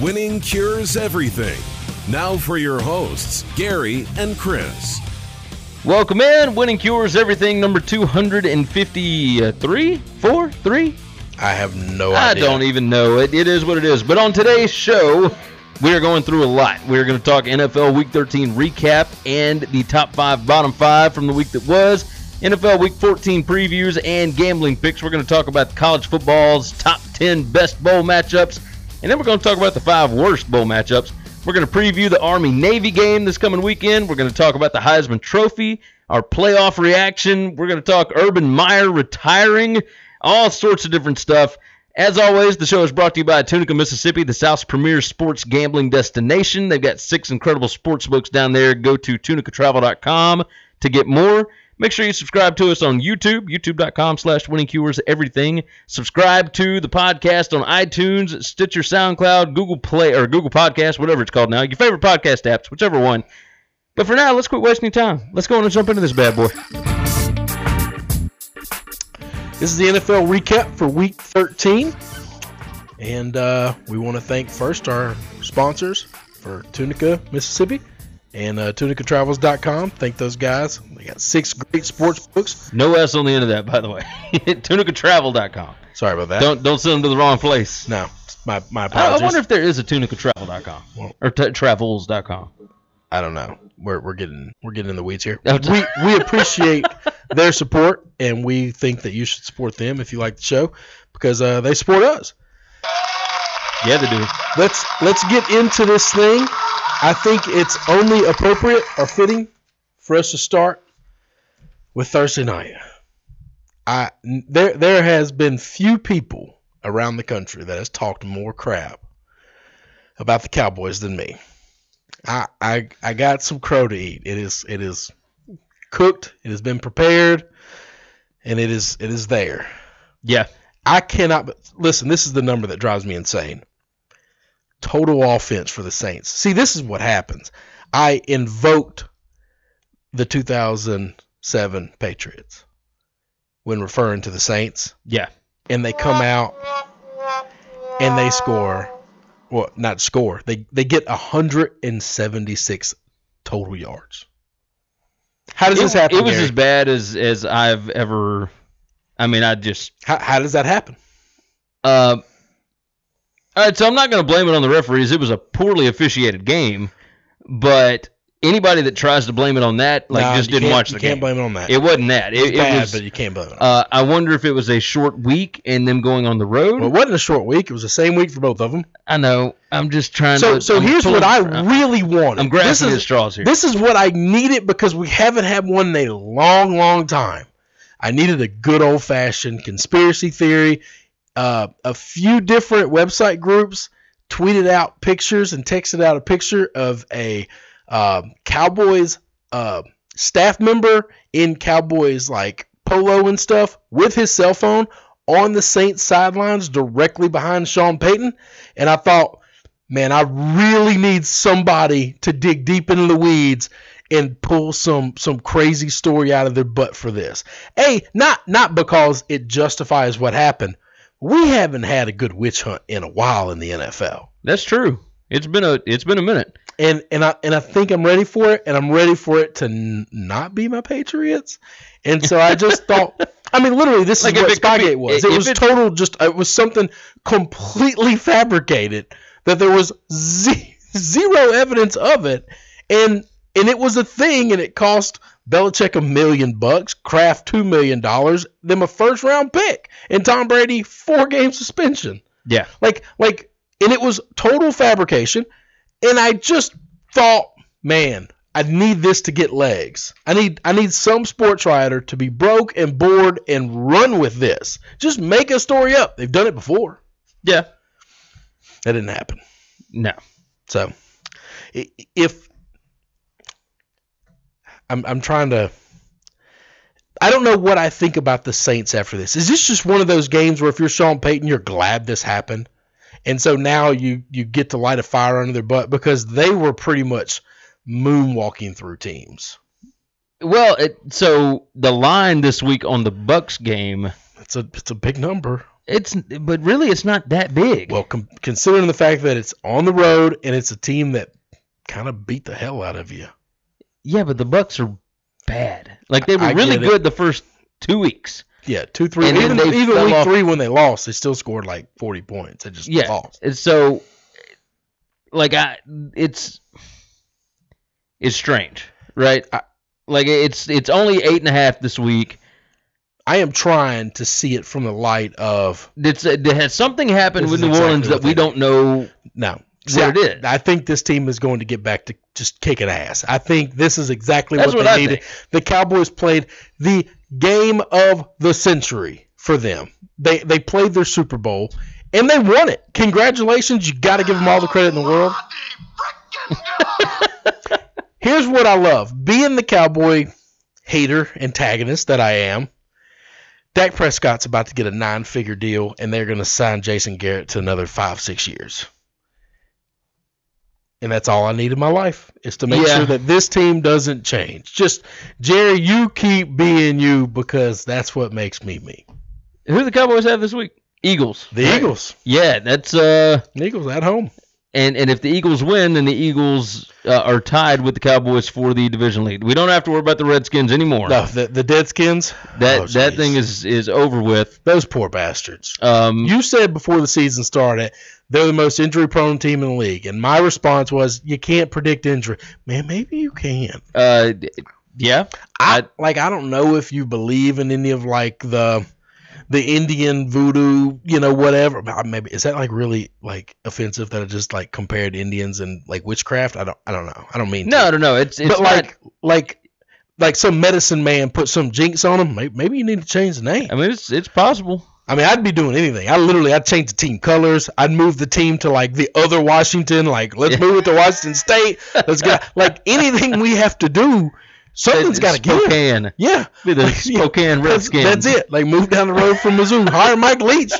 Winning Cures Everything. Now for your hosts, Gary and Chris. Welcome in, Winning Cures Everything number 253, 4, 3? I have no I idea. don't even know. It, it is what it is. But on today's show, we are going through a lot. We are going to talk NFL Week 13 recap and the top five, bottom five from the week that was, NFL Week 14 previews and gambling picks. We're going to talk about college football's top 10 best bowl matchups, and then we're going to talk about the five worst bowl matchups. We're going to preview the Army Navy game this coming weekend. We're going to talk about the Heisman Trophy, our playoff reaction. We're going to talk Urban Meyer retiring, all sorts of different stuff. As always, the show is brought to you by Tunica, Mississippi, the South's premier sports gambling destination. They've got six incredible sports books down there. Go to tunicatravel.com to get more. Make sure you subscribe to us on YouTube, youtube.com slash winningcures everything. Subscribe to the podcast on iTunes, Stitcher, SoundCloud, Google Play, or Google Podcast, whatever it's called now. Your favorite podcast apps, whichever one. But for now, let's quit wasting time. Let's go on and jump into this bad boy. This is the NFL recap for week 13. And uh, we want to thank first our sponsors for Tunica, Mississippi, and uh, tunicatravels.com. Thank those guys. They got six great sports books. No S on the end of that, by the way. tunicatravel.com. Sorry about that. Don't don't send them to the wrong place. No, my, my I, apologies. I wonder if there is a tunicatravel.com or t- travels.com. I don't know. We're, we're getting we're getting in the weeds here. Oh, we we appreciate their support, and we think that you should support them if you like the show because uh, they support us. Yeah, they do. Let's let's get into this thing. I think it's only appropriate or fitting for us to start with Thursday night. I n- there there has been few people around the country that has talked more crap about the Cowboys than me. I I I got some crow to eat. It is it is cooked. It has been prepared, and it is it is there. Yeah. I cannot but listen. This is the number that drives me insane. Total offense for the Saints. See, this is what happens. I invoked the 2007 Patriots when referring to the Saints, Yeah. and they come out and they score. Well, not score. They they get 176 total yards. How does it, this happen? it was Gary? as bad as as I've ever. I mean, I just. how, how does that happen? Uh, all right, so I'm not going to blame it on the referees. It was a poorly officiated game, but anybody that tries to blame it on that, like, Nah, just you didn't can't- watch the You can't game. blame it on that. It wasn't that. It, it bad, was. but you can't blame it. on Uh, I wonder if it was a short week and them going on the road. Well, it wasn't a short week. It was the same week for both of them. I know. I'm just trying So, to. so I'm here's what pulling- I really wanted. I'm this grasping at is, straws here. This is what I needed because we haven't had one in a long, long time. I needed a good old fashioned conspiracy theory. Uh, a few different website groups tweeted out pictures and texted out a picture of a um Cowboys uh, staff member in Cowboys like polo and stuff with his cell phone on the Saints sidelines directly behind Sean Payton. And I thought, man, I really need somebody to dig deep into the weeds and pull some some crazy story out of their butt for this. Hey, not not because it justifies what happened. We haven't had a good witch hunt in a while in the NFL. That's true. It's been a it's been a minute. And and I and I think I'm ready for it and I'm ready for it to n- not be my Patriots. And so I just thought I mean literally this Like, is if what it could be- Spygate was. It if was it- total just it was something completely fabricated that there was ze- zero evidence of it, and and it was a thing, and it cost Belichick a million bucks, Kraft two million dollars, them a first round pick, and Tom Brady four game suspension. Yeah. Like like, and it was total fabrication, and I just thought, man. I need this to get legs. I need I need some sports writer to be broke and bored and run with this. Just make a story up. They've done it before. Yeah. That didn't happen. No. So, i- if I'm, I'm trying to, I don't know what I think about the Saints after this. Is this just one of those games where if you're Sean Payton, you're glad this happened, and so now you you get to light a fire under their butt because they were pretty much moonwalking through teams. Well, it, so the line this week on the Bucks game It's a it's a big number. It's but really it's not that big. Well, com- considering the fact that it's on the road and it's a team that kind of beat the hell out of you. yeah, but the Bucks are bad. Like they were I really get it. good the first two weeks. Yeah, two, three. And then even they even fell week off. three when they lost, they still scored like forty points. They just Yeah. lost. And so like I it's it's strange, right? I, like it's it's only eight and a half this week. I am trying to see it from the light of It's, uh, has something happened This with is New exactly Orleans what that we they don't know no. what it is? I think this team is going to get back to just kicking ass. I think this is exactly That's what what, they I needed. The Cowboys played the game of the century for them. They they played their Super Bowl and they won it. Congratulations, you got to give them all the credit in the world. Here's what I love: being the Cowboy hater antagonist that I am. Dak Prescott's about to get a nine-figure deal, and they're going to sign Jason Garrett to another five, six years. And that's all I need in my life is to make Yeah. sure that this team doesn't change. Just Jerry, you keep being you because that's what makes me me. Who do the Cowboys have this week? Eagles. The Right. Eagles, Yeah, that's uh, the Eagles at home. and and if the Eagles win, then the Eagles uh, are tied with the Cowboys for the division lead. We don't have to worry about the Redskins anymore. No, the the Deadskins. That Oh, that jeez. thing is is over with. those poor bastards. Um, You said before the season started they're the most injury prone team in the league, and my response was you can't predict injury. Man, maybe you can. uh, d- yeah, I like I don't know if you believe in any of like the the Indian voodoo, you know, whatever. But I- Maybe is that like really like offensive that I just like compared Indians and like witchcraft? I don't I don't know. I don't mean to. no, no, no. It's it's but not- like like like some medicine man put some jinx on him. Maybe, maybe you need to change the name. I mean, it's it's possible. I mean, I'd be doing anything. I literally, I'd change the team colors. I'd move the team to like the other Washington. Like, let's move it to Washington State. Let's get like anything we have to do. Something's got to give. Spokane. Yeah, Be the Like, yeah, Spokane that's, Redskins. that's it. Like, move down the road from Mizzou. Hire Mike Leach.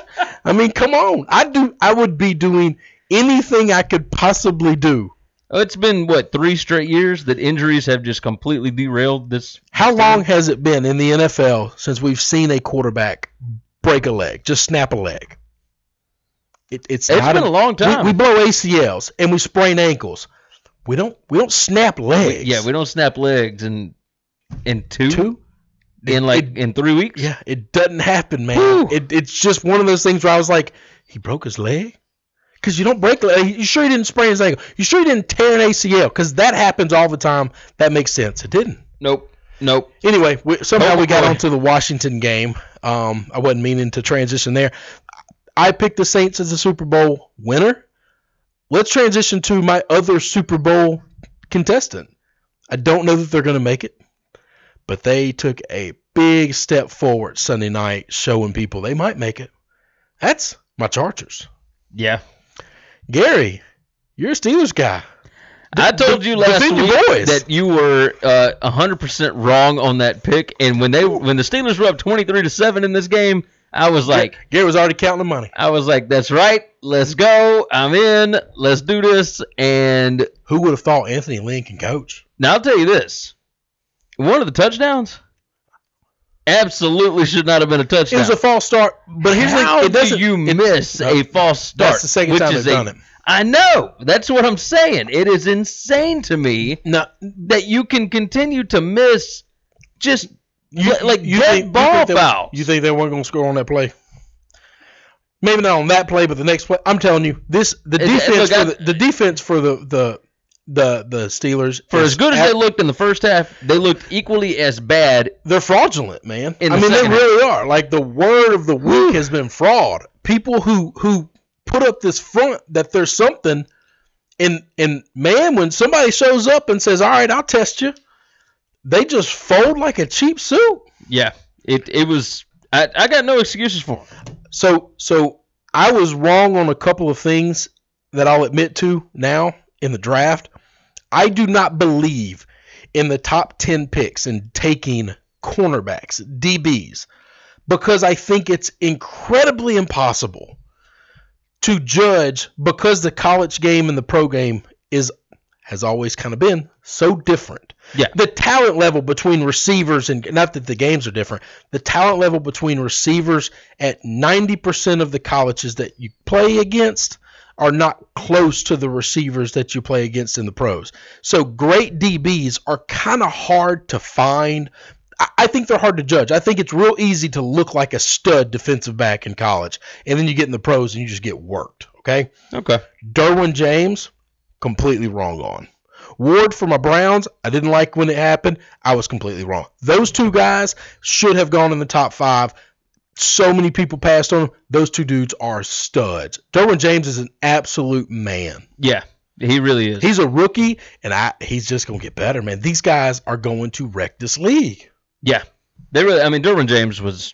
I mean, come on. I do. I would be doing anything I could possibly do. Oh, It's been what three straight years that injuries have just completely derailed this. How long has it been in the NFL since we've seen a quarterback break a leg, just snap a leg? It, it's It's not been a long We- time. We, blow ACLs and we sprain ankles. We don't we don't snap legs. yeah, we don't snap legs and in two, two. in like in three weeks. Yeah, it doesn't happen, man. Whew. It, it's just one of those things where I was like, he broke his leg. Because you don't break leg. You sure he didn't sprain his ankle? You sure he didn't tear an ACL? Because that happens all the time. That makes sense. It didn't. Nope. Nope. Anyway, we, somehow Oh, we got boy. onto the Washington game. Um, I wasn't meaning to transition there. I picked the Saints as the Super Bowl winner. Let's transition to my other Super Bowl contestant. I don't know that they're going to make it, but they took a big step forward Sunday night, showing people they might make it. That's my Chargers. Yeah. Gary, you're a Steelers guy. I told you last defend your week boys. that you were uh, 100% wrong on that pick and when they when the Steelers were up 23 to 7 in this game, I was like Gary was already counting the money. I was like that's right. Let's go. I'm in. Let's do this and Who would have thought Anthony Lynn can coach? now I'll tell you this. One of the touchdowns absolutely should not have been a It touchdown. was a false start, but here's How the thing. It do doesn't, you it- miss a false start? That's the second which time is they've a- done it. I know. That's what I'm saying. It is insane to me No, that you can continue to miss just you, like- like you dead think, you ball think they- fouls. You think they weren't going to score on that play? Maybe not on that play, but the next play. I'm telling you, this the It- it- defense look, I- for the, the defense for the the the the Steelers for as good as they ab- looked in the first half, they looked equally as bad. they're fraudulent, man. In I the mean, they second half. really are. Like the word of the week has been fraud. People who who put up this front that there's something, and and man, when somebody shows up and says, "All right, I'll test you," they just fold like a cheap suit. Yeah, it it was. I, I got no excuses for them. So so I was wrong on a couple of things that I'll admit to now in the draft. I do not believe in the top 10 picks and taking cornerbacks, DBs, because I think it's incredibly impossible to judge because the college game and the pro game is has always kind of been so different. Yeah. The talent level between receivers and not that the games are different, the talent level between receivers at 90% of the colleges that you play against are not close to the receivers that you play against in the pros. So great DBs are kind of hard to find. I- I think they're hard to judge. I think it's real easy to look like a stud defensive back in college, and then you get in the pros and you just get worked. Okay. Okay. Derwin James, completely wrong on. Ward for my Browns, I didn't like when it happened. I was completely wrong. Those two guys should have gone in the top five. So many people passed on them. Those two dudes are studs. Derwin James is an absolute man. Yeah. He really is. He's a rookie, and I he's just gonna get better, man. These guys are going to wreck this league. yeah. They really. I mean, Derwin James was.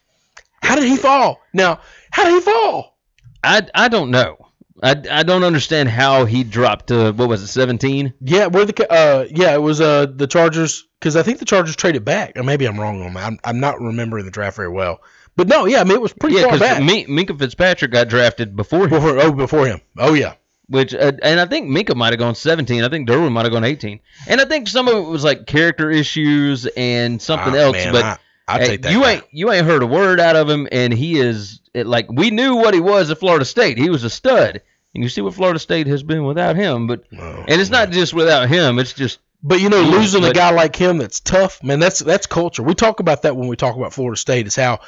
How did he fall? Now, how did he fall? I. I don't know. I, I don't understand how he dropped to what was it 17 Yeah, where the ca- uh yeah, it was uh the Chargers because I think the Chargers traded back. Or maybe I'm wrong on that. I'm, I'm not remembering the draft very well. But no, yeah, I mean it was pretty yeah far back. because minka fitzpatrick got drafted before him before, oh, before him. Oh yeah, which uh, and i think minka might have gone 17 i think derwin might have gone 18 and i think some of it was like character issues and something Ah, else man, but I, I Hey, take that. you guy. ain't you ain't heard a word out of him, and he is it, like we knew what he was at Florida State. He was a stud, and you see what Florida State has been without him. But No. and it's not just without him; it's just But you know, Yeah, losing a but- guy like him that's tough, man, that's that's culture. We talk about that when we talk about Florida State. Is how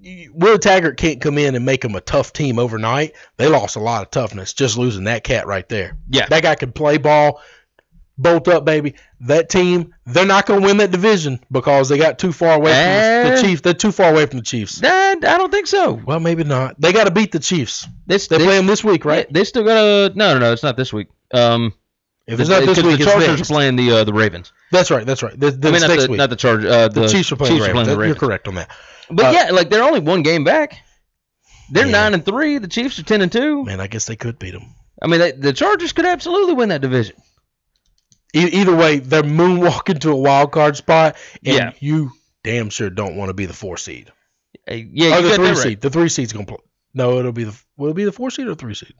you- Will Taggart can't come in and make them a tough team overnight. They lost a lot of toughness just losing that cat right there. yeah, That guy can play ball, bolt up, baby. That team, they're not going to win that division because they got too far away from the, Eh? the Chiefs. They're too far away from the Chiefs. that, I don't think so. Well, maybe not. They got to beat the Chiefs. They, They, they, play 'em play them this week, right? right? They still got a no, no, no. It's not this week. Um, If it's not this because week, the it's Chargers next. are playing the uh, the Ravens. That's right. That's right. Th- I th- mean, it's not next the, week. not the Chargers. Uh, the, the, Chiefs are playing Chiefs the are playing Ravens. the That- You're Ravens. correct on that. But Uh, yeah, like they're only one game back. They're Yeah. nine and three. The Chiefs are ten and two. Man, I guess they could beat them. I mean, they, the Chargers could absolutely win that division. E- either way, they're moonwalking to a wild card spot, and Yeah. you damn sure don't want to be the four seed Uh, yeah, or you the got three that right. seed. The three seed's gonna play. No, it'll be the will it be the four seed or three seed.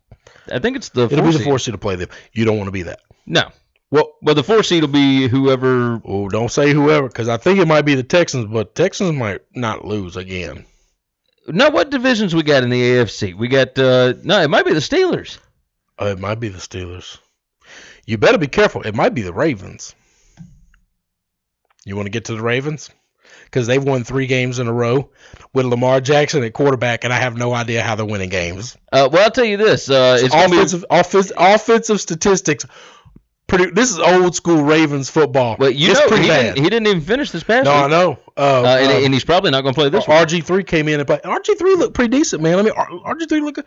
I think it's the It'll four be the seed. four seed to play them. You don't want to be that. No. Well, Well, the four seed will be whoever. oh, don't say whoever, because I think it might be the Texans, but Texans might not lose again. No, what divisions we got in the AFC? We got uh no, it might be the Steelers. Uh, it might be the Steelers. You better be careful. It might be the Ravens. You want to get to the Ravens? Because they've won three games in a row with Lamar Jackson at quarterback, and I have no idea how they're winning games. Uh, well, I'll tell you this. Uh, it's gonna be- offensive, offensive, offensive statistics. Pretty. This is old school Ravens football. well, you it's know, pretty he bad. didn't, he didn't even finish this past no, I week. know. Uh, Uh, and, uh, and he's probably not going to play this one. RG three came in and played. RG three looked pretty decent, man. I mean, RG three looked.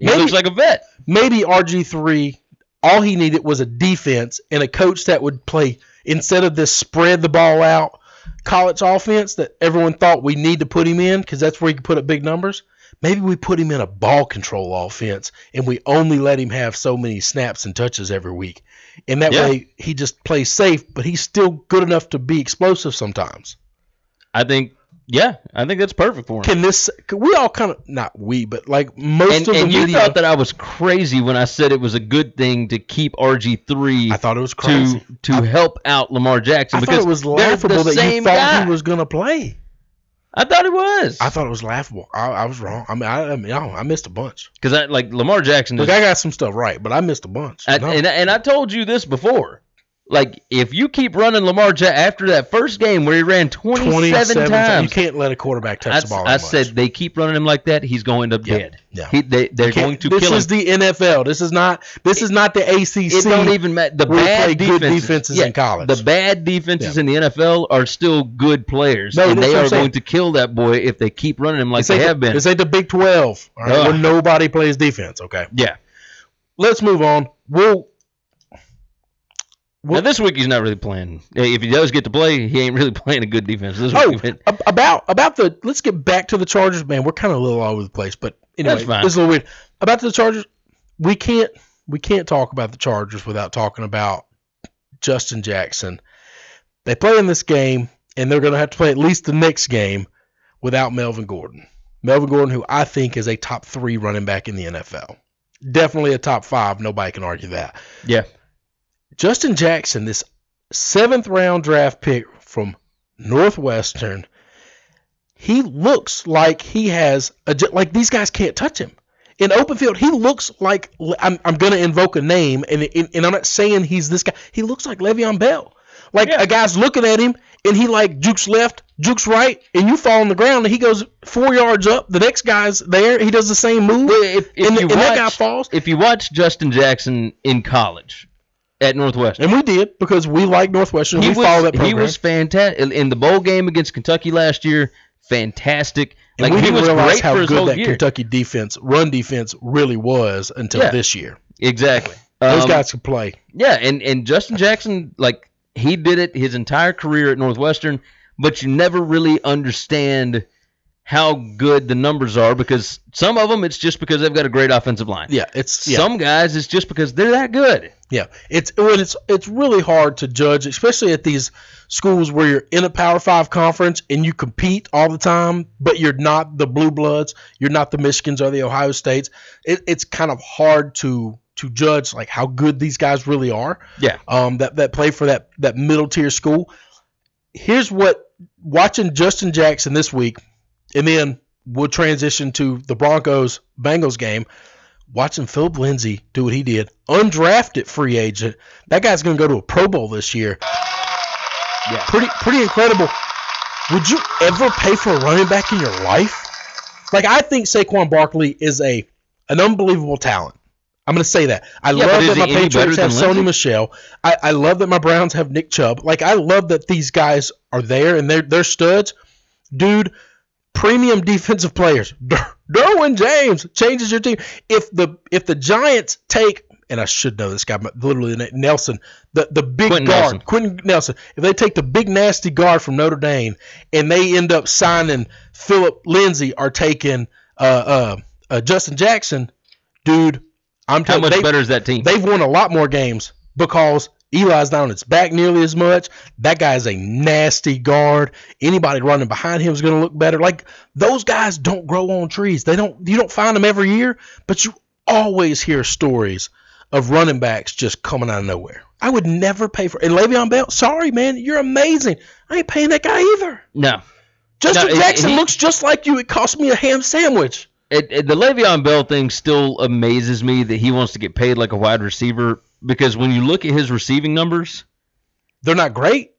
He Maybe, looks like a vet. maybe RG three. All he needed was a defense and a coach that would play instead of this spread the ball out college offense that everyone thought we need to put him in because that's where he could put up big numbers. Maybe we put him in a ball control offense and we only let him have so many snaps and touches every week. And that Yeah. way he just plays safe, but he's still good enough to be explosive sometimes. I think. Yeah, I think that's perfect for him. can this can we all kind of not we but like most and of the and you media thought that I was crazy when I said it was a good thing to keep RG three i thought it was to crazy to help out Lamar Jackson i thought because it was they're the laughable that you same thought guy. he was gonna play I thought it was i thought it was laughable i, I was wrong i mean i, I mean I, I missed a bunch because I like Lamar Jackson is look i got some stuff right but i missed a bunch I, No. and, and I told you this before. Like, if you keep running Lamar Ja after that first game where he ran 27, 27 times. you times, can't let a quarterback touch I, the ball I that much. said they keep running him like that, he's going to end up Yeah, dead. yeah. He, they, they're Can't- going to this kill him. is the nfl this is not this is not the acc it don't even matter. The where you play bad good defenses, defenses yeah, in college. The bad defenses in the NFL are still good players, No, and that's they what I'm are saying. going to kill that boy if they keep running him like this they ain't have the, been. this ain't the big 12 all right, Ugh. where nobody plays defense okay Yeah. let's move on we'll Now, this week he's not really playing. If he does get to play, he ain't really playing a good defense this Oh, week. but- ab- about about the let's get back to the Chargers, man. We're kind of a little all over the place, but anyway, That's fine. this is a little weird. About the Chargers, we can't we can't talk about the Chargers without talking about Justin Jackson. They play in this game, and they're going to have to play at least the next game without Melvin Gordon. Melvin Gordon, who I think is a top three running back in the NFL, definitely a top five. Nobody can argue that. yeah. Justin Jackson, this seventh round draft pick from Northwestern. He looks like he has a ge- like these guys can't touch him in open field. He looks like I'm, I'm going to invoke a name, and, and and I'm not saying he's this guy. He looks like Le'Veon Bell. Like Yeah. a guy's looking at him, and he like jukes left, jukes right, and you fall on the ground, and he goes four yards up. The next guy's there. He does the same move. Well, if, if And- you and that guy watched- falls? If you watch Justin Jackson in college at Northwestern, And we did because we like Northwestern. he we was follow that program. he was fantastic in the bowl game against Kentucky last year. Fantastic. And Like we he didn't was realize great for how his good whole that year. Kentucky defense, run defense, really was until Yeah. this year. Exactly. Those Um, guys could play. Yeah, and and Justin Jackson, like he did it his entire career at Northwestern, but you never really understand how good the numbers are because some of them it's just because they've got a great offensive line. Yeah, it's yeah, Some guys it's just because they're that good. yeah. It's well, it's it's really hard to judge, especially at these schools where you're in a Power Five conference and you compete all the time, but you're not the blue bloods, you're not the Michigans or the Ohio States. It, it's kind of hard to to judge like how good these guys really are. Yeah. um, that that play for that that middle tier school. Here's what watching Justin Jackson this week, and then we'll transition to the Broncos Bengals game. Watching Philip Lindsay do what he did, undrafted free agent. That guy's going to go to a Pro Bowl this year. Yeah. Pretty pretty incredible. Would you ever pay for a running back in your life? Like I think Saquon Barkley is a an unbelievable talent. I'm going to say that. I Yeah, but love is that he my any better Patriots than have Sony Lindsey? Michelle. I, I love that my Browns have Nick Chubb. Like I love that these guys are there and they're they're studs. Dude, premium defensive players. Der- Derwin James changes your team. If the if the Giants take and I should know this guy, but literally Na- Nelson, the the big Quentin guard, Nelson. Quentin Nelson. If they take the big nasty guard from Notre Dame and they end up signing Philip Lindsay or taking uh, uh, uh, Justin Jackson, dude, I'm How telling much they, better is that team? They've won a lot more games because Eli's not on his back nearly as much. That guy is a nasty guard. Anybody running behind him is going to look better. Like those guys don't grow on trees. They don't. You don't find them every year, but you always hear stories of running backs just coming out of nowhere. I would never pay for and Le'Veon Bell. Sorry, man, you're amazing. I ain't paying that guy either. no. Justin No, it- Jackson he- looks just like you. It cost me a ham sandwich. It, it- the Le'Veon Bell thing still amazes me that he wants to get paid like a wide receiver because when you look at his receiving numbers, They're not great.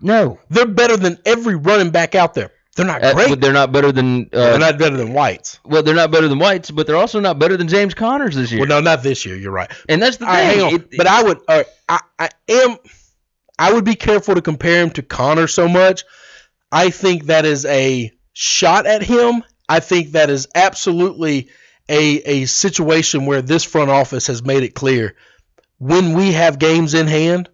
no, They're better than every running back out there. They're not Uh, great. but they're not better than they're uh, not better than whites. well, they're not better than whites, but they're also not better than James Connors this year. Well, no, not this year. You're right. and that's the All right, thing. hang on. It- but I would. Uh, I, I am. I would be careful to compare him to Connor so much. I think that is a shot at him. I think that is absolutely a a situation where this front office has made it clear when we have games in hand,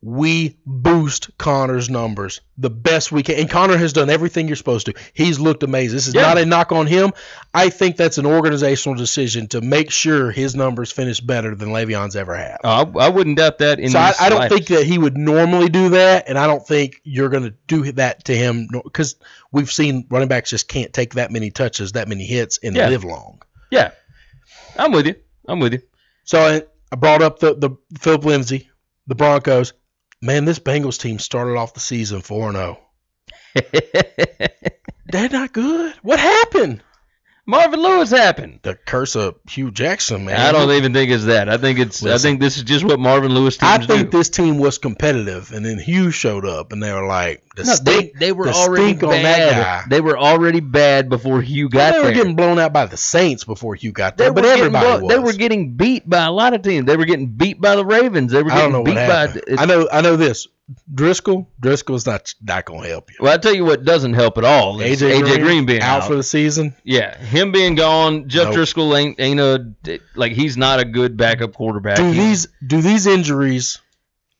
we boost Connor's numbers the best we can. And Connor has done everything you're supposed to. He's looked amazing. This is Yeah. not a knock on him. I think that's an organizational decision to make sure his numbers finish better than Le'Veon's ever had. Oh, I, I wouldn't doubt that. In So I, the I don't slightest. think that he would normally do that, and I don't think you're going to do that to him because we've seen running backs just can't take that many touches, that many hits, and Yeah. live long. Yeah, I'm with you. I'm with you. So I, I brought up the, the Philip Lindsay, the Broncos. Man, this Bengals team started off the season 4 0. They're not good. What happened? Marvin Lewis happened. The curse of Hugh Jackson, man. I don't even think it's that. I think it's. I Listen. think this is just what Marvin Lewis teams I think do. this team was competitive, and then Hugh showed up, and they were like, the No, they, stink- they were the already stink on that guy. bad. They were already bad before Hugh got they were there. getting blown out by the Saints before Hugh got They there, but were getting everybody blown- was. They were getting beat by a lot of teams. They were getting beat by the Ravens. They were I getting don't know beat what happened. by. I know. I know this. Driscoll. Driscoll's not not gonna help you. Well, I tell you what doesn't help at all. is AJ, Green, being out, out. for the season. yeah, him being gone. Jeff Nope. Driscoll ain't ain't a like he's not a good backup quarterback. Do He- these do these injuries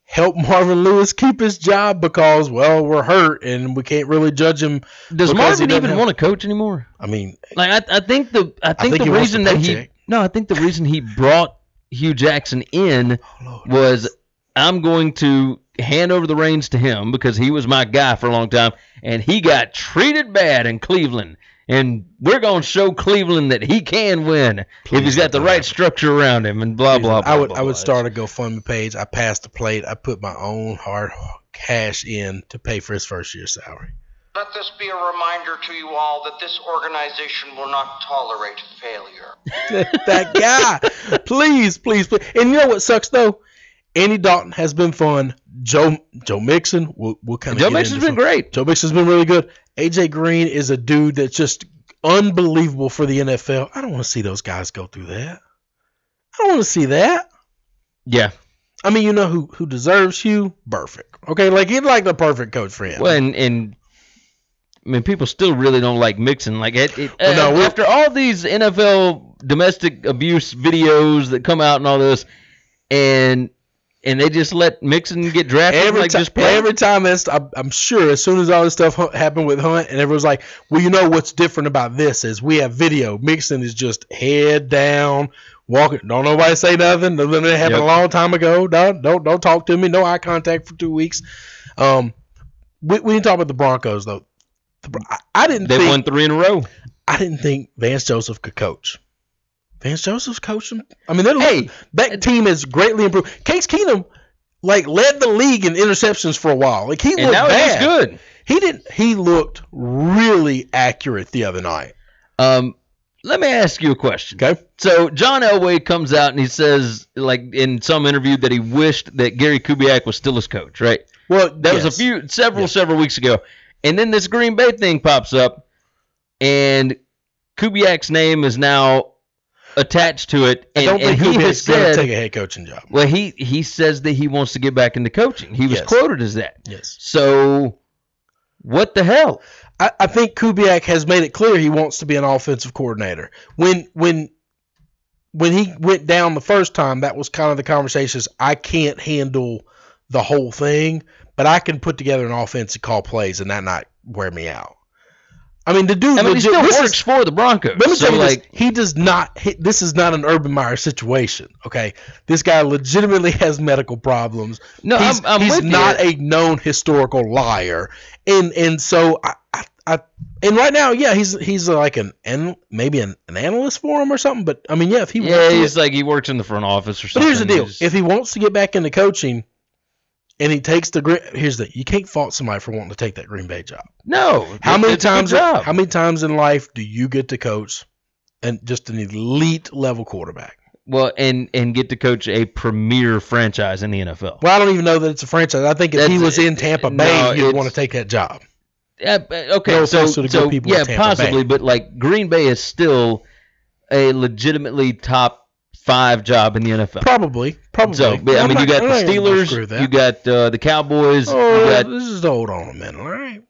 help Marvin Lewis keep his job? Because well, we're hurt and we can't really judge him. does because he Marvin doesn't even have- want to coach anymore? I mean, Like I, I think the I think, think he the wants reason the that he paycheck. no, I think the reason he brought Hugh Jackson in Oh, Lord. was I'm going to hand over the reins to him because he was my guy for a long time and he got treated bad in Cleveland and we're going to show Cleveland that he can win if he's got the right structure around him and blah blah. blah I would blah, I blah. would start a GoFundMe page. I passed the plate. I put my own hard cash in to pay for his first year salary. Let this be a reminder to you all that this organization will not tolerate failure. that guy. Please, please, please. And you know what sucks though? Andy Dalton has been fun. Joe Joe Mixon will will kind of Joe Mixon's been great. Joe Mixon's been really good. AJ Green is a dude that's just unbelievable for the NFL. I don't want to see those guys go through that. I don't want to see that. Yeah. I mean, you know who who deserves you? Perfect. Okay, like he'd like the perfect coach for him. Well, and, and I mean, people still really don't like mixing. Like it, it, Well, no, uh, we're- after all these NFL domestic abuse videos that come out and all this, and and they just let Mixon get drafted. Every, like ti- just play. every time, it's, I'm, I'm sure as soon as all this stuff hu- happened with Hunt, and everyone's like, well, you know what's different about this is we have video. Mixon is just head down, walking. Don't nobody say nothing. That happened Yep. a long time ago. Don't, don't don't talk to me. No eye contact for two weeks. Um, we, we didn't talk about the Broncos though. The Bron- I, I didn't they think won three in a row. I didn't think Vance Joseph could coach. Vance Joseph's coaching. I mean, that Hey. that team has greatly improved. Case Keenum like led the league in interceptions for a while. Like he And looked now bad. he's good. He didn't. He looked really accurate the other night. Um, let me ask you a question. Okay. So John Elway comes out and he says, like in some interview, that he wished that Gary Kubiak was still his coach. Right. Well, That was yes. a few, several, several weeks ago. And then this Green Bay thing pops up, and Kubiak's name is now attached to it. I And, don't and think he Kubiak's has gonna said, take a head coaching job. well, he he says that he wants to get back into coaching. He was Yes. quoted as that. Yes, So, what the hell? I, I think Kubiak has made it clear he wants to be an offensive coordinator. When when when he went down the first time, that was kind of the conversations. I can't handle the whole thing, but I can put together an offense and call plays, and that not wear me out. I mean, the dude I mean, he legit- still this is- works for the Broncos. Let me so, tell you like, this. He does not. He, this is not an Urban Meyer situation. Okay, this guy legitimately has medical problems. no, he's I'm, I'm he's with you. not a known historical liar, and and so I, I, I and right now, yeah, he's he's like an and maybe an, an analyst for him or something. But I mean, yeah, if he yeah, to- he's like he works in the front office or but something. here's the deal: He's- if he wants to get back into coaching, and he takes the gre- here's the you can't fault somebody for wanting to take that Green Bay job. no, How many it's a good times? job. How many times in life do you get to coach, and just an elite level quarterback? well, and and get to coach a premier franchise in the NFL. Well, I don't even know that it's a franchise. I think if he That's- was in Tampa no, Bay, he'd it's- want to take that job. Yeah, but- okay, No so, offense to so, the good people yeah, in Tampa possibly, Bay. but like Green Bay is still a legitimately top five job in the NFL. Probably, probably. So, but, I I'm mean, you not- got I'm the not gonna screw Steelers, that. you got uh, the Cowboys, Oh, you got. this is hold on a minute. All right,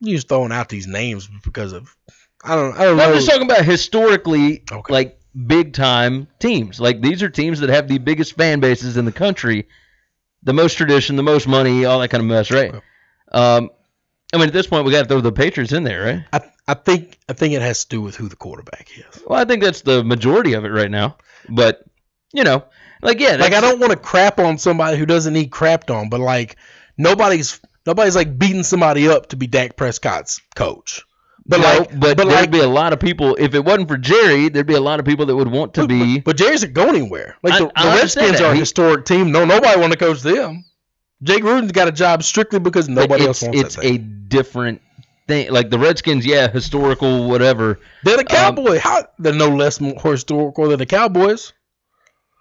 you just throwing out these names because of I don't I don't I'm know. just talking about historically, Okay. like big time teams. Like these are teams that have the biggest fan bases in the country, the most tradition, the most money, all that kind of mess, right? Okay. Um, I mean, at this point, we got to throw the Patriots in there, right? I I think I think it has to do with who the quarterback is. Well, I think that's the majority of it right now. But you know, like yeah, Like that's- I don't want to crap on somebody who doesn't need crapped on, but like nobody's nobody's like beating somebody up to be Dak Prescott's coach. But no, like but, but there'd like be a lot of people. If it wasn't for Jerry, there'd be a lot of people that would want to be. but Jerry's not going anywhere. Like I- the, I the understand Redskins that. are a He- historic team. No, nobody want to coach them. Jake Gruden's got a job strictly because nobody it's, else wants It's that thing. a different thing. Like the Redskins, yeah, historical, whatever. They're the um, Cowboys. How they're no less more historical than the Cowboys.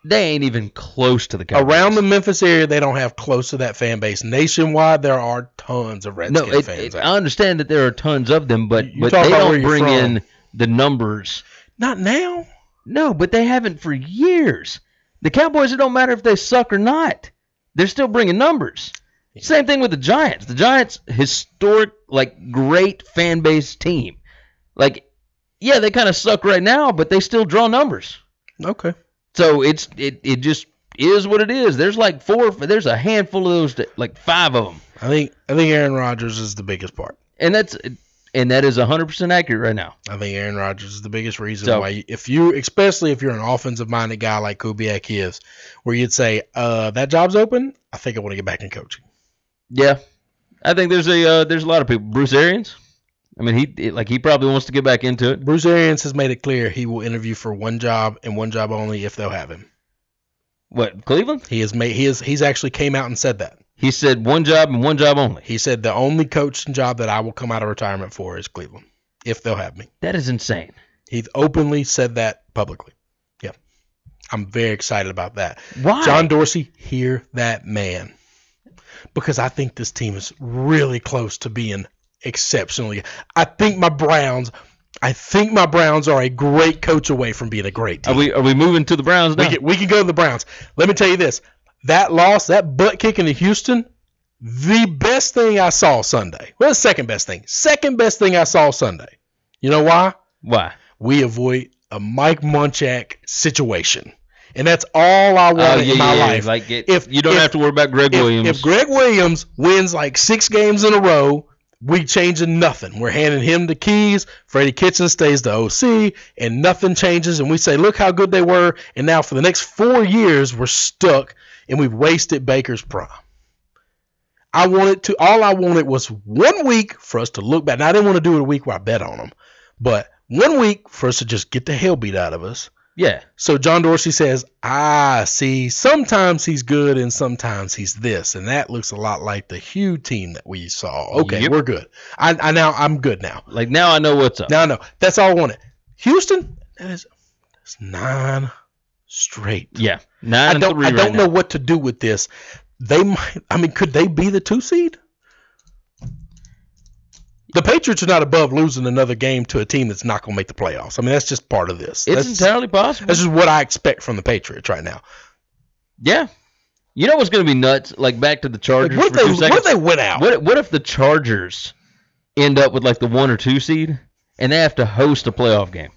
They ain't even close to the Cowboys. Around the Memphis area, they don't have close to that fan base. Nationwide, there are tons of no, Redskins it, it- fans. out I understand that there are tons of them, but You but talk they about where don't you're bring from. in the numbers. Not now. No, but they haven't for years. The Cowboys, it don't matter if they suck or not. They're still bringing numbers. Same thing with the Giants. The Giants, historic, like great fan base team. Like, yeah, they kind of suck right now, but they still draw numbers. Okay. So it's it it just is what it is. There's like four. There's a handful of those, that, like five of them, I think I think Aaron Rodgers is the biggest part. and that's and that is 100 percent accurate right now. I think Aaron Rodgers is the biggest reason So- why, you, if you, especially if you're an offensive minded guy like Kubiak is, where you'd say, uh, that job's open, I think I want to get back in coaching. Yeah, I think there's a uh, there's a lot of people. Bruce Arians. I mean, he it- like he probably wants to get back into it. Bruce Arians has made it clear he will interview for one job and one job only if they'll have him. What Cleveland? He has made he has he's actually came out and said that. He said one job and one job only. He said the only coaching job that I will come out of retirement for is Cleveland if they'll have me. That is insane. He's openly said that publicly. Yeah. I'm very excited about that. Why? John Dorsey, hear that man. Because I think this team is really close to being exceptionally. I think my Browns, I think my Browns are a great coach away from being a great are team. we are we moving to the Browns now? we, can, we can go to the Browns. Let me tell you this that loss, that butt kicking to Houston, the best thing I saw Sunday. Well, the second best thing. Second best thing I saw Sunday. You know why? Why? we avoid a Mike Munchak situation. And that's all Oh, I want in my life. Like it, If- you don't if- have to worry about Greg if, Williams. if Greg Williams wins like six games in a row, we changing nothing. We're handing him the keys. Freddie Kitchen stays the OC, and nothing changes. And we say, look how good they were. And now for the next four years, we're stuck, and we've wasted Baker's prime. I wanted to. All I wanted was one week for us to look back. Now I didn't want to do it a week where I bet on them, but one week for us to just get the hell beat out of us. yeah, So John Dorsey says, "Ah, see, sometimes he's good and sometimes he's this, and that looks a lot like the Hugh team that we saw. Okay, Yep. we're good. I, I now I'm good now. like now I know what's up. Now I know that's all I wanted. Houston, that is that's nine straight. yeah, nine I and don't three I right don't now. know what to do with this. They might. I mean, could they be the two seed? The Patriots are not above losing another game to a team that's not going to make the playoffs. I mean, that's just part of this. It's that's, entirely possible. this is what I expect from the Patriots right now. yeah, you know what's going to be nuts? Like back to the Like, Chargers what, if for two they, what seconds. if they went out? What if- what if the Chargers end up with like the one or two seed and they have to host a playoff game?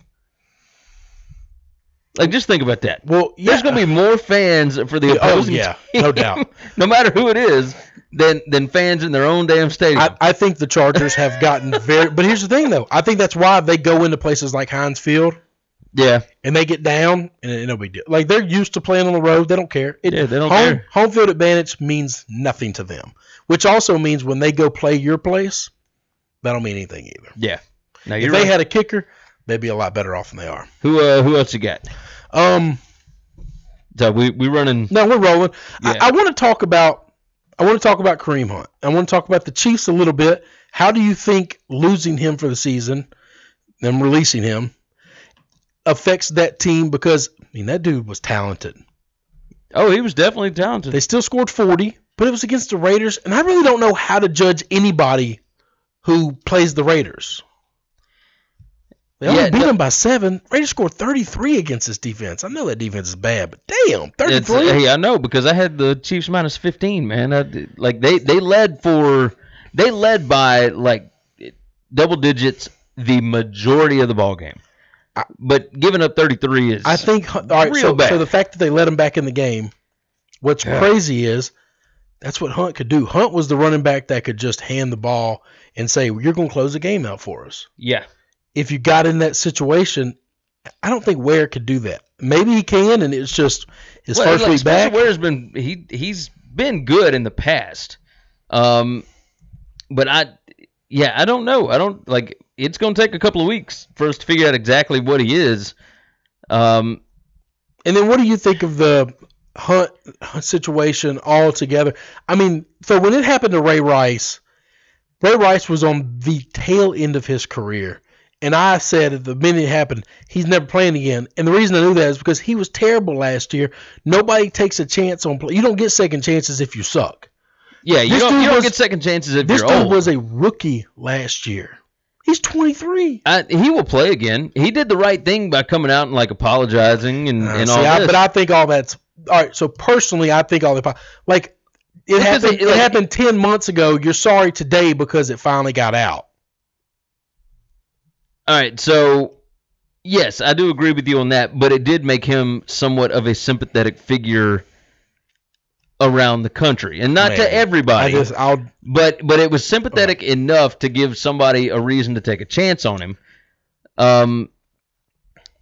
Like just think about that. Well, yeah. There's going to be more fans for the oh opposing yeah, team, no doubt. no matter who it is, than than fans in their own damn stadium. I, I think the Chargers have gotten very. But here's the thing, though. I think that's why they go into places like Heinz Field yeah, and they get down and it- nobody do. Like they're used to playing on the road. They don't care. It, yeah, they don't home care. home field advantage means nothing to them, which also means when they go play your place, that don't mean anything either. Yeah. Now If you're they right. had a kicker, they'd be a lot better off than they are. who uh, who else you got? Um, So we we running. No, we're rolling. Yeah. I, I want to talk about I want to talk about Kareem Hunt. I want to talk about the Chiefs a little bit. How do you think losing him for the season, them releasing him, affects that team? Because I mean that dude was talented. Oh, he was definitely talented. They still scored forty, but it was against the Raiders, and I really don't know how to judge anybody who plays the Raiders. They only Yeah, beat no- them by seven. Raiders scored thirty three against this defense. I know that defense is bad, but damn, thirty It's- three. hey, I know because I had the Chiefs minus fifteen, man. I, did- like they they led for they led by like double digits the majority of the ball game, but giving up thirty three is I think all right. real so, bad. so the fact that they let him back in the game, what's Yeah. crazy is that's what Hunt could do. Hunt was the running back that could just hand the ball and say, "You're going to close the game out for us." yeah If you got in that situation, I don't think Ware could do that. Maybe he can, and it's just his Well, first look, week Spencer back. Ware's been he he's been good in the past, um, but I yeah I don't know I don't like it's going to take a couple of weeks for us to figure out exactly what he is. Um, And then, what do you think of the Hunt situation altogether? I mean, so when it happened to Ray Rice, Ray Rice was on the tail end of his career. And I said at the minute it happened, he's never playing again. And the reason I knew that is because he was terrible last year. Nobody takes a chance on play. You don't get second chances if you suck. yeah, you This don't, dude you don't was- get second chances if This you're dude old. was a rookie last year. He's 23. I, he will play again. He did the right thing by coming out and like apologizing and, Uh, and see, all I- this. but I think all that's all right. So personally, I think all the po- like it Because happened. it- It, like- happened ten months ago. You're sorry today because it finally got out. all right, so yes, I do agree with you on that, but it did make him somewhat of a sympathetic figure around the country, and not to Maybe. I everybody. just I'll but but it was sympathetic enough to give somebody a reason to take a chance on him. Um,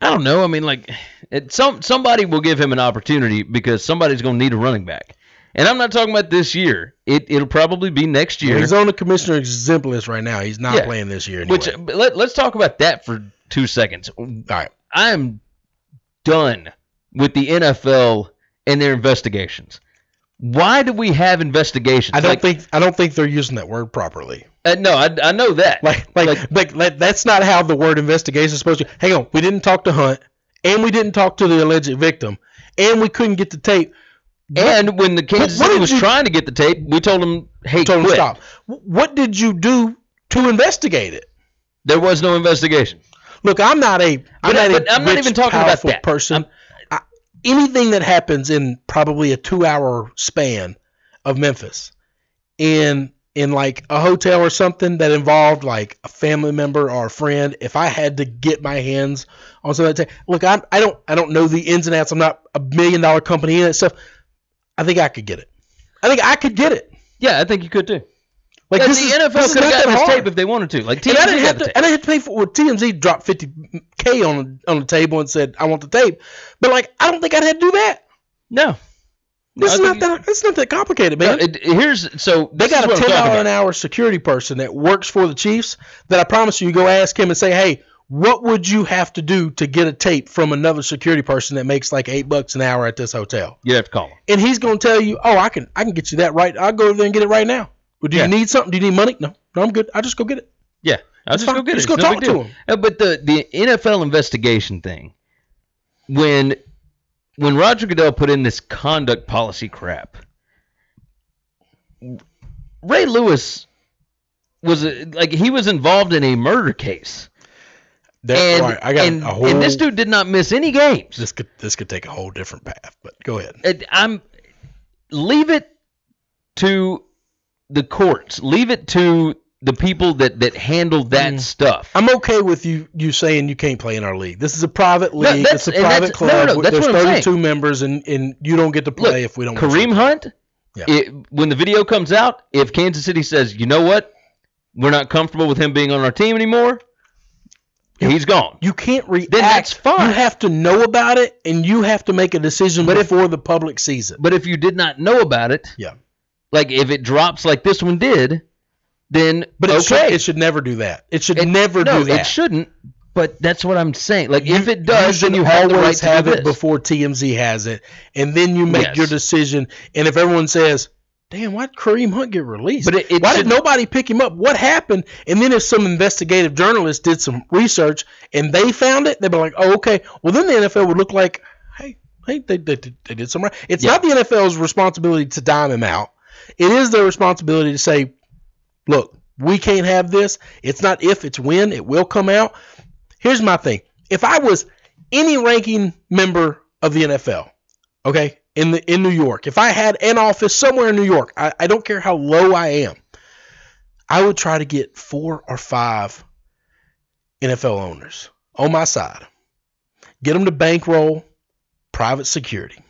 I don't know. I mean, like, it, some somebody will give him an opportunity because somebody's going to need a running back, And I'm not talking about this year. It it'll probably be next year. He's on the commissioner's exempt list right now. He's not Yeah. playing this year anyway. Which but let, let's talk about that for two seconds. All right. I'm done with the NFL and their investigations. Why do we have investigations? I don't Like, think I don't think they're using that word properly. uh, no, I, I know that. Like like, like, like, that's not how the word investigation is supposed to. Hang on, we didn't talk to Hunt, and we didn't talk to the alleged victim, and we couldn't get the tape. and when the Kansas what City did was you- trying to get the tape, we told them, "Hey, Told him quit." stop. Wh- What did you do to investigate it? There was no investigation. Look, I'm not a. I'm But I- not, but a I'm not rich, even talking about powerful that. person. I'm- I, anything that happens in probably a two-hour span of Memphis, in in like a hotel or something that involved like a family member or a friend, if I had to get my hands on some of that, ta- look, I'm, I don't I don't know the ins and outs. I'm not a million-dollar company and that stuff. I think I could get it. I think I could get it. Yeah, I think you could too. Like Yeah, this the is, NFL this is could have gotten not that this hard. tape if they wanted to. Like, And I didn't TMZ got have the to. tape. I didn't have to pay for. Well, TMZ dropped fifty k on on the table and said, "I want the tape," but like, I don't think I'd have to do that. No, No, This I is think not that. It's not that complicated, no man. it, here's so they this is got a what I'm ten talking dollar about. an hour security person that works for the Chiefs. That I promise you, you go ask him and say, "Hey, what would you have to do to get a tape from another security person that makes like eight bucks an hour at this hotel?" You have to call them. And he's gonna tell you, "Oh, I can, I can get you that right. I'll go over there and get it right now." Well, do Yeah. you need something? Do you need money? No, no, I'm good. I'll just go get it. Yeah, I'll It's just go fine. get Just it. go It's no talk big to deal. him. Uh, But the the NFL investigation thing, when when Roger Goodell put in this conduct policy crap, Ray Lewis was uh, like he was involved in a murder case, That's and right. I got and, a whole. and this dude did not miss any games. this could this could take a whole different path, but go ahead. it- I'm leave it to the courts. Leave it to the people that that handle Mm. that stuff. I'm okay with you you saying you can't play in our league. This is a private No, league. that's- it's a and that's- private no, no, club. no, that's There's what I'm saying. 32 members, and, and you don't get to play if we don't. want you Kareem to. Hunt. Yeah. It, when the video comes out, if Kansas City says, you know what, we're not comfortable with him being on our team anymore, he's gone. you can't react. that's fine. You have to know about it, and you have to make a decision before the public sees it. But if you did not know about it, Yeah, like if it drops like this one did, then but it, okay, should, it should never do that. It should It- never no, do that. it shouldn't. But that's what I'm saying. Like if it you does, should then you have the right always to have do it this. before TMZ has it, and then you make Yes. your decision. And if everyone says, "Damn, why did Kareem Hunt get released? But it- it why should- did nobody pick him up? What happened?" And then if some investigative journalist did some research and they found it, they'd be like, "Oh, okay." Well, then the NFL would look like, "Hey, hey, they they, they did some right." It's Yeah. not the NFL's responsibility to dime him out. It is their responsibility to say, "Look." We can't have this. It's not if, it's when. It will come out here's my thing. If I was any ranking member of the NFL, okay, in the in New York, if I had an office somewhere in New York, I, I don't care how low I am, I would try to get four or five NFL owners on my side. Get them to bankroll private security.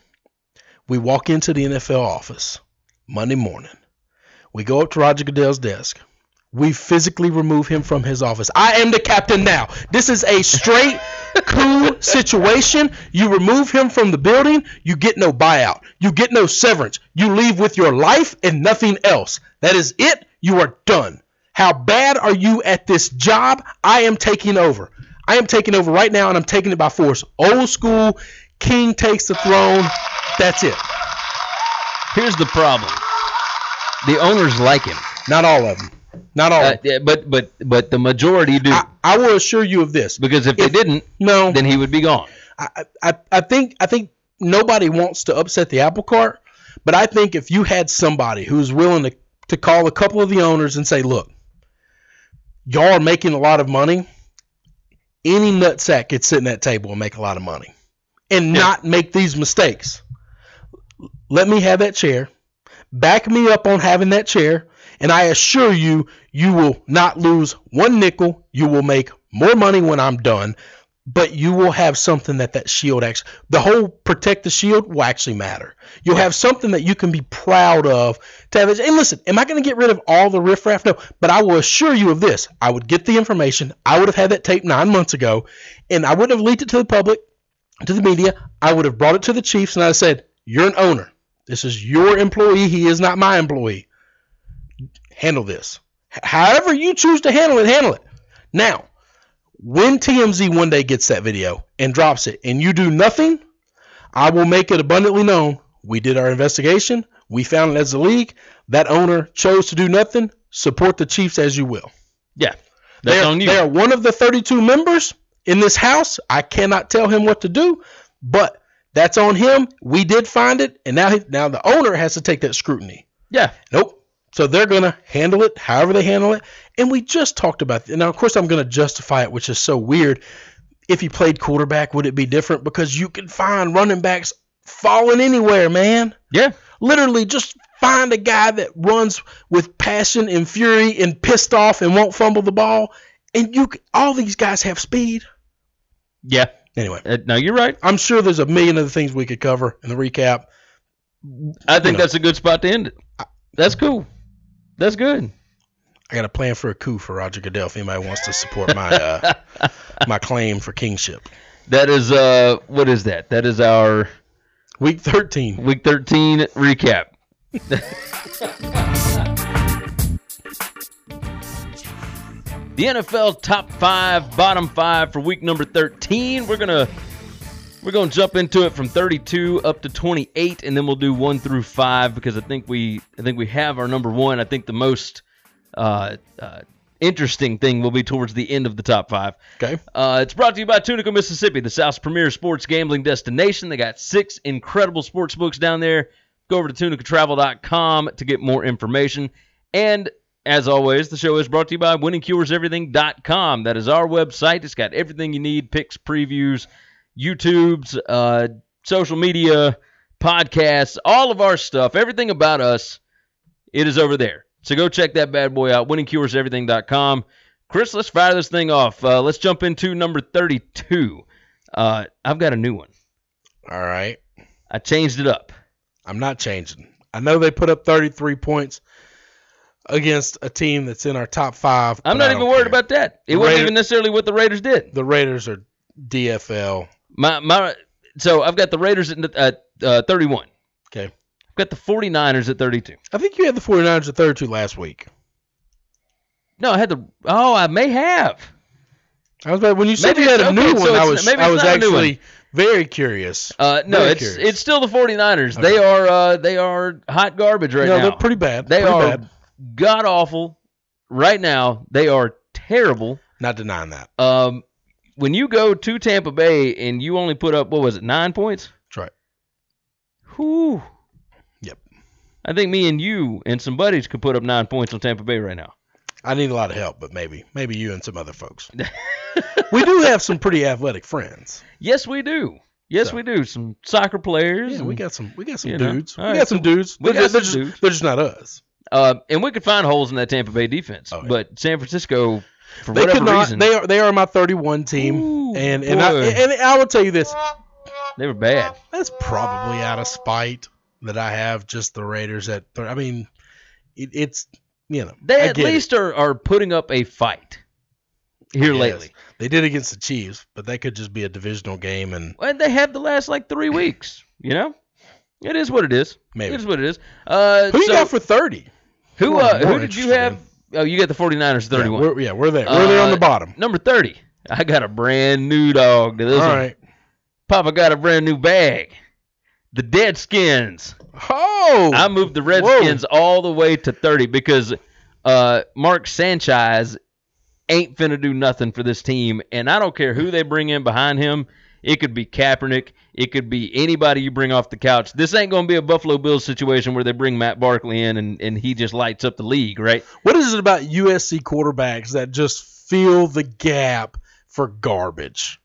We walk into the NFL office Monday morning. We go up to Roger Goodell's desk. We physically remove him from his office. I am the captain now. This is a straight, cool situation. You remove him from the building, you get no buyout, you get no severance, you leave with your life and nothing else. That is it. You are done. How bad are you at this job? I am taking over. I am taking over right now, and I'm taking it by force. Old school, king takes the throne. That's it. Here's the problem: the owners like him, Not all of them. Not all. uh, of them. yeah, but but but the majority do Oh. I, I will assure you of this. because if they if- didn't, No. then he would be gone. I, I, I think I think nobody wants to upset the apple cart, but I think if you had somebody who's willing to, to call a couple of the owners and say, look, y'all are making a lot of money, any nutsack could sit in that table and make a lot of money and not make these mistakes. Let me have that chair. Back me up on having that chair, and I assure you, you will not lose one nickel. You will make more money when I'm done but you will have something that that shield actually the whole protect the shield will actually matter you'll have something that you can be proud of to have it- and listen am i going to get rid of all the riffraff no but i will assure you of this i would get the information i would have had that tape nine months ago and i wouldn't have leaked it to the public to the media i would have brought it to the chiefs and i said you're an owner This is your employee. He is not my employee. Handle this. H- However you choose to handle it, handle it. Now, when TMZ one day gets that video and drops it and you do nothing, I will make it abundantly known we did our investigation. We found it as a league. That owner chose to do nothing. Support the Chiefs as you will. Yeah. That's They're- on you. They are one of the 32 members in this house. I cannot tell him what to do, but that's on him. We did find it, and now he, now the owner has to take that scrutiny. Yeah. Nope. So they're gonna handle it however they handle it. And we just talked about that. Now, of course, I'm gonna justify it, which is so weird. If he played quarterback, would it be different? Because you can find running backs falling anywhere, man Yeah. literally just find a guy that runs with passion and fury and pissed off and won't fumble the ball and you c- all these guys have speed Yeah. anyway Uh, no, you're right. i'm sure there's a million other things we could cover in the recap I think know. that's a good spot to end it. That's cool. That's good. i got a plan for a coup for roger goodell if anybody wants to support my uh, my claim for kingship That is uh what is that? That is our week 13 week 13 recap. the NFL top 5 bottom 5 for week number 13. We're going to we're going to jump into it from 32 up to 28 and then we'll do 1 through 5 because I think we I think we have our number 1. I think the most uh, uh, interesting thing will be towards the end of the top 5. okay Uh, it's brought to you by Tunica, Mississippi, the South's premier sports gambling destination. They got six incredible sports books down there. Go over to tunicatravel.com to get more information. And as always, the show is brought to you by winningcureseverything.com. That is our website. It's got everything you need picks, previews, YouTubes, uh, social media, podcasts, all of our stuff, everything about us. It is over there. So go check that bad boy out, winningcureseverything.com. Chris, let's fire this thing off. Uh, let's jump into number 32. Uh, I've got a new one. all right I changed it up. i'm not changing i know they put up 33 points against a team that's in our top five I'm but I not even don't worried care. about that. It wasn't Raider- even necessarily what the Raiders did. the raiders are dfl My my. So I've got the Raiders at uh, uh, 31. okay I've got the 49ers at 32. I think you had the 49ers at 32 last week. No, I had the. Oh, I may have. I was about, when you said Maybe you had a it's- new okay, one, so I it's- was maybe I it's was not a new one. actually very curious. Uh, no, Very it's curious. it's still the 49ers. Okay. They are uh, they are hot garbage right no, now. they're pretty bad. They pretty are bad. god awful right now. They are terrible. not denying that. Um, when you go to Tampa Bay and you only put up what was it nine points? That's right. Whew. Yep. I think me and you and some buddies could put up nine points on Tampa Bay right now. I need a lot of help, but maybe maybe you and some other folks. we do have some pretty athletic friends. Yes, we do. Yes, So- we do. Some soccer players. Yeah, and, we got some we got some you know, dudes. all we right, got some dudes. we They're got just- they're some just, dudes. They're just not us. uh, and we could find holes in that Tampa Bay defense. Oh, yeah. But San Francisco, for They whatever could not. reason, They are they are my 31 team, Ooh, and and I, boy. and I will tell you this. they were bad. That's probably out of spite that I have just the Raiders at. thir- I mean, it, it's you know They I at get it. least are, are putting up a fight here Yes. lately. They did against the Chiefs, but that could just be a divisional game, and And they have the last like three weeks. You know, it is what it is. maybe It is what it is. Uh, who you so got for thirty? who We're uh, more who did you interested have? Oh, you got the 49ers 31. Yeah, we're, yeah, we're there. We're there on Uh, the bottom. Number 30. I got a brand new dog to this All one. right. Papa got a brand new bag. The Deadskins. Oh, I moved the Redskins all the way to 30 because uh, Mark Sanchez ain't finna do nothing for this team. And I don't care who they bring in behind him. It could be Kaepernick. It could be anybody you bring off the couch. This ain't going to be a Buffalo Bills situation where they bring Matt Barkley in and, and he just lights up the league, right? what is it about USC quarterbacks that just fill the gap for garbage?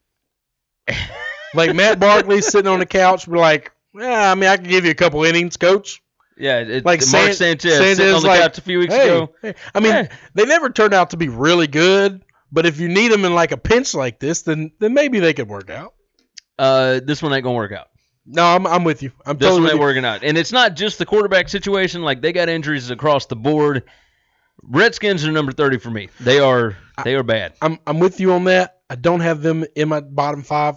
like Matt Barkley sitting on the couch, be like, yeah, I mean, I can give you a couple innings, coach. Yeah, it, Mark Like San- Sanchez, sitting on Sanchez, the like, couch a few weeks Hey, ago. hey. I mean, Yeah. they never turned out to be really good, but if you need them in like a pinch like this, then then maybe they could work out. Uh, this one ain't gonna work out. No, I'm, I'm with you. I'm This totally one with ain't you. working out, and it's not just the quarterback situation. Like they got injuries across the board. Redskins are number thirty for me. They are they are bad. I'm I'm with you on that. I don't have them in my bottom five,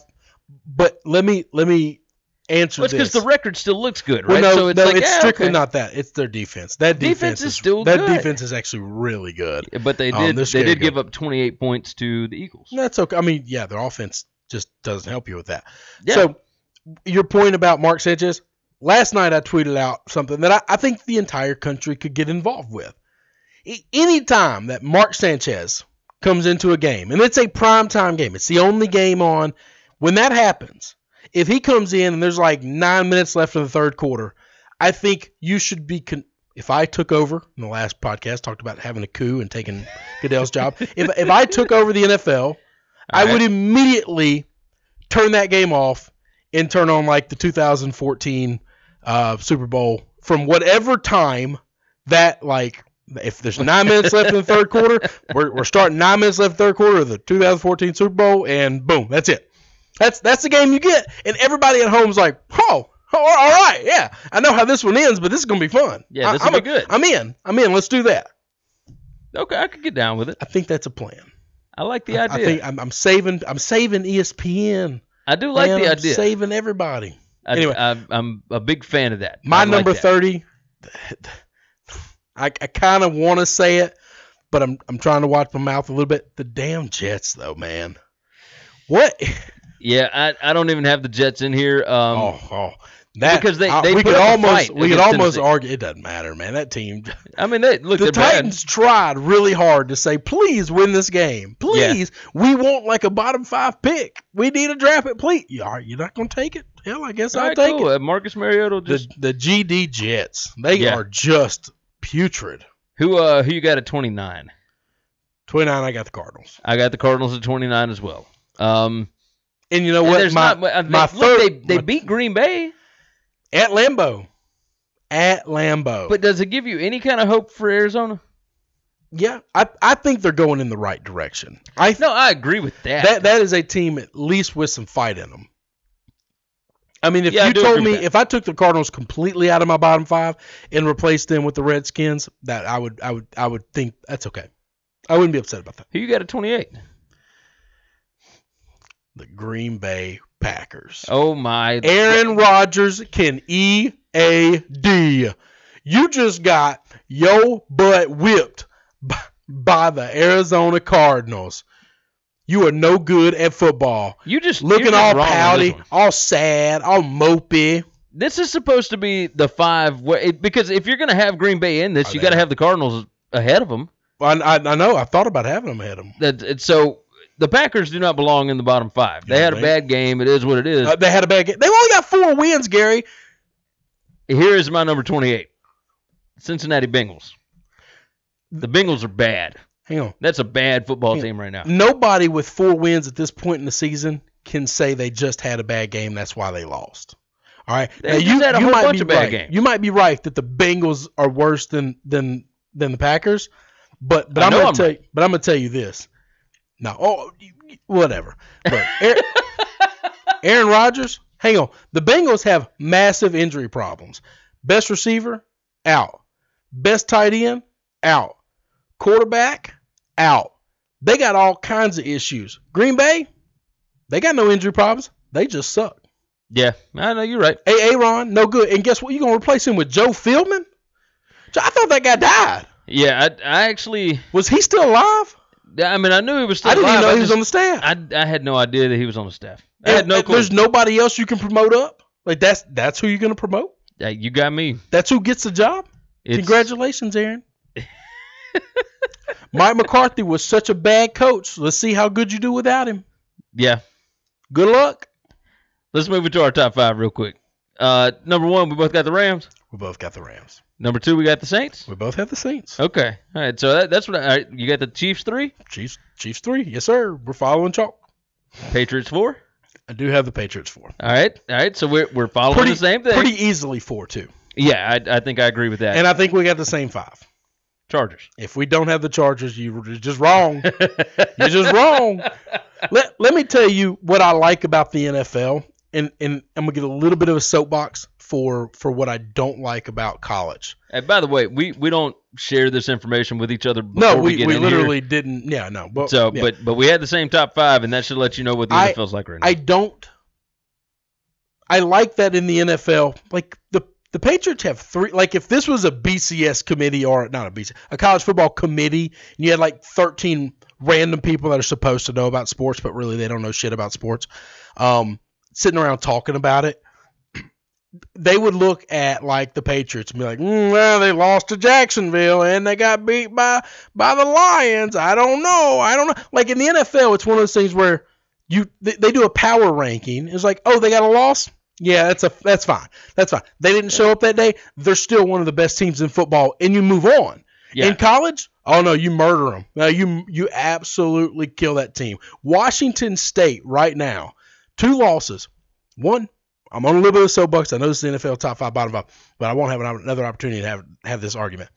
but let me let me answer That's this. because the record still looks good, Well, right? no, so it's no, like, it's yeah, strictly okay. not that. It's their defense. That Defense defense, is still that good. defense is actually really good. But they Um, did. they're they scared did good. give up 28 points to the Eagles. That's okay. I mean, yeah, their offense just doesn't help you with that. Yeah. So, your point about Mark Sanchez, last night I tweeted out something that I, I think the entire country could get involved with. A- Anytime that Mark Sanchez comes into a game, and it's a prime time game, it's the only game on, when that happens, if he comes in and there's like nine minutes left in the third quarter, I think you should be. Con- if I took over in the last podcast, talked about having a coup and taking Goodell's job. If, if I took over the NFL, I right. would immediately turn that game off and turn on like the 2014 uh, Super Bowl from whatever time that like if there's nine minutes left in the third quarter, we're, we're starting nine minutes left in the third quarter of the 2014 Super Bowl, and boom, that's it. That's that's the game you get, and everybody at home's like, oh, oh, all right, yeah, I know how this one ends, but this is gonna be fun. Yeah, I- this will I'm be a- good. I'm in. I'm in. Let's do that. okay, I could get down with it. I think that's a plan. I like the I idea. I, think I'm, I'm saving. I'm saving E ESPN. do like man. the I'm idea. saving everybody. I, anyway. I, I'm a big fan of that. I My like number that. thirty. I, I kind of want to say it, but I'm I'm trying to watch my mouth a little bit. The damn Jets, though, man. What? Um, Yeah, I, I don't even have the Jets in here. Um, oh, oh, that because they- I- they we put could up a almost fight we could against almost Tennessee. argue it doesn't matter, man. That team. I mean, they look the they're bad. Titans tried really hard to say, please win this game. Yeah. Please, we want like a bottom five pick. We need a draft pick. Please, you are you're not gonna take it? Hell, I guess All I'll right, take cool. it. Uh, Marcus Mariota will just the the GD Jets, they Yeah. are just putrid. who uh who you got at 29. Twenty nine, I got the Cardinals. I got the Cardinals at 29 as well. Um, And you know what? there's My, not, I mean, my look, third they, they my- beat Green Bay, at Lambeau. At Lambeau. but does it give you any kind of hope for Arizona? yeah, I, I think they're going in the right direction. I No, I agree with that. that that is a team at least with some fight in them. I mean, if Yeah, I you do told agree me with that. if I took the Cardinals completely out of my bottom five and replaced them with the Redskins, that I would I would I would think that's okay. I wouldn't be upset about that. who you got at 28? The Green Bay Packers. Oh my. Aaron Rodgers can E A D. You just got yo butt whipped b- by the Arizona Cardinals. You are no good at football. you just you're looking just all wrong on pouty, This, one. all sad, all mopey. This is supposed to be the five wa- it- because if you're going to have Green Bay in this, Are you they- got to have the Cardinals ahead of them. I, I, I know. I thought about having them ahead of them. That it- so the Packers do not belong in the bottom 5. They Yeah, had a they- bad game. It is what it is. Uh, they had a bad game. They only got four wins, Gary. Here is my number 28. Cincinnati Bengals. The Bengals are bad. Hang on. That's a bad football Yeah. team right now. Nobody with four wins at this point in the season can say they just had a bad game. That's why they lost. All right. They just had a whole bunch be of bad right. games. You might be right that the Bengals are worse than than than the Packers, but but I I'm know gonna I'm tell you, but I'm gonna tell you this. No, oh, you- you- whatever. But Aaron, Aaron Rodgers, hang on. The Bengals have massive injury problems. Best receiver out. Best tight end out. Quarterback out. They got all kinds of issues. Green Bay, they got no injury problems. They just suck. Yeah, I know you're right. A. Aaron, no good. And guess what? You're gonna replace him with Joe Philman? Jo- I thought that guy died. Yeah, I, I actually, Was he still alive? I mean, I knew he was still I didn't alive. even know he was just- on the staff. I, I had no idea that he was on the staff. I had And- no and clue. There's nobody else you can promote up. Like that's that's who you're gonna promote. Yeah, you got me. That's who gets the job. It's, Congratulations, Aaron. Mike McCarthy was such a bad coach. Let's see how good you do without him. Yeah, Good luck. let's move into our top five real quick. Uh, number one, we both got the Rams. We both got the Rams. Number two, we got the Saints. We both have the Saints. Okay, all right. So that, that's what I, all right, you got. The Chiefs three, Chiefs, Chiefs three. Yes, sir. We're following chalk. Patriots four. I do have the Patriots four. All right, all right. So we're we're following Pretty, the same thing. pretty easily four too. Yeah, I, I think I agree with that. And I think we got the same five. Chargers. If we don't have the Chargers, you were just wrong. You're just wrong. Let, let me tell you what I like about the NFL, and, and I'm gonna get a little bit of a soapbox for for what I don't like about college. And by the way, we, we don't share this information with each other. No, before we, get we, in here. literally didn't. Yeah, no. But, So, yeah. but but we had the same top five, and that should let you know what the I- NFL's like right now. I don't. I like that in the NFL. Like the the Patriots have three. Like if this was a BCS committee or not a BCS, a college football committee, and you had like thirteen random people that are supposed to know about sports, but really they don't know shit about sports, um, sitting around talking about it. They would look at like the Patriots and be like, mm, "Well, they lost to Jacksonville and they got beat by by the Lions. I don't know. I don't know." Like in the NFL, it's one of those things where you they, they do a power ranking. It's like, oh, they got a loss. Yeah, that's a that's fine. That's fine. They didn't show up that day. They're still one of the best teams in football, and you move on. Yeah. In college, oh no, you murder them. No, you you absolutely kill that team. Washington State right now, two losses. One, I'm on a little bit of soapbox. I know this is the NFL top five, bottom five, but I won't have an- another opportunity to have have this argument.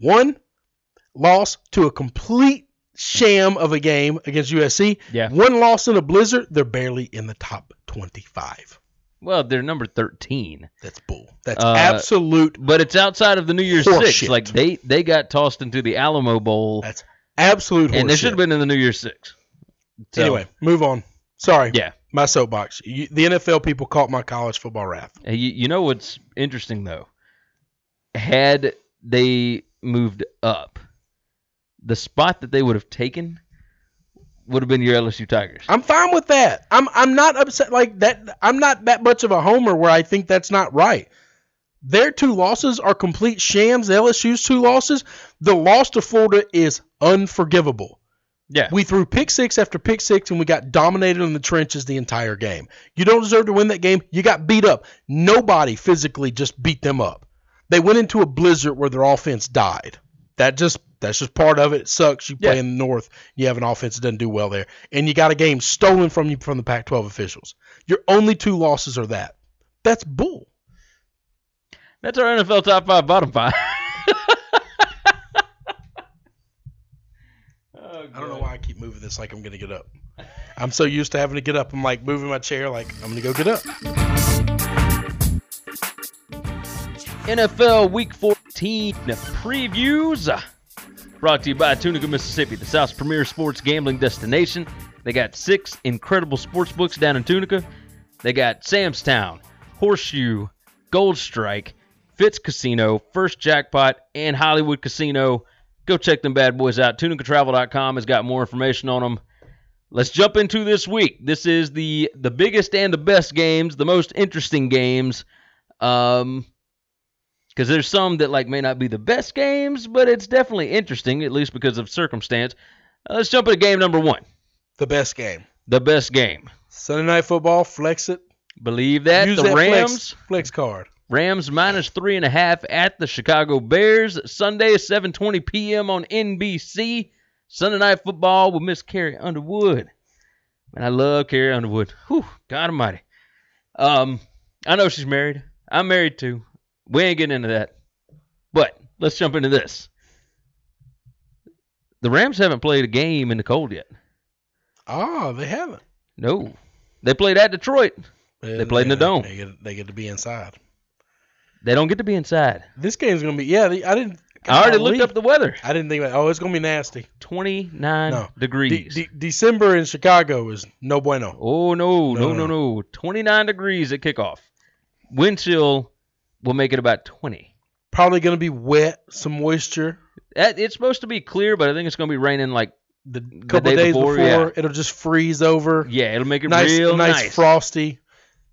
One loss to a complete sham of a game against USC. Yeah. One loss in a blizzard. They're barely in the top 25. Well, they're number thirteen, That's bull. That's Uh, absolute. but it's outside of the New Year's Horse Six. shit. Like they they got tossed into the Alamo Bowl, That's absolute. and they horseshit. should have been in the New Year's Six. So, Anyway, move on. Sorry. yeah. My soapbox. You, the NFL people caught my college football wrath. Hey, You, you know what's interesting though? Had they moved up, the spot that they would have taken would have been your LSU Tigers. I'm fine with that. I'm I'm not upset like that. I'm not that much of a homer where I think that's not right. Their two losses are complete shams. LSU's two losses. The loss to Florida is unforgivable. yeah. We threw pick six after pick six and we got dominated in the trenches the entire game. You don't deserve to win that game. You got beat up. Nobody physically just beat them up. They went into a blizzard where their offense died. That just that's just part of it. It sucks. You play Yeah. in the north, you have an offense that doesn't do well there, and you got a game stolen from you from the Pac-12 officials. Your only two losses are that. That's bull. That's our NFL top five, bottom five. I don't know why I keep moving this like I'm gonna get up. I'm so used to having to get up. I'm like moving my chair like I'm gonna go get up. NFL Week 14 previews. Brought to you by Tunica, Mississippi, the South's premier sports gambling destination. They got six incredible sports books down in Tunica. They got Sam's Town, Horseshoe, Gold Strike, Fitz Casino, First Jackpot, and Hollywood Casino. Go check them bad boys out. TunicaTravel.com has got more information on them. Let's jump into this week. This is the the biggest and the best games, the most interesting games. Um, because there's some that like may not be the best games, but it's definitely interesting, at least because of circumstance. Uh, let's jump into game number one, The best game. the best game. Sunday night football, flex it. Believe that Use the that Rams, flex, flex card. Rams minus three and a half at the Chicago Bears Sunday, 7:20 p.m. on NBC. Sunday night football with Miss Carrie Underwood. Man, I love Carrie Underwood. Whew, God Almighty. Um, I know she's married. I'm married too. We ain't getting into that. But let's jump into this. The Rams haven't played a game in the cold yet. Ah, they haven't. No, they played at Detroit. They, played in the dome. They get, they get to be inside. They don't get to be inside. This game's gonna be yeah. the- I didn't. I already golly. looked up the weather. I didn't think about. Oh, it's gonna be nasty. 29 No. De- degrees. de- December in Chicago is no bueno. Oh no, no, No, no, no, no. 29 degrees at kickoff. Wind chill will make it about 20. Probably gonna be wet, some moisture. That- It's supposed to be clear, but I think it's going to be raining like The couple day of days before, before, yeah. it'll just freeze over. yeah, it'll make it nice, real nice. nice, frosty.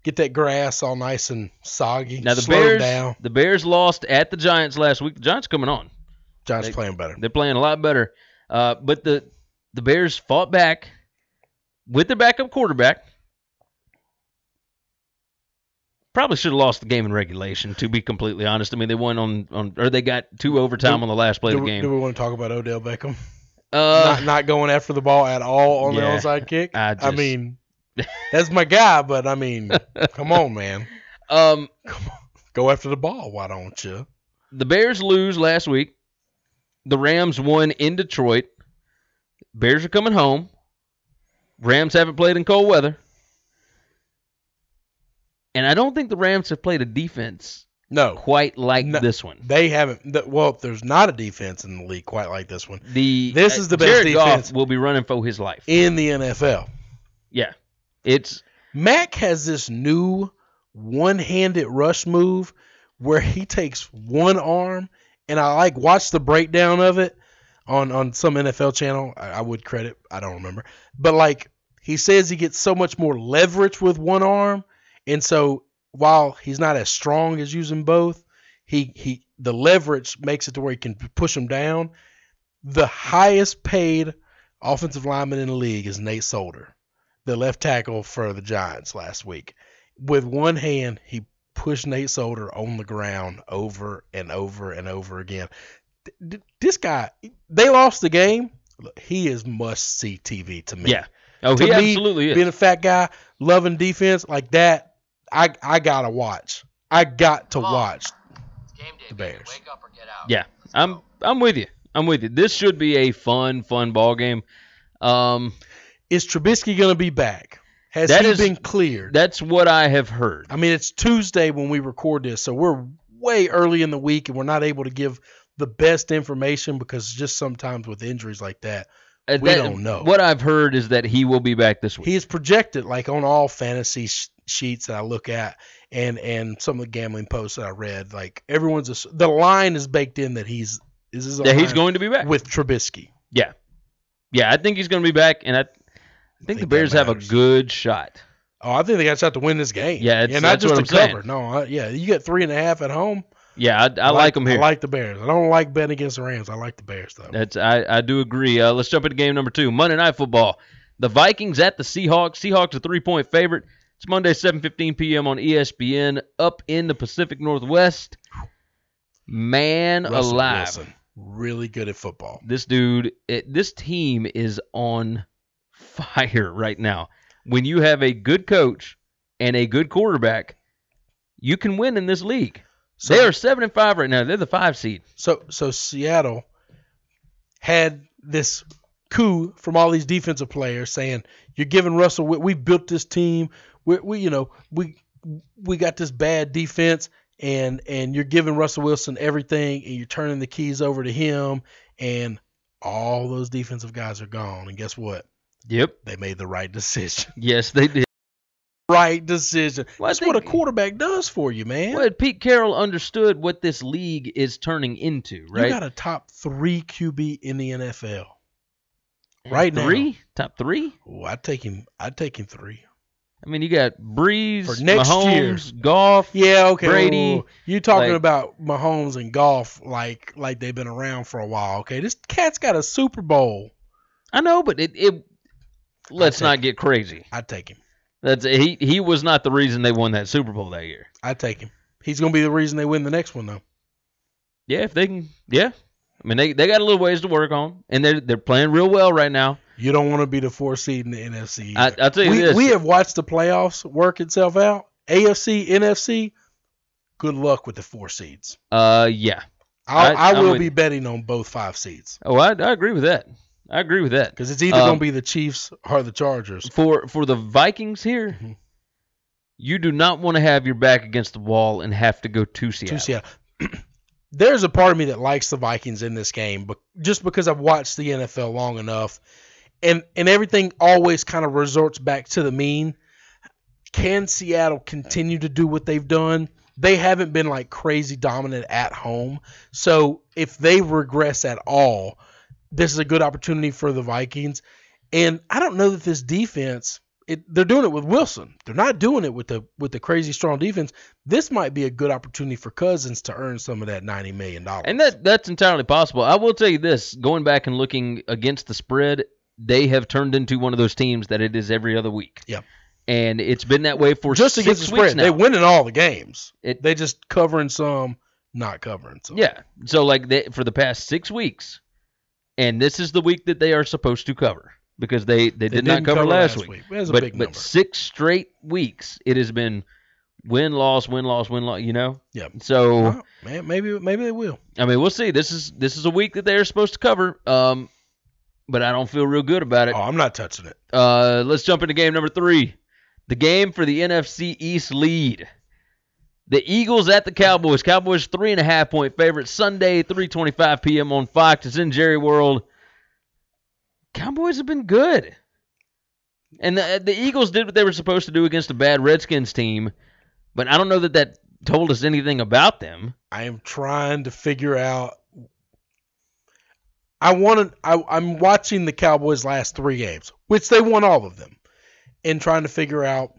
Get that grass all nice and soggy. Now the Slow 'em Bears, down. the Bears lost at the Giants last week. The Giants coming on. John's they- playing better. They're playing a lot better. Uh, but the the Bears fought back with their backup quarterback. Probably should have lost the game in regulation, to be completely honest. I mean, they won on, on or they got two overtime on the last play Do of the we, game. do we want to talk about Odell Beckham? Uh, not, not going after the ball at all on Yeah, the onside kick. I I, just- mean, that's my guy, but I mean, come on, man, um, go after the ball. Why don't you? the Bears lose last week. The Rams won in Detroit. Bears are coming home. Rams haven't played in cold weather. And I don't think the Rams have played a defense No, quite like No. this one. they haven't. th- Well, there's not a defense in the league quite like this one The uh, This is the best Jared defense. Goff will be running for his life. in the NFL. yeah. It's Mac has this new one-handed rush move where he takes one arm, and I like watched the breakdown of it on on some NFL channel. I, I would credit, I don't remember, but like he says, he gets so much more leverage with one arm, and so while he's not as strong as using both, he he the leverage makes it to where he can push him down. The highest paid offensive lineman in the league is Nate Solder, the left tackle for the Giants last week. With one hand, he pushed Nate Solder on the ground over and over and over again. Th- th- This guy, they lost the game. Look, He is must see TV to me. Yeah. Oh, To he me, absolutely is. Being a fat guy, loving defense like that, I I gotta watch. I got to Come on. watch. It's game day. The baby. Bears. Wake up or get out. Yeah, Let's I'm go. I'm with you. I'm with you. This should be a fun, fun ball game. Um, Is Trubisky gonna be back? Has That he is- been cleared? that's what I have heard. I mean, it's Tuesday when we record this, so we're way early in the week and we're not able to give the best information because just sometimes with injuries like that, Uh, we that- don't know. What I've heard is that he will be back this week. he is projected like on all fantasy sh- sheets that I look at and and some of the gambling posts that I read. Like everyone's ass- the line is baked in that he's is his that he's line going to be back. with Trubisky. yeah, I think he's going to be back, and I, I think Think the that Bears have a matters. good shot. Oh, I think they got a shot to win this game. Yeah, it's- yeah, not that's just what to I'm saying. cover. No, I, yeah, you get three and a half at home. Yeah, I, I, like, him here. I like the Bears. I don't like betting against the Rams. I like the Bears though. That's I, I do agree. Uh, let's jump into game number two, Monday Night Football. The Vikings at the Seahawks. Seahawks a three point favorite. It's Monday, 7:15 p.m. on E ESPN. Up in the Pacific Northwest. Man Russell alive, Wilson, really good at football. this dude, it, this team is on fire right now. When you have a good coach and a good quarterback, you can win in this league. So, they are seven and five right now. They're the five seed. so so Seattle had this coup from all these defensive players saying, "You're giving Russell. We, we built this team. We, we you know we we got this bad defense, and and you're giving Russell Wilson everything, and you're turning the keys over to him, and all those defensive guys are gone. And guess what? Yep. They made the right decision. Yes, they did. right decision. Well, I That's what a think- quarterback does for you, man. Well, Pete Carroll understood what this league is turning into, right? You got a top three QB in the NFL. right now. Mm, three? Top three? Ooh, I'd take him. I'd take him three. I mean, you got Breeze, For next Mahomes, Golf. Yeah, okay. Brady, ooh, you talking like- about Mahomes and golf like like they've been around for a while. Okay, this cat's got a Super Bowl. I know, but it, it let's I'll not get crazy. I'd take him. That's he he was not the reason they won that Super Bowl that year. I'd take him. He's gonna be the reason they win the next one though. Yeah, if they can yeah. I mean they, they got a little ways to work on and they're they're playing real well right now. You don't want to be the four seed in the NFC. I either. I'll tell you we, this. we have watched the playoffs work itself out. AFC, NFC. Good luck with the four seeds. uh yeah. I'll, I- I, I'm will with be you. betting on both five seeds Oh I, I agree with that. I agree with that. because it's either Um, gonna be the Chiefs or the Chargers. For for the Vikings here, Mhm. you do not want to have your back against the wall and have to go to Seattle. to Seattle. There's a part of me that likes the Vikings in this game, but just because I've watched the NFL long enough, and and everything always kind of resorts back to the mean. Can Seattle continue to do what they've done? They haven't been like crazy dominant at home, so if they regress at all, this is a good opportunity for the Vikings. And I don't know that this defense. It, they're doing it with Wilson. They're not doing it with the with the crazy strong defense this might be a good opportunity for Cousins to earn some of that ninety million dollars. And that that's entirely possible. I will tell you this: going back and looking against the spread, they have turned into one of those teams that it is every other week. Yep. And it's been that way for just six against the weeks spread, now. they winning all the games. It- they just covering some, not covering some. yeah. So like they, for the past six weeks, and this is the week that they are supposed to cover because they they, They did not didn't cover, last, week. That was a but big but number. six straight weeks it has been win loss win loss win loss. You know. Yep. So. Oh, man, maybe maybe they will. I mean, we'll see. This is this is a week that they're supposed to cover. Um, but I don't feel real good about it. Oh, I'm not touching it. Uh, let's jump into game number three. The game for the NFC East lead. The Eagles at the Cowboys. Cowboys three and a half point favorite. Sunday, three twenty five p.m. on Fox. It's in Jerry World. Cowboys have been good, and the, the Eagles did what they were supposed to do against a bad Redskins team. but I don't know that that told us anything about them. I am trying to figure out. I want to. I, I'm watching the Cowboys' last three games, which they won all of them, and trying to figure out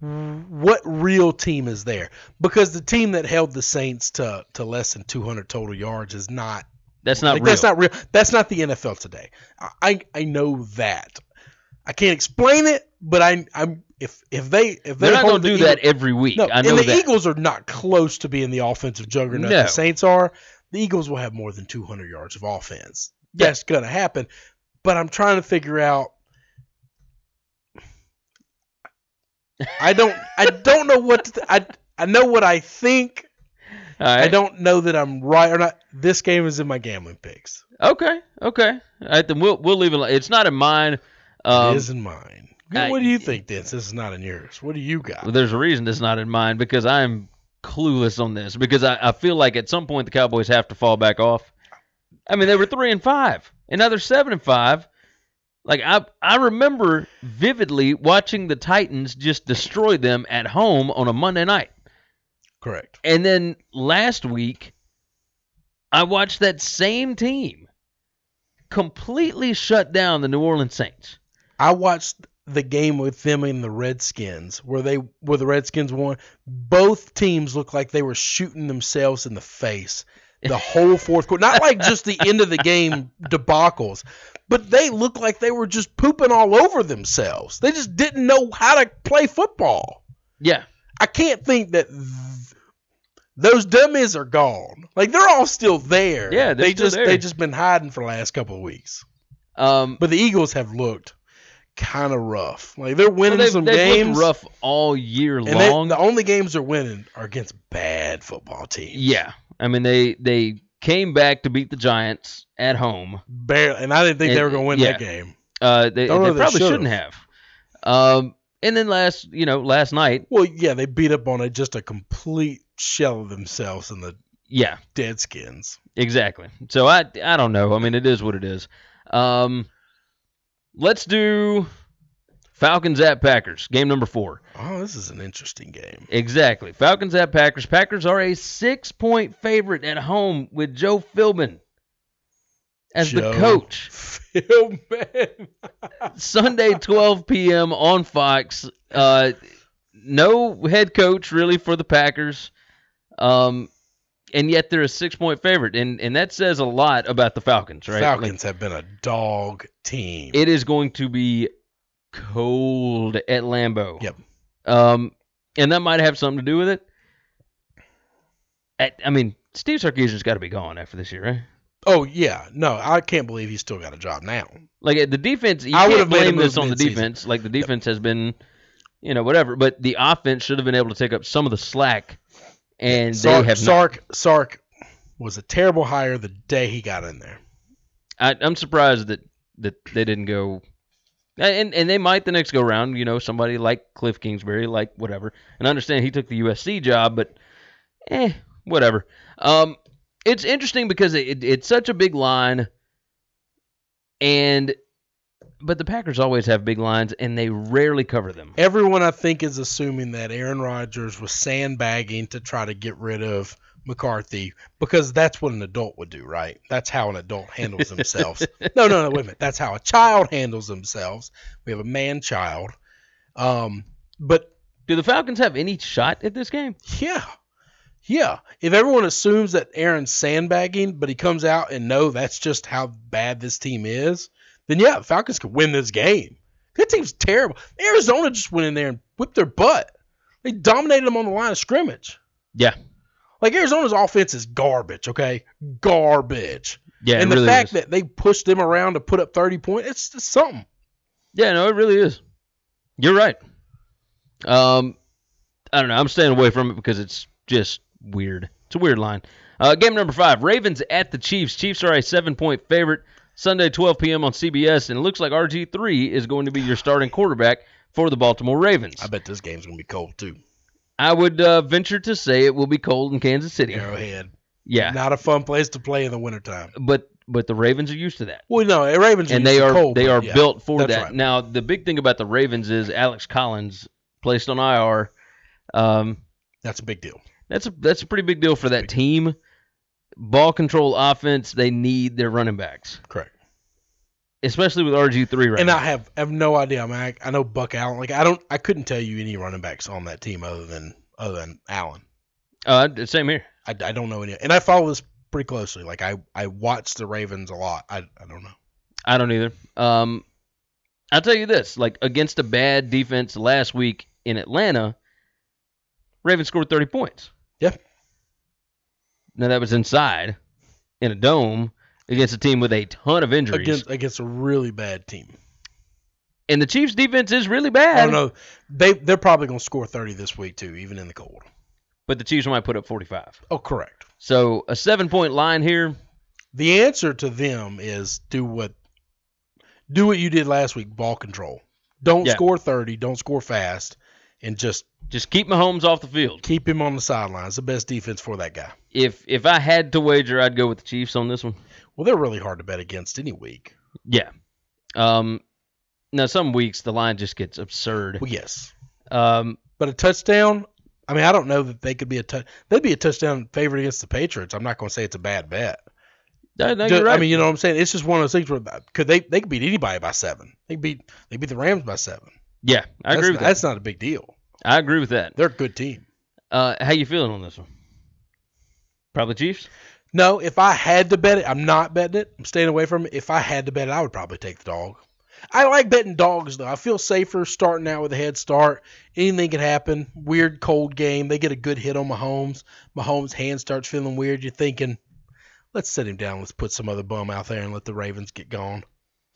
what real team is there because the team that held the Saints to to less than 200 total yards is not. That's not like, real. That's not real. That's not the NFL today. I I, I know that. I can't explain it, but I I'm if if they if they They're not going hold to do the Eagles- that every week. no, I know and the that. Eagles are not close to being the offensive juggernaut No. the Saints are. The Eagles will have more than 200 yards of offense. That's going to happen. But I'm trying to figure out. I don't. I don't know what to th- I. I know what I think. All right. I don't know that I'm right or not. This game is in my gambling picks. Okay. Okay. All right. Then we'll we'll leave it. alone. It's not in mine. Um, it is in mine. I- what do you think, Dennis? This is not in yours. What do you got? Well, there's a reason it's not in mine because I'm clueless on this because I, I feel like at some point the Cowboys have to fall back off. I mean, they were three and five, and now they're seven and five. Like I I remember vividly watching the Titans just destroy them at home on a Monday night. Correct. And then last week, I watched that same team completely shut down the New Orleans Saints. I watched the game with them and the Redskins, where they where the Redskins won. Both teams looked like they were shooting themselves in the face the whole fourth quarter. Not like just the end of the game debacles, but they looked like they were just pooping all over themselves. They just didn't know how to play football. Yeah. I can't think that th- those dummies are gone. Like they're all still there. Yeah, they're they still just there. they just been hiding for the last couple of weeks. Um, But the Eagles have looked kind of rough. Like they're winning they've, some they've games, looked rough all year and they- long. the only games they're winning are against bad football teams. yeah. I mean, they they came back to beat the Giants at home. barely. And I didn't think And- they were going to win yeah. that game. Uh, they, they Don't know if probably they should've. shouldn't have. Um, and then last, you know, last night, Well, yeah, they beat up on a, just a complete shell of themselves in the yeah, Deadskins. Exactly. So I I don't know. I mean, it is what it is. Um, let's do Falcons at Packers, game number four. Oh, this is an interesting game. Exactly. Falcons at Packers. Packers are a six point favorite at home with Joe Philbin as Joe the coach. Phil, man. Sunday, 12 p.m. on Fox. Uh, no head coach really for the Packers, um, and yet they're a six-point favorite, and and that says a lot about the Falcons, right? Like, Falcons have been a dog team. it is going to be cold at Lambeau. Yep. Um, and that might have something to do with it. At, I mean, Steve Sarkisian's got to be gone after this year, right? oh, yeah. No, I can't believe he's still got a job now. Like uh, the defense, you I can't would've made a blame this move on the mid-season. defense. Like the defense has been, you know, whatever. But the offense should have been able to take up some of the slack, and Sark, they have not. Sark, Sark was a terrible hire the day he got in there. I, I'm surprised that that they didn't go, and and they might the next go round. You know, somebody like Cliff Kingsbury, like whatever. And I understand he took the USC job, but eh, whatever. Um, it's interesting because it, it, it's such a big line, and but the Packers always have big lines, and they rarely cover them. Everyone, I think, is assuming that Aaron Rodgers was sandbagging to try to get rid of McCarthy because that's what an adult would do, right? That's how an adult handles themselves. no, no, no, wait a minute. That's how a child handles themselves. We have a man child. Um, but Do the Falcons have any shot at this game? yeah, yeah. If everyone assumes that Aaron's sandbagging, but he comes out and no, that's just how bad this team is, then yeah, Falcons could win this game. That team's terrible. Arizona just went in there and whipped their butt. They dominated them on the line of scrimmage. Yeah, Like Arizona's offense is garbage, okay? Garbage. yeah. and the fact that they pushed them around to put up 30 points, it's, it's something. yeah, no, it really is. You're right. Um, I don't know. I'm staying away from it because it's just weird. It's a weird line. Uh, game number five: Ravens at the Chiefs. Chiefs are a seven-point favorite. Sunday, 12 p.m. on CBS, and it looks like RG3 is going to be your starting quarterback for the Baltimore Ravens. I bet this game's going to be cold, too. I would uh, venture to say it will be cold in Kansas City. Arrowhead. Yeah, Not a fun place to play in the wintertime. but but the Ravens are used to that. Well, no, Ravens and used they to are cold, they but are yeah. built for that's that. right. Now the big thing about the Ravens is Alex Collins placed on IR. Um, That's a big deal. that's a that's a pretty big deal for that team. Ball control offense, they need their running backs, Correct. especially with RG three right and now. I have have no idea. I mean, I, I know Buck Allen. Like I don't, I couldn't tell you any running backs on that team other than other than Allen. uh, same here. I, I don't know any, and I follow this pretty closely. Like I I watch the Ravens a lot. I I don't know. I don't either. Um, I'll tell you this: like against a bad defense last week in Atlanta, Ravens scored thirty points. Yeah. Now that was inside, in a dome, against a team with a ton of injuries, Against against a really bad team. and the Chiefs' defense is really I bad. don't know. They they're probably gonna score thirty this week too, even in the cold. But the Chiefs might put up forty-five. Oh, correct. So a seven-point line here. The answer to them is do what do what you did last week. Ball control. Don't Yeah. score thirty. Don't score fast, and just Just keep Mahomes off the field. keep him on the sidelines. The best defense for that guy. if if I had to wager, I'd go with the Chiefs on this one. Well, they're really hard to bet against any week. Yeah. Um. Now some weeks the line just gets absurd. Well, yes, Um. but a touchdown. I mean, I don't know that they could be a touch. They'd be a touchdown favorite against the Patriots. I'm not going to say it's a bad bet. I, think Do- you're right. I mean, you know what I'm saying? It's just one of those things where uh, could they they could beat anybody by seven. They beat they beat the Rams by seven. yeah, I that's, agree with that. That's not a big deal. I agree with that. They're a good team. Uh, how you feeling on this one? Probably Chiefs. No, if I had to bet it, I'm not betting it. I'm staying away from it. If I had to bet it, I would probably take the dog. I like betting dogs though. I feel safer starting out with a head start. Anything can happen. Weird cold game. They get a good hit on Mahomes. Mahomes' hand starts feeling weird. You're thinking, let's sit him down. Let's put some other bum out there and let the Ravens get gone.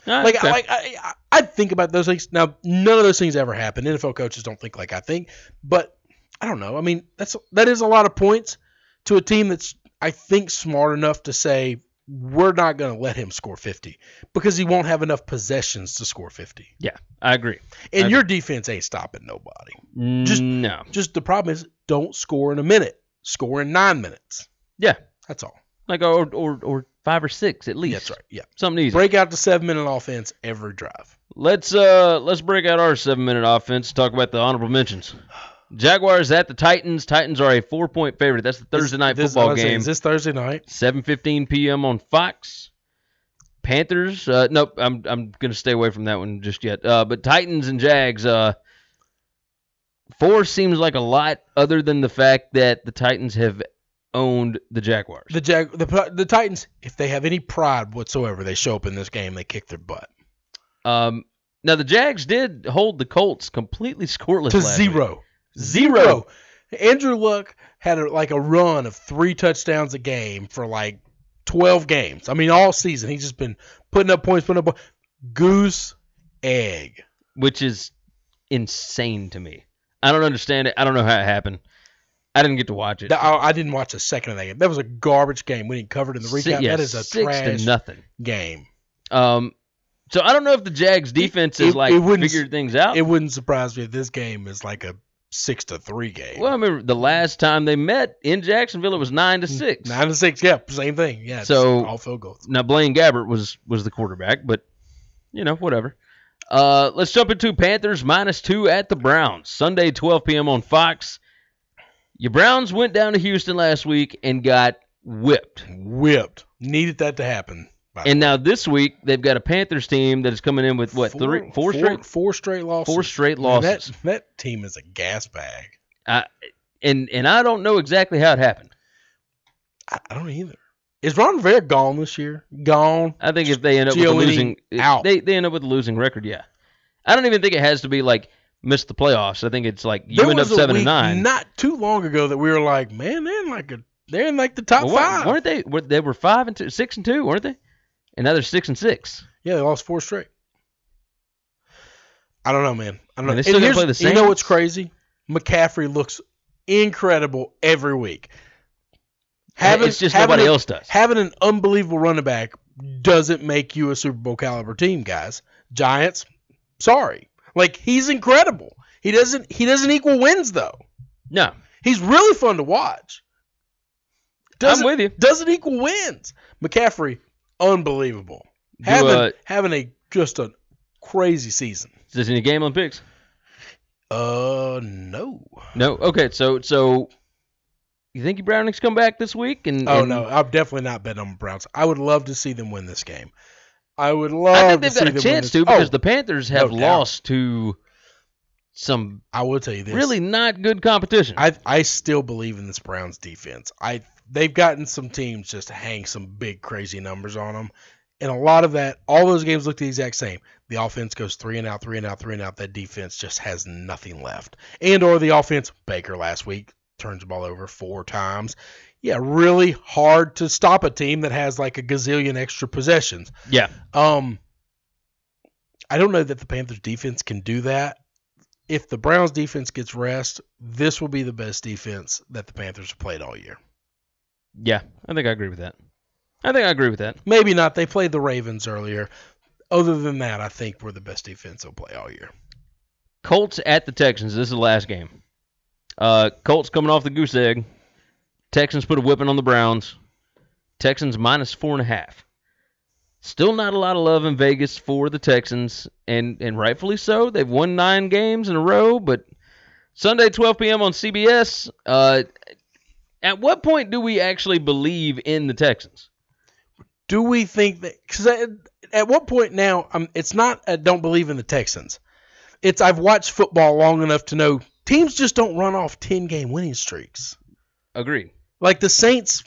All right, Like, okay. I, like I, I, I think about those things. Now, none of those things ever happen. NFL coaches don't think like I think, but I don't know. I mean, that's that is a lot of points to a team that's I think smart enough to say we're not going to let him score 50 because he won't have enough possessions to score 50. yeah, I agree. And Okay. your defense ain't stopping nobody. Just, no. Just the problem is don't score in a minute. Score in 9 minutes. Yeah, That's all. like or or or five or six at least. That's right. Yeah. Something easy. Break out the 7-minute offense every drive. Let's uh let's break out our seven minute offense. Talk about the honorable mentions. Jaguars at the Titans. Titans are a four point favorite. That's the Thursday night This- football I was saying, game. Is this Thursday night? Seven fifteen p.m. on Fox. Panthers. Uh, nope, I'm I'm gonna stay away from that one just yet. Uh, but Titans and Jags. Uh, four seems like a lot, other than the fact that the Titans have owned the Jaguars. The Jag, the the Titans, if they have any pride whatsoever, they show up in this game, they kick their butt Um, now the Jags did hold the Colts completely scoreless to last week. zero. zero. Andrew Luck had a, like a run of three touchdowns a game for like twelve games. I mean, all season he's just been putting up points, putting up points. goose egg. which is insane to me. I don't understand it. I don't know how it happened. I didn't get to watch it. That- I, I didn't watch a second of that game. That was a garbage game. We didn't cover it in the Si- recap. yeah, that is a six trash to nothing. game. Um, so I don't know if the Jags defense It- is like it wouldn't- figured things out. It wouldn't surprise me if this game is like a six to three game. well, I mean, the last time they met in Jacksonville, it was nine to six. Mm, Nine to six, yeah, same thing. Yeah, it's So- all field goals. Now Blaine Gabbert was was the quarterback, but you know whatever. Uh, let's jump into Panthers minus two at the Browns Sunday 12 p.m. on Fox. Your Browns went down to Houston last week and got whipped. whipped. Needed that to happen. by the And way. now this week they've got a Panthers team that is coming in with what three, four straight, four straight losses, four straight Man, losses. That, that team is a gas bag. I, and and I don't know exactly how it happened. I, I don't either. Is Ron Rivera gone this year? Gone. I think if they end up with a Giolini losing, if E out. they they end up with a losing record. Yeah, I don't even think it has to be like miss the playoffs. I think it's like you There end up was a seven and week nine. Not too long ago that we were like, man, they're in like a, they're in like the top Well, weren't- five. weren't they? Were, they were five and two, six and two, weren't they? And now they're six and six. Yeah, they lost four straight. I don't know, man. I Man, don't know. they still gotta And here's- play the You know Saints? what's crazy? McCaffrey looks incredible every week. Having, it's just having nobody a- else does. Having an unbelievable running back doesn't make you a Super Bowl caliber team, guys. Giants, sorry. Like he's incredible. He doesn't he doesn't equal wins though. No, He's really fun to watch. with you. Doesn't equal wins. McCaffrey, unbelievable. Do, Having uh, having a just a crazy season. is this any game on picks? Uh, no. No. Okay. So so you think your Brownings come back this week? And Oh and- no, I'm definitely not betting on the Browns. I would love to see them win this game. I would love. I think Oh, to they've got see a them chance win to this- because oh, the Panthers have doubt. lost to some I will tell you this. really not good competition. I I still believe in this Browns defense. I they've gotten some teams just to hang some big crazy numbers on them, and a lot of that, all those games look the exact same. The offense goes three and out, three and out, three and out. That defense just has nothing left, and or the offense. Baker last week turns the ball over four times. Yeah, really hard to stop a team that has like a gazillion extra possessions. yeah. Um, I don't know that the Panthers defense can do that. If the Browns defense gets rest, this will be the best defense that the Panthers have played all year. Yeah. I think I agree with that. I think I agree with that. Maybe not. They played the Ravens earlier. Other than that, I think we're the best defense they'll play all year. Colts at the Texans. This is the last game. Uh, Colts coming off the goose egg. Texans put a whipping on the Browns. Texans minus four and a half. Still not a lot of love in Vegas for the Texans, and and rightfully so. They've won nine games in a row, but Sunday 12 p.m. on CBS. Uh, at what point do we actually believe in the Texans? Do we think that? Because at, at what point now, um, it's not I don't believe in the Texans. It's I've watched football long enough to know teams just don't run off ten game winning streaks. Agreed. Like the Saints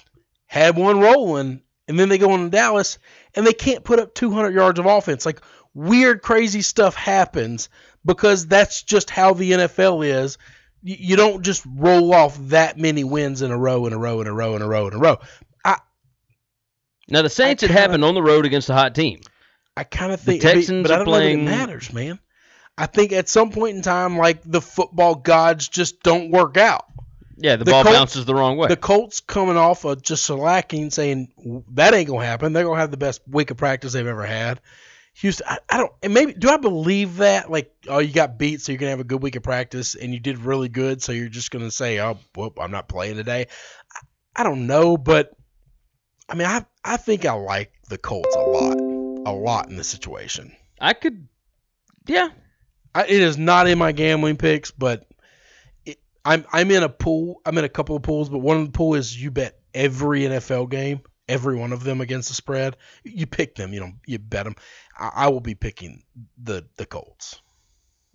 had one rolling, and then they go into Dallas, and they can't put up 200 yards of offense. Like weird, crazy stuff happens because that's just how the NFL is. You, you don't just roll off that many wins in a row, in a row, in a row, in a row, in a row. Now the Saints it kinda- happened on the road against a hot team. I kind of think Texans but, but I are don't know that playing- it matters, man. I think at some point in time, like the football gods just don't work out. Yeah, the, The ball Colts- bounces the wrong way. The Colts coming off of just slacking, saying that ain't gonna happen. They're gonna have the best week of practice they've ever had. Houston, I, I don't. And maybe do I believe that? Like, oh, you got beat, so you're gonna have a good week of practice, and you did really good, so you're just gonna say, oh, whoop, I'm not playing today. I, I don't know, but I mean, I I think I like the Colts a lot, a lot in this situation. I could, yeah, I, it is not in my gambling picks, but it, I'm I'm in a pool. I'm in a couple of pools, but one of the pool is you bet every NFL game, every one of them against the spread. You pick them, you know, you bet them. I, I will be picking the the Colts.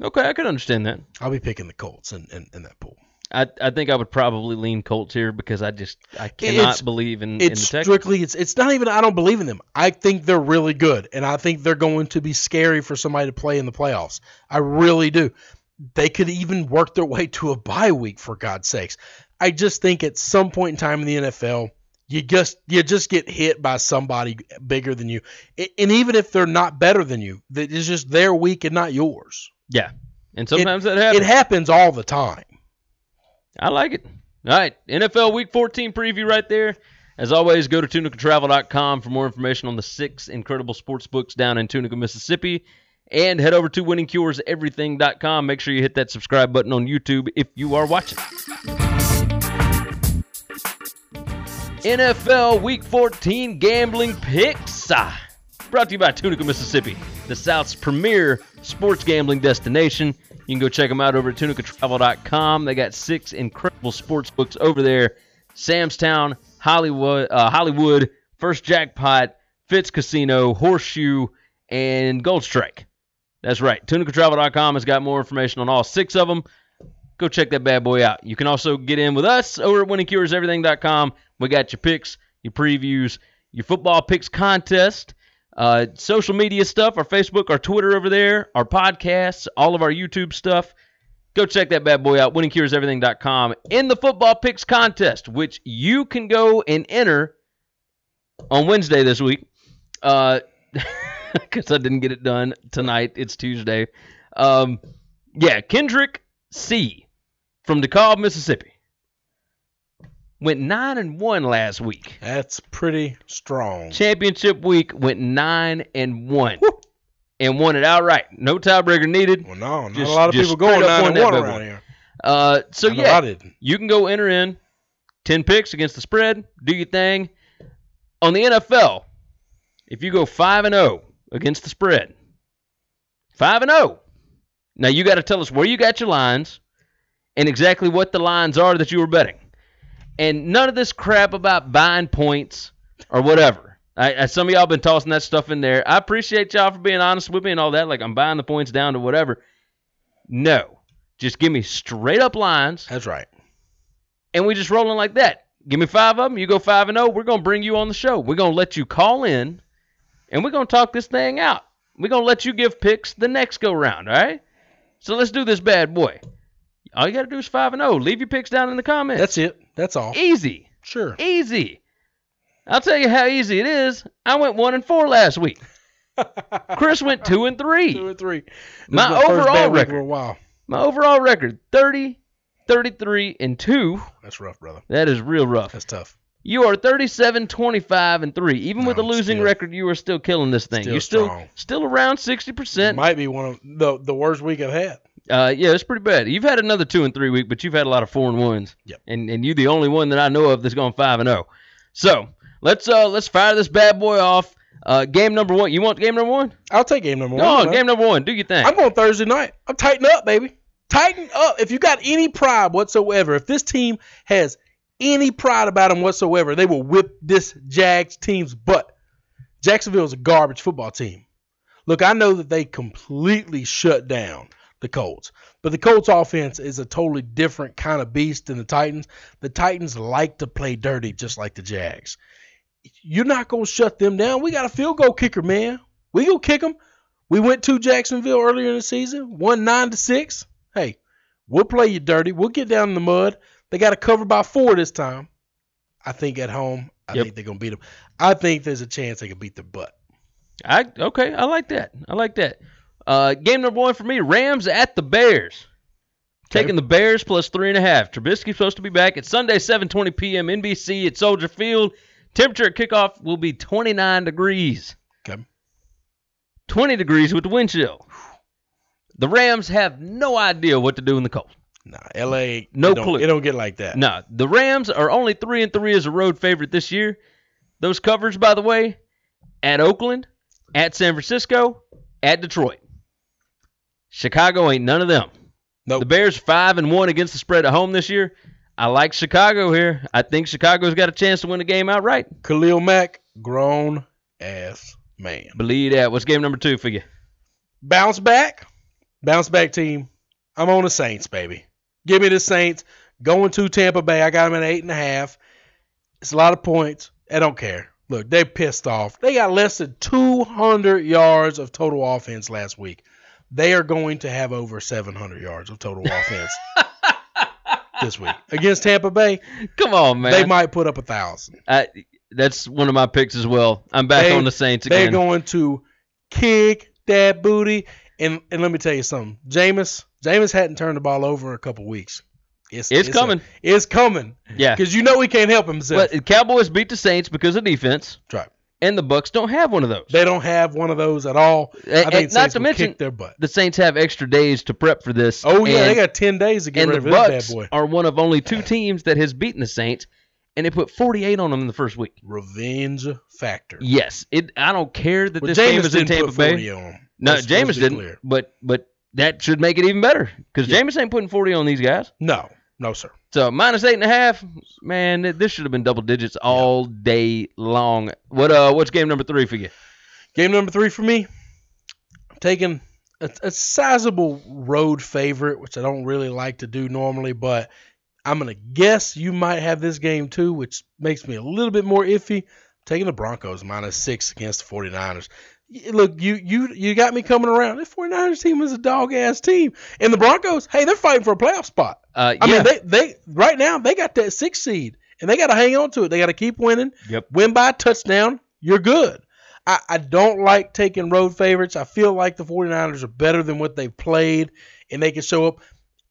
Okay, I could understand that. I'll be picking the Colts in, in, in that pool. I, I think I would probably lean Colts here because I just I cannot believe in, in the It's Texans. strictly it's it's not even I don't believe in them. I think they're really good, and I think they're going to be scary for somebody to play in the playoffs. I really do. They could even work their way to a bye week for God's sakes. I just think at some point in time in the NFL, you just you just get hit by somebody bigger than you, A- and even if they're not better than you, that is just their week and not yours. yeah, and sometimes that happens. It happens all the time. I like it. All right, NFL Week 14 preview right there. As always, go to tunicatravel.com for more information on the six incredible sports books down in Tunica, Mississippi. And head over to winningcureseverything.com. Make sure you hit that subscribe button on YouTube if you are watching. NFL Week 14 gambling picks. Ah, Brought to you by Tunica, Mississippi, the South's premier sports gambling destination. You can go check them out over at tunicatravel.com. They got six incredible sports books over there Samstown, Hollywood, uh, Hollywood, First Jackpot, Fitz Casino, Horseshoe, and Gold Strike. That's right. Tunicatravel.com has got more information on all six of them go check that bad boy out. You can also get in with us over at winningcureseverything.com. We got your picks, your previews, your football picks contest, uh, social media stuff, our Facebook, our Twitter over there, our podcasts, all of our YouTube stuff. Go check that bad boy out, winningcureseverything.com, in the football picks contest, which you can go and enter on Wednesday this week. Because I didn't get it done tonight. It's Tuesday. Um, yeah, Kendrick C from DeKalb, Mississippi. Went nine and one last week. That's pretty strong. Championship week went nine and one. And won it outright. No tiebreaker needed. Well, no, not Just- a lot of just people going straight up nine won and that one bad around boy. here. Uh, so I know yeah, I didn't. you can go enter in 10 picks against the spread, do your thing. On the NFL, oh if you go 5 and 0 against the spread, 5 and 0, oh. Now you got to tell us where you got your lines and exactly what the lines are that you were betting. And none of this crap about buying points or whatever. I, I, some of y'all been tossing that stuff in there. I appreciate y'all for being honest with me and all that. Like I'm buying the points down to whatever. No, just give me straight up lines, That's right. and we just rolling like that. Give me five of them. You go five and zero. We're gonna bring you on the show. We're gonna let you call in, and we're gonna talk this thing out. We're gonna let you give picks the next go round. All right. So let's do this bad boy. All you gotta do is five and zero. Leave your picks down in the comments. That's it. That's all. easy. Sure. Easy. I'll tell you how easy it is. I went one and four last week. Chris went two and Two three. or three. This is My first overall bad week record. For a while. My overall record 30, 33, and two. That's rough, brother. That is real rough. That's tough. You are 37, 25, and three. Even with a No, losing still- record, you are still killing this thing. still You're still strong. still around 60%. Might be one of the the worst week I've had. Uh, yeah, it's pretty bad. You've had another two and three week, but you've had a lot of four and ones. Yep. And and you're the only one that I know of that's gone five and zero. So let's uh let's fire this bad boy off. Uh, game number one. You want game number one? I'll take game number Go one. on, man. game number one. Do your thing. I'm going Thursday night. I'm tightening up, baby. Tighten up. If you got any pride whatsoever, if this team has any pride about them whatsoever, they will whip this Jags team's butt. Jacksonville is a garbage football team. Look, I know that they completely shut down the Colts, but the Colts offense is a totally different kind of beast than the Titans. The Titans like to play dirty just like the Jags. You're not going to shut them down. We got a field goal kicker, man. We go kick them. We went to Jacksonville earlier in the season, won nine to six. Hey, we'll play you dirty. We'll get down in the mud. They got to cover by four this time. I think at home, I Yep. think they're gonna beat them. I think there's a chance they can beat their butt. I okay. I like that. I like that. Uh, game number one for me: Rams at the Bears. Taking the Bears plus three and a half. Trubisky's supposed to be back at Sunday, 7:20 p.m. NBC at Soldier Field. Temperature at kickoff will be 29 degrees. Okay. 20 degrees with the wind chill. The Rams have no idea what to do in the cold. Nah, LA. No it don't- clue. It don't get like that. No, the Rams are only three and three as a road favorite this year. Those covers, by the way, at Oakland, at San Francisco, at Detroit. Chicago ain't none of them. Nope. The Bears five and one against the spread at home this year. I like Chicago here. I think Chicago's got a chance to win the game outright. Khalil Mack, grown ass man. Believe that. What's game number two for you? Bounce back, bounce back team. I'm on the Saints, baby. Give me the Saints. Going to Tampa Bay. I got them at eight and a half. It's a lot of points. I don't care. Look, they pissed off. They got less than 200 yards of total offense last week. They are going to have over 700 yards of total offense this week against Tampa Bay. Come on, man. They might put up a thousand. I, that's one of my picks as well. I'm back They- on the Saints They're again. going to kick that booty. And and let me tell you something. Jameis, Jameis hadn't turned the ball over in a couple weeks. It's a- coming. it's coming. yeah. Because you know he can't help himself. But the Cowboys beat the Saints because of defense, That's right. and the Bucks don't have one of those. They don't have one of those at all. And- I and think not Saints to will mention- kick their butt. the Saints have extra days to prep for this. Oh yeah, and, they got ten days to get and rid the of this Bucks bad boy. are one of only two teams that has beaten the Saints, and they put 48 on them in the first week. Revenge factor. Yes, it. I don't care that Well, this game Jameis is in didn't Tampa put Bay. 40 on 'em. No, Let's- James let's be didn't. clear. But but that should make it even better because Yeah. James ain't putting 40 on these guys. No, no sir. So minus eight and a half, man. th- This should have been double digits all day long. What uh? What's game number three for you? Game number three for me. I'm taking a, a sizable road favorite, which I don't really like to do normally, but I'm gonna guess you might have this game too, which makes me a little bit more iffy. I'm taking the Broncos minus six against the 49ers. Y- Look, you you you got me coming around. The 49ers team is a dog ass team, and the Broncos, hey, they're fighting for a playoff spot. Uh, I yeah. mean, they they right now they got that six seed, and they got to hang on to it. They got to keep winning. Yep. Win by a touchdown, you're good. I, I don't like taking road favorites. I feel like the 49ers are better than what they've played, and they can show up.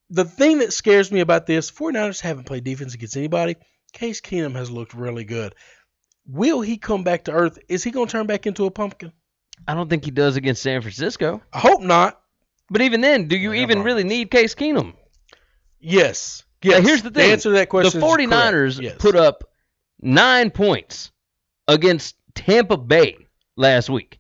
The thing that scares me about this, 49ers haven't played defense against anybody. Case Keenum has looked really good. Will he come back to earth? Is he going to turn back into a pumpkin? I don't think he does against San Francisco. I hope not. But even then, do you Yeah, even really need Case Keenum? Yes. Now, Yes. here's the thing. answer to that the question. 49ers put up nine points against Tampa Bay last week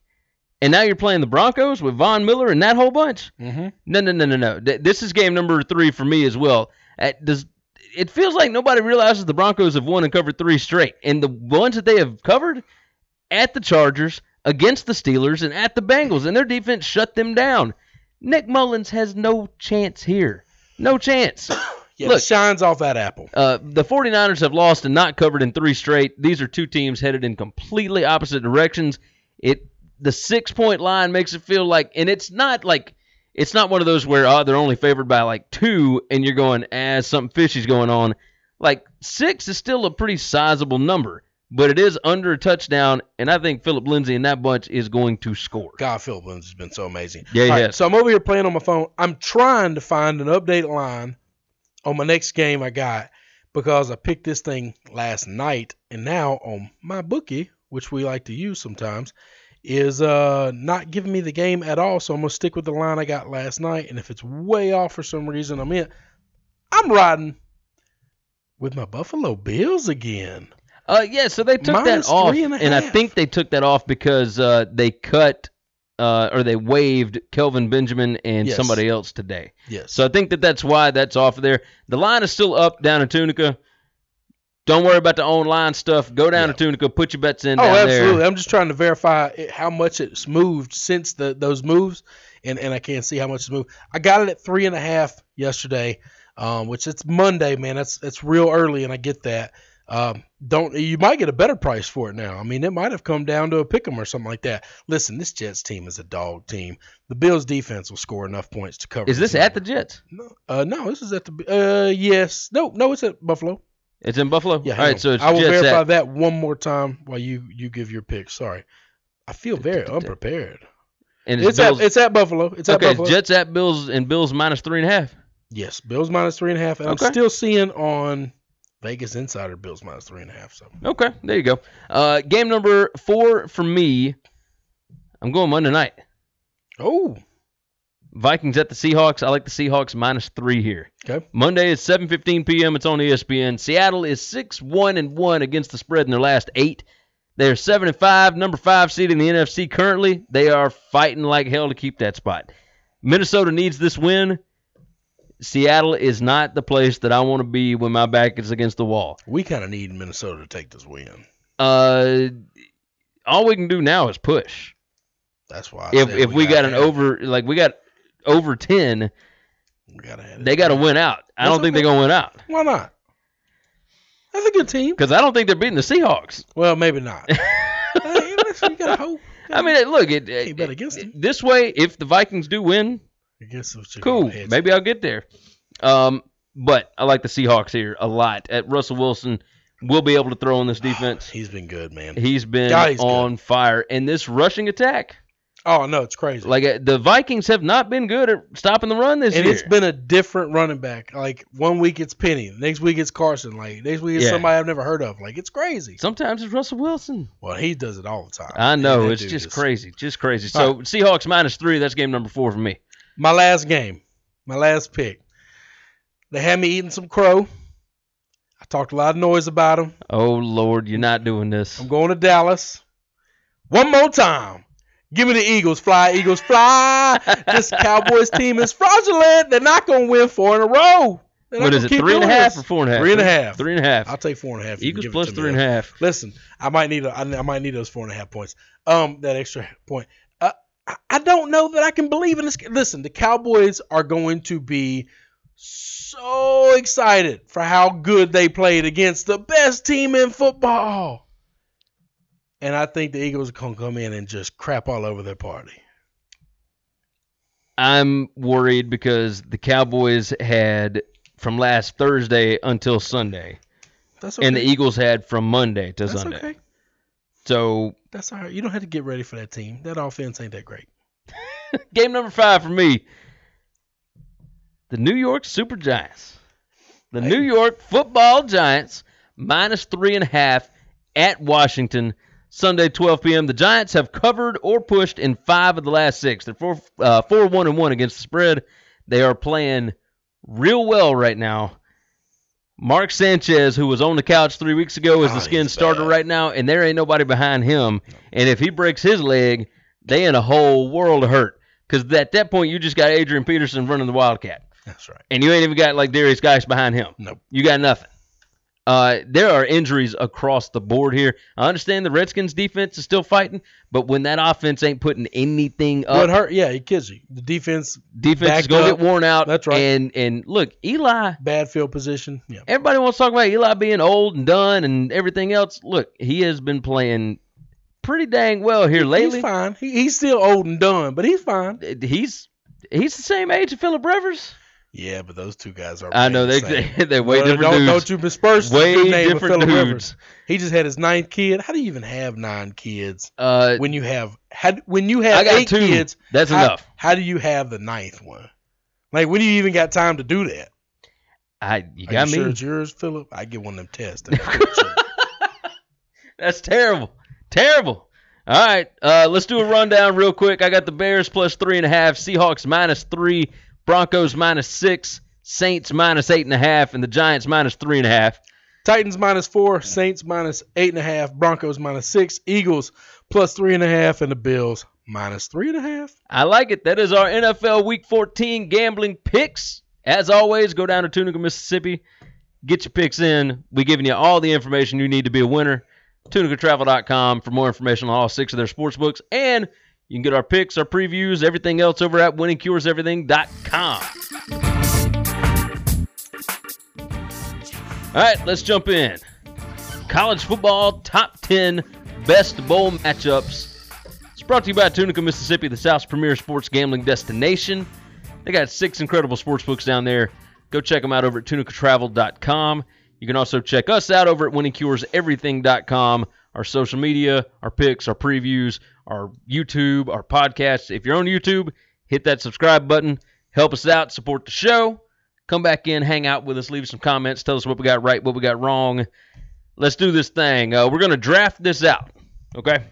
And now you're playing the Broncos with Von Miller and that whole bunch. Mm-hmm. No, no, no, no, no. Th- This is game number three for me as well. Uh, does it feels like nobody realizes the Broncos have won and covered three straight, and the ones that they have covered at the Chargers, against the Steelers, and at the Bengals, and their defense shut them down. Nick Mullins has no chance here. No chance. Yeah, Look. the shines off that apple. Uh, the 49ers have lost and not covered in three straight. These are two teams headed in completely opposite directions. It the six point line makes it feel like, and it's not like it's not one of those where oh, they're only favored by like two, and you're going as something fishy's going on. Like six is still a pretty sizable number, but it is under a touchdown, and I think Philip Lindsay and that bunch is going to score. God, Philip Lindsay has been so amazing. Yeah, he All right, has. so I'm over here playing on my phone. I'm trying to find an update line on my next game I got because I picked this thing last night, and now on my bookie, which we like to use sometimes, is uh not giving me the game at all. So I'm gonna stick with the line I got last night, and if it's way off for some reason, I'm in. I'm riding with my Buffalo Bills again. Uh, yeah, so they took Minus that off, three and and, a I half. think they took that off because uh, they cut uh, or they waived Kelvin Benjamin and Yes. somebody else today. Yes. So I think that that's why that's off there. The line is still up down in Tunica. Don't worry about the online stuff. Go down Yeah. to Tunica, put your bets in Oh, down absolutely. there. I'm just trying to verify it, how much it's moved since the, those moves, and, and I can't see how much it's moved. I got it at three and a half yesterday, um, which it's Monday, man. That's that's real early, and I get that. Um, don't you might get a better price for it now? I mean, it might have come down to a pick 'em or something like that. Listen, this Jets team is a dog team. The Bills defense will score enough points to cover. Is this at the Jets? No, uh, no, this is at the. Uh, yes, no, no, it's at Buffalo. It's in Buffalo. Yeah, All hang right. on. So it's I will Jets verify at. that one more time while you you give your pick. Sorry, I feel very unprepared. And it's, It's at Bills. it's at Buffalo. It's at okay, it's Buffalo. Jets at Bills and Bills minus three and a half. yes, Bills minus three and a half, and Okay. I'm still seeing on Vegas Insider Bills minus three and a half. So Okay, there you go. Uh, game number four for me. I'm going Monday night. oh Vikings at the Seahawks. I like the Seahawks minus three here. okay, Monday is 7:15 p.m. It's on E ESPN. Seattle is six one and one against the spread in their last eight. They're seven and five, number five seed in the NFC currently. They are fighting like hell to keep that spot. Minnesota needs this win. Seattle is not the place that I want to be when my back is against the wall. we kind of need Minnesota to take this win. Uh, all we can do now is push. That's why. I if said if we got gotta an have- over like we got over ten, we gotta have it. they got to win out. I That's don't think okay. they're gonna win out Why not? That's a good team. because I don't think they're beating the Seahawks. Well, maybe not. Hey, listen, you gotta hope. I mean, it- look, it, Can't bet against it- them. this way, if the Vikings do win, I guess it's cool, maybe I'll get there. Um, but I like the Seahawks here a lot. At Russell Wilson will be able to throw on this defense. He's been good, man. He's been God, he's Ah, good. on fire, and this rushing attack, Oh no, it's crazy. like uh, the Vikings have not been good at stopping the run this and year. it's been a different running back. Like one week it's Penny, the next week it's Carson, like next week it's Yeah. somebody I've never heard of. Like it's crazy. Sometimes it's Russell Wilson. Well, he does it all the time. I know That it's dude just is- crazy, just crazy. So Seahawks minus three. That's game number four for me. My last game, my last pick. They had me eating some crow. I talked a lot of noise about him. Oh Lord, you're not doing this. I'm going to Dallas. One more time. Give me the Eagles. Fly, Eagles, fly. this Cowboys team is fraudulent. They're not going to win four in a row. They're not What is gonna it? keep Three and a doing half this. or four and a half? Three and a half. Three and a half. I'll take four and a half. if you Eagles give it plus to me. three and a half. Listen, I might need a, I, I might need those four and a half points. Um, that extra point. Uh, I, I don't know that I can believe in this. Listen, the Cowboys are going to be so excited for how good they played against the best team in football. And I think the Eagles are gonna come in and just crap all over their party. I'm worried because the Cowboys had from last Thursday until Sunday, That's okay. and the Eagles had from Monday to That's Sunday. okay. So That's all right. You don't have to get ready for that team. That offense ain't that great. game number five for me. The New York Super Giants. The New York Football Giants minus three and a half at Washington Sunday 12 p.m. The Giants have covered or pushed in five of the last six. They're four uh, four one and one against the spread. They are playing real well right now. Mark Sanchez, who was on the couch three weeks ago, is Oh, the he's skin starter bad. right now, and there ain't nobody behind him. And if he breaks his leg, they in a whole world of hurt. Because at that point, you just got Adrian Peterson running the Wildcat, That's right. and you ain't even got like Darius Geis behind him. Nope. You got nothing. Uh, there are injuries across the board here. I understand the Redskins defense is still fighting, but when that offense ain't putting anything up, What hurt? Yeah, it kills you. The defense, defense is backed going to up. get worn out. That's right. And and look, Eli. bad field position. Yeah. Everybody wants to talk about Eli being old and done and everything else. Look, he has been playing pretty dang well here lately. He's fine. He, he's still old and done, but he's fine. he's he's the same age as Philip Rivers. Yeah, but those two guys are. I know they they they way Well, different don't, dudes. Don't you disperse the Way good name of different Phillip dudes. Rivers. He just had his ninth kid. How do you even have nine kids uh, when you have had when you have I got eight two. kids? That's how, enough. How do you have the ninth one? Like when do you even got time to do that? I you Are got me. you sure it's yours, Philip? I get one of them tests. and I'll get you. That's terrible. Terrible. All right, uh, let's do a rundown real quick. I got the Bears plus three and a half, Seahawks minus three, Broncos minus six, Saints minus eight and a half, and the Giants minus three and a half. Titans minus four, Saints minus eight and a half, Broncos minus six, Eagles plus three and a half, and the Bills minus three and a half. I like it. That is our NFL Week 14 gambling picks. As always, go down to Tunica, Mississippi. Get your picks in. We're giving you all the information you need to be a winner. TunicaTravel.com for more information on all six of their sports books. And you can get our picks, our previews, everything else over at winningcureseverything.com. All right, let's jump in. College football top 10 best bowl matchups it's brought to you by Tunica, Mississippi, the South's premier sports gambling destination. They got six incredible sports books down there. Go check them out over at tunicatravel.com. You can also check us out over at winningcureseverything.com. Our social media, our picks, our previews, our YouTube, our podcasts. If you're on YouTube, hit that subscribe button. Help us out, support the show. Come back in, hang out with us, leave some comments, tell us what we got right, what we got wrong. Let's do this thing. Uh, we're going to draft this out, okay?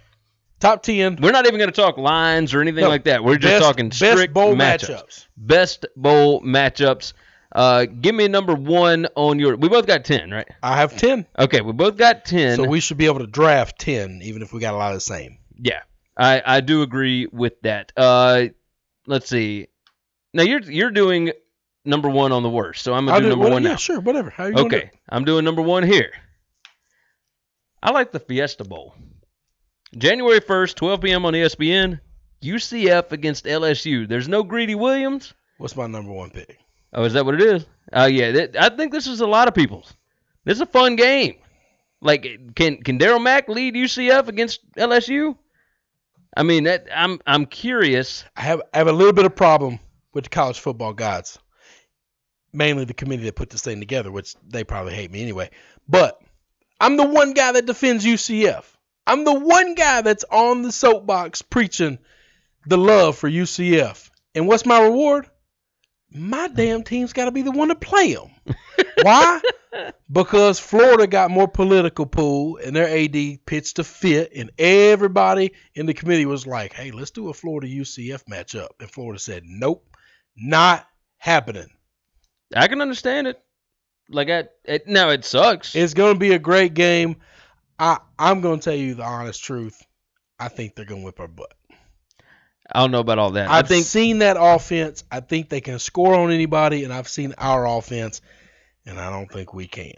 Top ten We're not even going to talk lines or anything No. like that. We're just best, talking strict best bowl matchups. matchups. Best bowl matchups. Uh, give me number one on your. We both got ten, right? I have ten, Okay, we both got ten. so we should be able to draft ten, even if we got a lot of the same. yeah, I I do agree with that. Uh, let's see. Now you're you're doing number one on the worst, so I'm gonna I'll do, number what- one yeah, now. sure, whatever. How you gonna do Okay, it? I'm doing number one here. I like the Fiesta Bowl. January 1st, 12 p.m. on E ESPN. UCF against LSU. There's no Greedy Williams. What's my number one pick? Oh, is that what it is? Oh, yeah. That, I think this is a lot of people's. This is a fun game. Like, can can Daryl Mack lead UCF against LSU? I mean, that I'm I'm curious. I have I have a little bit of problem with the college football gods, mainly the committee that put this thing together, which they probably hate me anyway. But I'm the one guy that defends UCF. I'm the one guy that's on the soapbox preaching the love for UCF. And what's my reward? My damn team's got to be the one to play them. Why? Because Florida got more political pull, and their AD pitched a fit, and everybody in the committee was like, "Hey, let's do a Florida UCF matchup," and Florida said, "Nope, not happening." I can understand it. Like, I, it, now it sucks. It's going to be a great game. I I'm going to tell you the honest truth. I think they're going to whip our butt. I don't know about all that. I've I think seen that offense. I think they can score on anybody, and I've seen our offense, and I don't think we can.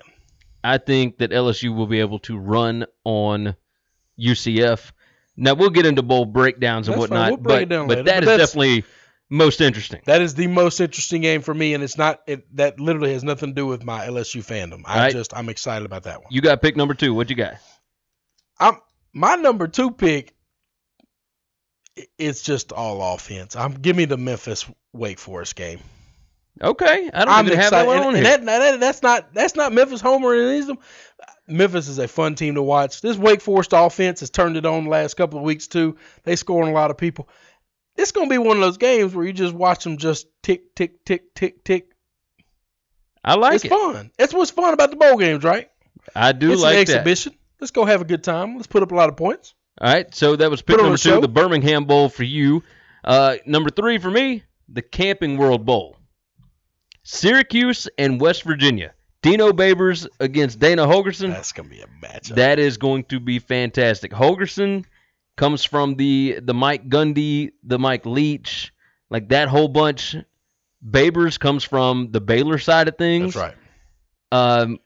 I think that LSU will be able to run on UCF. Now we'll get into bowl breakdowns and That's fine. whatnot, We'll break but, it down but later, that but is that's- definitely most interesting. That is the most interesting game for me, and it's not it, that literally has nothing to do with my LSU fandom. I Right. just I'm excited about that one. You got pick number two. What you got? I'm my number two pick. i- It's just all offense. I'm give me the Memphis Wake Forest game. Okay, I don't I'm even have excited. that one and, on and here. that, that- that's not that's not Memphis Homer and ism. Memphis is a fun team to watch. This Wake Forest offense has turned it on the last couple of weeks too. They scoring a lot of people. It's gonna be one of those games where you just watch them just tick tick tick tick tick I like it's it. fun. That's what's fun about the bowl games, right? I do it's an like that. exhibition. Let's go have a good time. Let's put up a lot of points. All right, so that was pick Put on number a two, show. the Birmingham Bowl for you. Uh, number three for me, the Camping World Bowl. Syracuse and West Virginia. Dino Babers against Dana Holgerson. That's gonna be a matchup. That is going to be fantastic. Hogerson comes from the the Mike Gundy, the Mike Leach, like that whole bunch. Babers comes from the Baylor side of things. That's right. Um,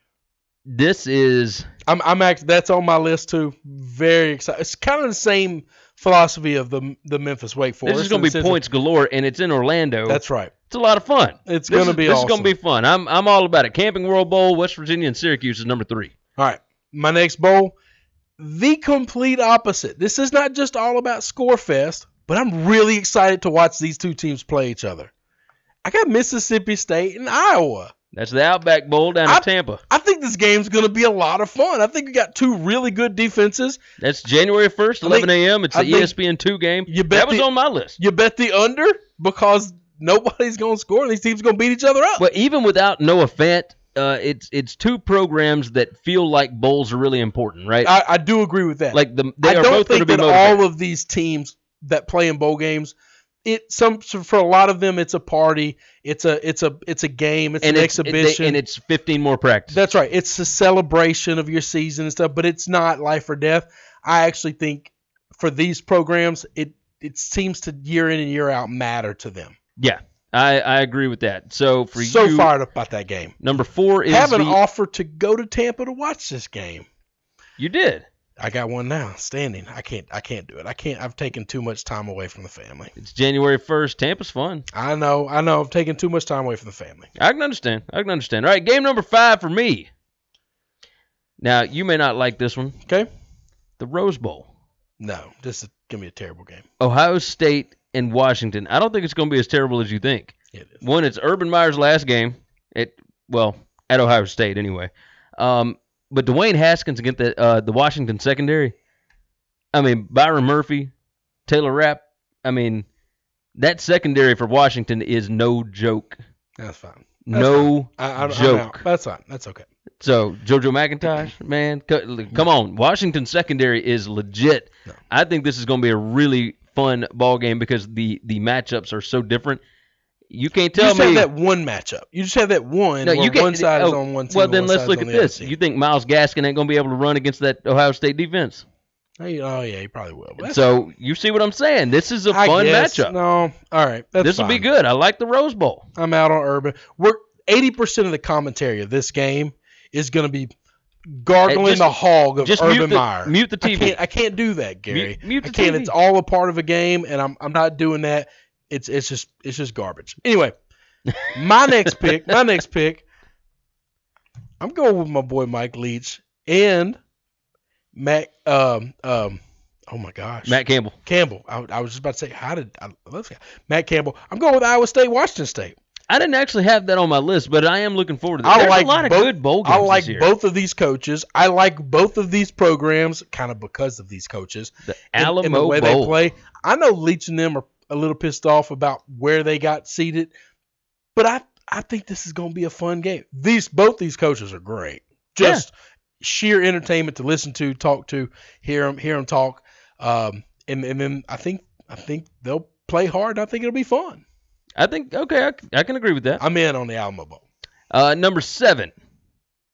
this is I'm I'm act that's on my list too. Very excited. It's kind of the same philosophy of the the Memphis Wake Forest. this is going in the to be sense of- points galore, and it's in Orlando. That's right. it's a lot of fun. It's This going to is- be This awesome. is going to be fun. I'm I'm all about it. Camping World Bowl, West Virginia, and Syracuse is number three. All right. My next bowl, the complete opposite. This is not just all about Scorefest, but I'm really excited to watch these two teams play each other. I got Mississippi State and Iowa. That's the Outback Bowl down I- in Tampa. I think this game's going to be a lot of fun. I think we got two really good defenses. That's January 1st, I think- 11 a.m. It's I the E think- ESPN2 game. You bet That was the- on my list. You bet the under because nobody's going to score and these teams going to beat each other up. But even without Noah Fant, uh, it's it's two programs that feel like bowls are really important, right? I, I do agree with that. like the they Oh, I are don't both going to think be that motivated. all of these teams that play in bowl games. It some for a lot of them, it's a party. It's a it's a it's a game. It's and an it's, it- they- exhibition. and it's 15 more practices. That's right. It's a celebration of your season and stuff, but it's not life or death. I actually think for these programs, it it seems to year in and year out matter to them. Yeah, I, I agree with that. So for so you, fired up about that game. number four is Have an the, offer to go to Tampa to watch this game. you did. I got one now, standing. I can't I can't do it. I can't I've taken too much time away from the family. It's January 1st. Tampa's fun. I know, I know. I've taken too much time away from the family. I can understand. I can understand. All right, game number five for me. Now you may not like this one. Okay. The Rose Bowl, No, this is gonna be a terrible game. Ohio State and Washington. I don't think it's going to be as terrible as you think. It is. One, it's Urban Meyer's last game. It well at Ohio State anyway. Um, but Dwayne Haskins against the uh, the Washington secondary. I mean Byron Murphy, Taylor Rapp. I mean that secondary for Washington is no joke. That's fine. That's No I, I, Joke. I'm out. That's fine. That's okay. So JoJo McIntosh, man, co- come on! Washington secondary is legit. No. I think this is going to be a really fun ball game because the the matchups are so different. You can't you tell just me have that one matchup. You just have that one No, where you can't- one side is oh, on one team. Well, and then one let's side's look on at the other this. team. You think Miles Gaskin ain't going to be able to run against that Ohio State defense? Hey, oh yeah, you probably will. But So you see what I'm saying? This is a I fun guess. matchup. No, all right. That's this will be fine. good. I like the Rose Bowl. I'm out on Urban. We're eighty percent of the commentary of this game is going to be gargling Hey, just- the hog of just Urban mute the- Meyer. mute the I TV. can't, I can't do that, Gary. Mute- mute I the can't. TV. It's all a part of a game, and I'm I'm not doing that. It's it's just it's just garbage. Anyway, my next pick. My next pick. I'm going with my boy Mike Leach and Mac. Um um. Oh my gosh, Matt Campbell. Campbell. I, I was just about to say, how did I love this guy. Matt Campbell? I'm going with Iowa State, Washington State. I didn't actually have that on my list, but I am looking forward to that. I There's like a lot of both- good bowl games I like this year. both of these coaches. I like both of these programs, kind of because of these coaches the and- Alamo and the way Bowl. they play. I know Leach and them are a little pissed off about where they got seated, but I I think this is going to be a fun game. These both these coaches are great. Yeah. Just sheer entertainment to listen to, talk to, hear them hear them talk, um, and and then I think I think they'll play hard. And I think it'll be fun. I think okay, I, c- I can agree with that. I'm in on the Alamo Bowl. Uh, number seven.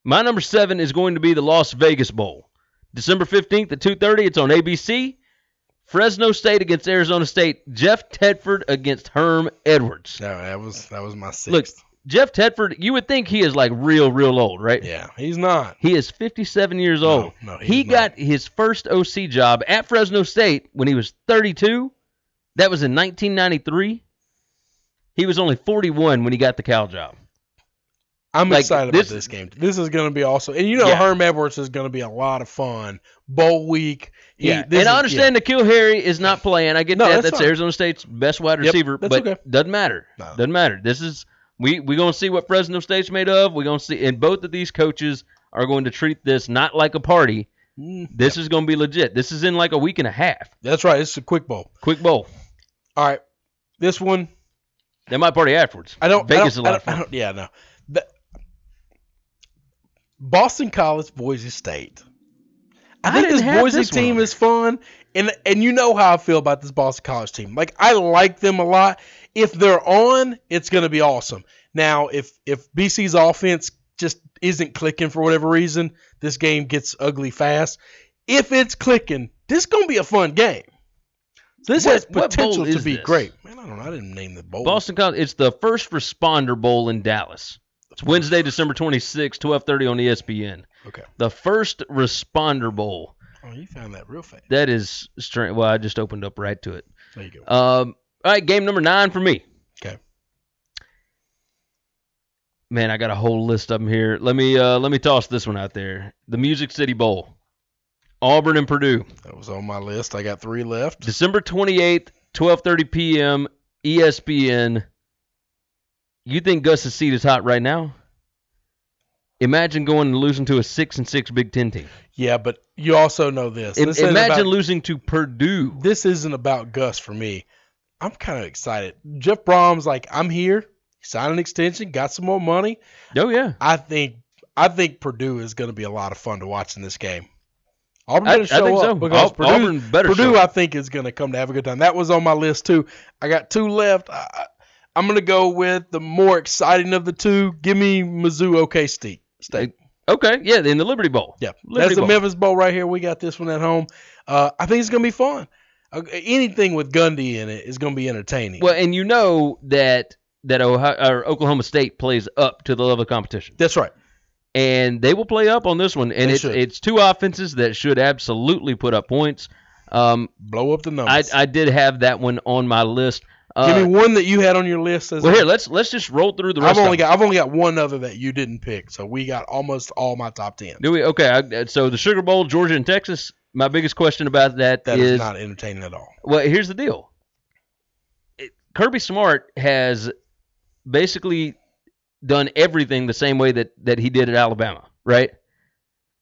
My number seven is going to be the Las Vegas Bowl, December fifteenth at two thirty. It's on ABC. Fresno State against Arizona State. Jeff Tedford against Herm Edwards. No, that was that was my Look, sixth. Jeff Tedford, you would think he is like real, real old, right? yeah, he's not. He is 57 years No, old. no, he's he not. got his first OC job at Fresno State when he was 32. That was in 1993. He was only 41 when he got the Cal job. I'm Like, excited this- about this game. This is going to be awesome, and you know Yeah. Herm Edwards is going to be a lot of fun. Bowl week, He- Yeah, this and I is- understand the Nikhil Harry is not playing. I get No, that. that's That's, fine. Arizona State's best wide Yep, receiver, that's but okay. doesn't matter. No. Doesn't matter. This is we we gonna see what Fresno State's made of. We're gonna see, and both of these coaches are going to treat this not like a party. yeah. Mm, This is gonna be legit. This is in like a week and a half. That's right. It's a quick bowl. Quick bowl. All right, this one They might party afterwards. I don't. Vegas I is don't, a I lot don't, of fun. I don't- yeah, no. The- Boston College, Boise State. I, I think didn't this have Boise this one team on is fun, and and you know how I feel about this Boston College team. Like I like them a lot. If they're on, it's going to be awesome. Now, if if BC's offense just isn't clicking for whatever reason, this game gets ugly fast. If it's clicking, This is gonna be a fun game. So this What- has what bowl potential to is be this? great. Man, I don't know. I didn't name the bowl. Boston College. It's the first responder bowl in Dallas. It's Wednesday, December 26, 12:30 on E ESPN. Okay. The first responder bowl. Oh, you found that real fast. That is strange. Well, I just opened up right to it. There you go. Um, all right, game number nine for me. Okay. Man, I got a whole list of them here. Let me uh, let me toss this one out there. The Music City Bowl, Auburn and Purdue, That was on my list. I got three left. December twenty eighth, twelve thirty E p.m. ESPN. You think Gus' seat is hot right now? Imagine going and losing to a six and six Big Ten team. Yeah, but you also know this. Im- This ain't imagine about- losing to Purdue. this isn't about Gus for me. I'm kind of excited. Jeff Brom's like, I'm here. He signed an extension, got some more money. Oh yeah, I think I think Purdue is going to be a lot of fun to watch in this game. Auburn I, I going to think show up so. because Au- Purdue, Auburn better. show Purdue up. I think is going to come to have a good time. That was on my list too. I got two left. I, I- I'm going to go with the more exciting of the two. Give me Mizzou OK State. State. Okay, yeah, in the Liberty Bowl. Yeah, Liberty that's the Bowl. Memphis Bowl right here. We got this one at home. Uh, I think it's gonna be fun. Uh, anything with Gundy in it is gonna be entertaining. Well, and you know that that Ohio, or Oklahoma State plays up to the level of competition, that's right. and they will play up on this one. And They it's should. it's two offenses that should absolutely put up points. Um, Blow up the I numbers. I did have that one on my list. Uh, Oh, Give me one that you had on your list. As well, here let's let's just roll through the rest. I've of only them. got I've only got one other that you didn't pick, so we got almost all my top ten. Do we okay? I, so the Sugar Bowl, Georgia and Texas. My biggest question about that, That is, is not entertaining at all. Well, here's the deal. It, Kirby Smart has basically done everything the same way that that he did at Alabama, right?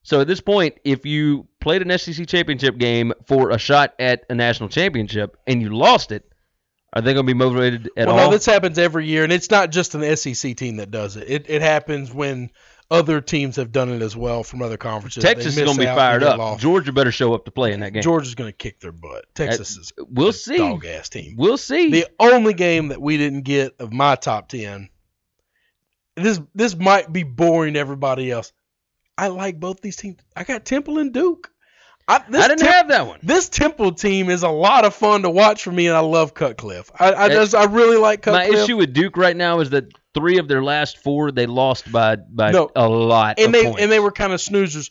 So at this point, if you played an SEC championship game for a shot at a national championship and you lost it, are they going to be motivated at well, all? no, this happens every year, and it's not just an SEC team that does it. It, it happens when other teams have done it as well from other conferences. They Texas is miss going to be out and fired get up. lost. Georgia better show up to play in that game. Georgia's going to kick their butt. Texas is we'll see. dog ass team. We'll see. The only game that we didn't get of my top ten. This this might be boring to everybody else. I like both these teams. I got Temple and Duke. I, this I didn't Tem- have that one. this Temple team is a lot of fun to watch for me, and I love Cutcliffe. I, I That- just I really like My Cutcliffe. issue with Duke right now is that three of their last four they lost by by No. a lot. of and they points. and they were kind of snoozers.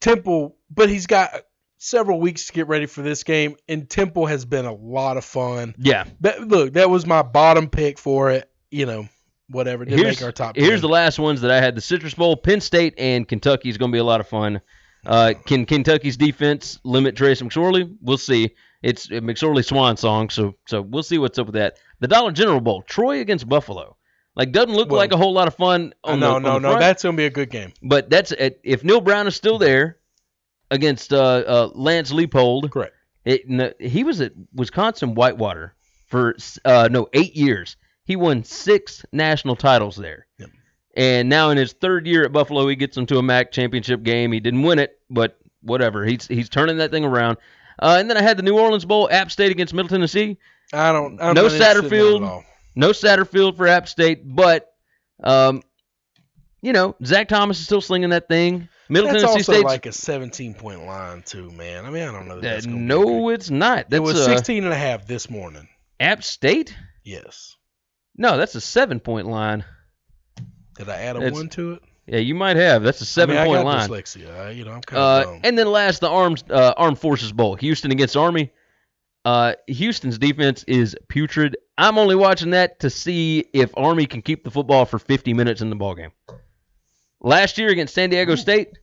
Temple, but he's got several weeks to get ready for this game, and Temple has been a lot of fun. yeah. That look, that was my bottom pick for it. You know, whatever. Didn't Here's, make our top. here's 10. the last ones that I had: the Citrus Bowl, Penn State, and Kentucky is going to be a lot of fun. Uh, can Kentucky's defense limit Trace McSorley? We'll see. It's a McSorley swan song, so so we'll see what's up with that. The Dollar General Bowl, Troy against Buffalo, like doesn't look Well, like a whole lot of fun. On no, the, on no, the no. front, That's gonna be a good game. but that's eh, if Neil Brown is still there against uh, uh, Lance Leopold. Correct. It, no, he was at Wisconsin Whitewater for uh, no eight years. He won six national titles there, Yep. and now in his third year at Buffalo, he gets him to a MAC championship game. He didn't win it, but whatever. He's he's turning that thing around. Uh, and then I had the New Orleans Bowl, App State against Middle Tennessee. I don't. I'm No not interested in that Satterfield. at all. No Satterfield for App State, but um, you know Zach Thomas is still slinging that thing. Middle That's Tennessee also State's like a 17 point line too, man. I mean, I don't know. That Uh, that's gonna be a good- no, it's not. That's it was uh, 16 and a half this morning. App State. Yes. No, that's a seven-point line. Did I add a It's- one to it? Yeah, you might have. That's a I mean, seven-point I line. got Dyslexia. I, you know, I'm kind of Uh, dumb. and then last, the Arms uh, Armed Forces Bowl, Houston against Army. Uh, Houston's defense is putrid. I'm only watching that to see if Army can keep the football for 50 minutes in the ballgame. Last year against San Diego State,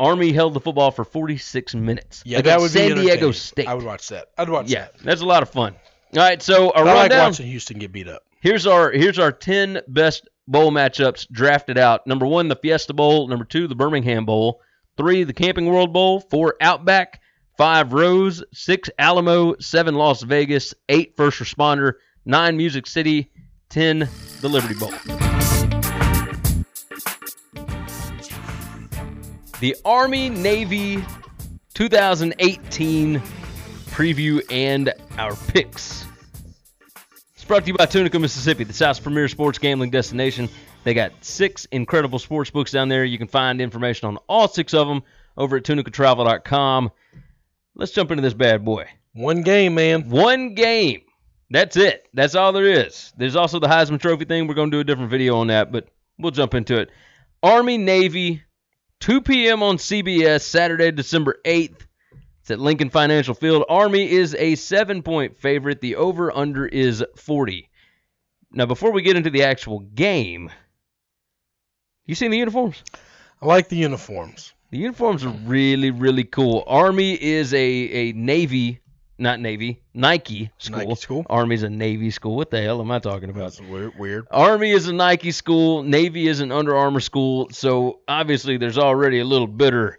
Army held the football for 46 minutes. yeah, that against would be San Diego entertaining. State. I would watch that. I'd watch yeah, that. that's a lot of fun. All right, so a I like rundown. watching Houston get beat up. Here's our here's our ten best bowl matchups drafted out. Number one, the Fiesta Bowl. Number two, the Birmingham Bowl. Three, the Camping World Bowl. Four, Outback. Five, Rose. Six, Alamo. Seven, Las Vegas. Eight, First Responder. Nine, Music City. Ten, the Liberty Bowl. The Army Navy 2018 preview and our picks. It's brought to you by Tunica, Mississippi, the South's premier sports gambling destination. They got six incredible sports books down there. You can find information on all six of them over at tunicatravel.com. Let's jump into this bad boy. One game, man. One game. That's it. That's all there is. There's also the Heisman Trophy thing. We're going to do a different video on that, but we'll jump into it. Army Navy, 2 p.m. on CBS, Saturday, December 8th. It's at Lincoln Financial Field. Army is a seven point favorite. The over under is 40. Now, before we get into the actual game, you seen the uniforms? I like the uniforms. The uniforms are really, really cool. Army is a, a Navy, not Navy, Nike school. Nike school. Army's a Navy school. What the hell am I talking about? weird. Weird. Army is a Nike school. Navy is an Under Armour school. So obviously, there's already a little bitter,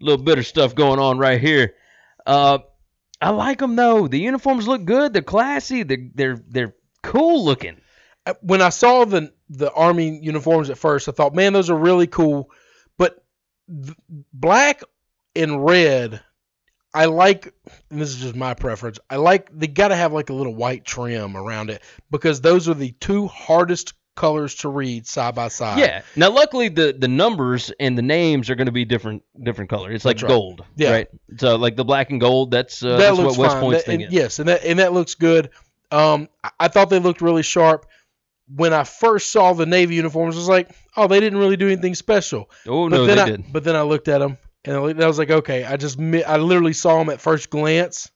little bitter stuff going on right here. Uh, I like them though. The uniforms look good. They're classy. They're they're they're cool looking. I- when I saw the the army uniforms at first, I thought, man, those are really cool. But th- black and red, I like. And this is just my preference. I like they got to have like a little white trim around it because those are the two hardest colors to read side by side. Yeah. Now, luckily, the the numbers and the names are going to be different different color. It's like That's right. gold, Yeah. right? So like the black and gold. That's uh, that that's looks what West fine. Point's That- thing and- is. Yes, and that and that looks good. Um, I, I thought they looked really sharp. When I first saw the navy uniforms, I was like, oh, they didn't really do anything special. Oh But no, then they I, did. But then I looked at them and I looked- I was like, okay, I just mi- I literally saw them at first glance,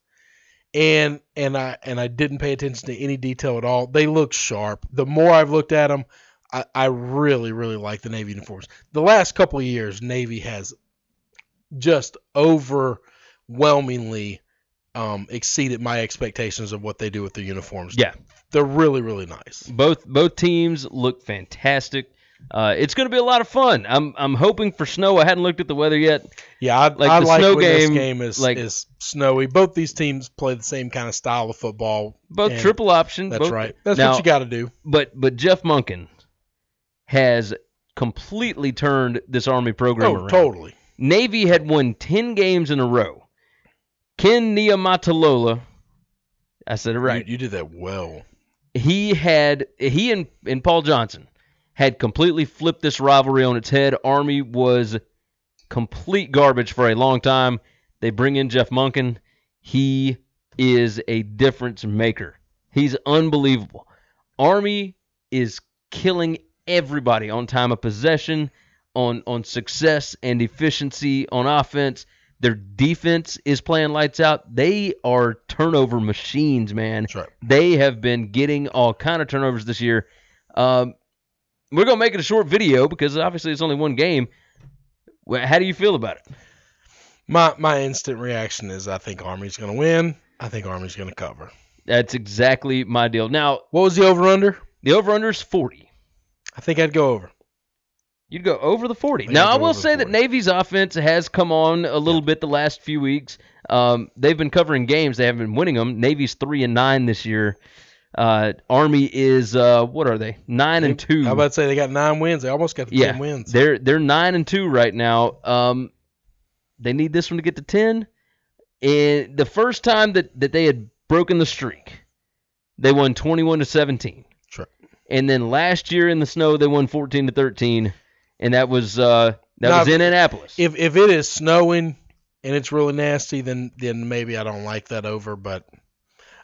and and I and I didn't pay attention to any detail at all. They look sharp. The more I've looked at them, I, I really really like the navy uniforms. The last couple of years, navy has just overwhelmingly um, exceeded my expectations of what they do with their uniforms. Yeah. they're really really nice. Both both teams look fantastic. Uh, it's going to be a lot of fun. I'm I'm hoping for snow. I hadn't looked at the weather yet. Yeah, I Like like, I the like snow when this game, game is like- is snowy. Both these teams play the same kind of style of football. Both and triple option. That's both- right. That's now, what you got to do. But but Jeff Munkin has completely turned this Army program Oh, around. totally. Navy had won 10 games in a row. Ken Niamatalola, I said it right. You, you did that well. he had he and, and Paul Johnson had completely flipped this rivalry on its head. Army was complete garbage for a long time. They bring in Jeff Munkin. He is a difference maker. He's unbelievable. Army is killing everybody on time of possession, on on success and efficiency on offense. Their defense is playing lights out. They are turnover machines, man That's right. they have been getting all kind of turnovers this year. Um, we're gonna make it a short video because obviously it's only one game. Wh- How do you feel about it? My my instant reaction is I think Army's going to win. I think Army's going to cover. That's exactly my deal. Now What was the over under? the over under is forty. I think I'd go over. You'd go over the forty. I'd Now I go will over say that 40. Navy's offense has come on a little bit the last few weeks. Um, they've been covering games. They haven't been winning them. Navy's three and nine this year. Uh, Army is uh, what are they? Nine and two. How about say they got nine wins? They almost got the Yeah, ten wins. They're they're nine and two right now. Um, they need this one to get to ten. And the first time that, that they had broken the streak, they won twenty one to seventeen. Sure. And then last year in the snow, they won fourteen to thirteen, and that was uh, that Now, was in Annapolis. If if it is snowing and it's really nasty, then then maybe I don't like that over. But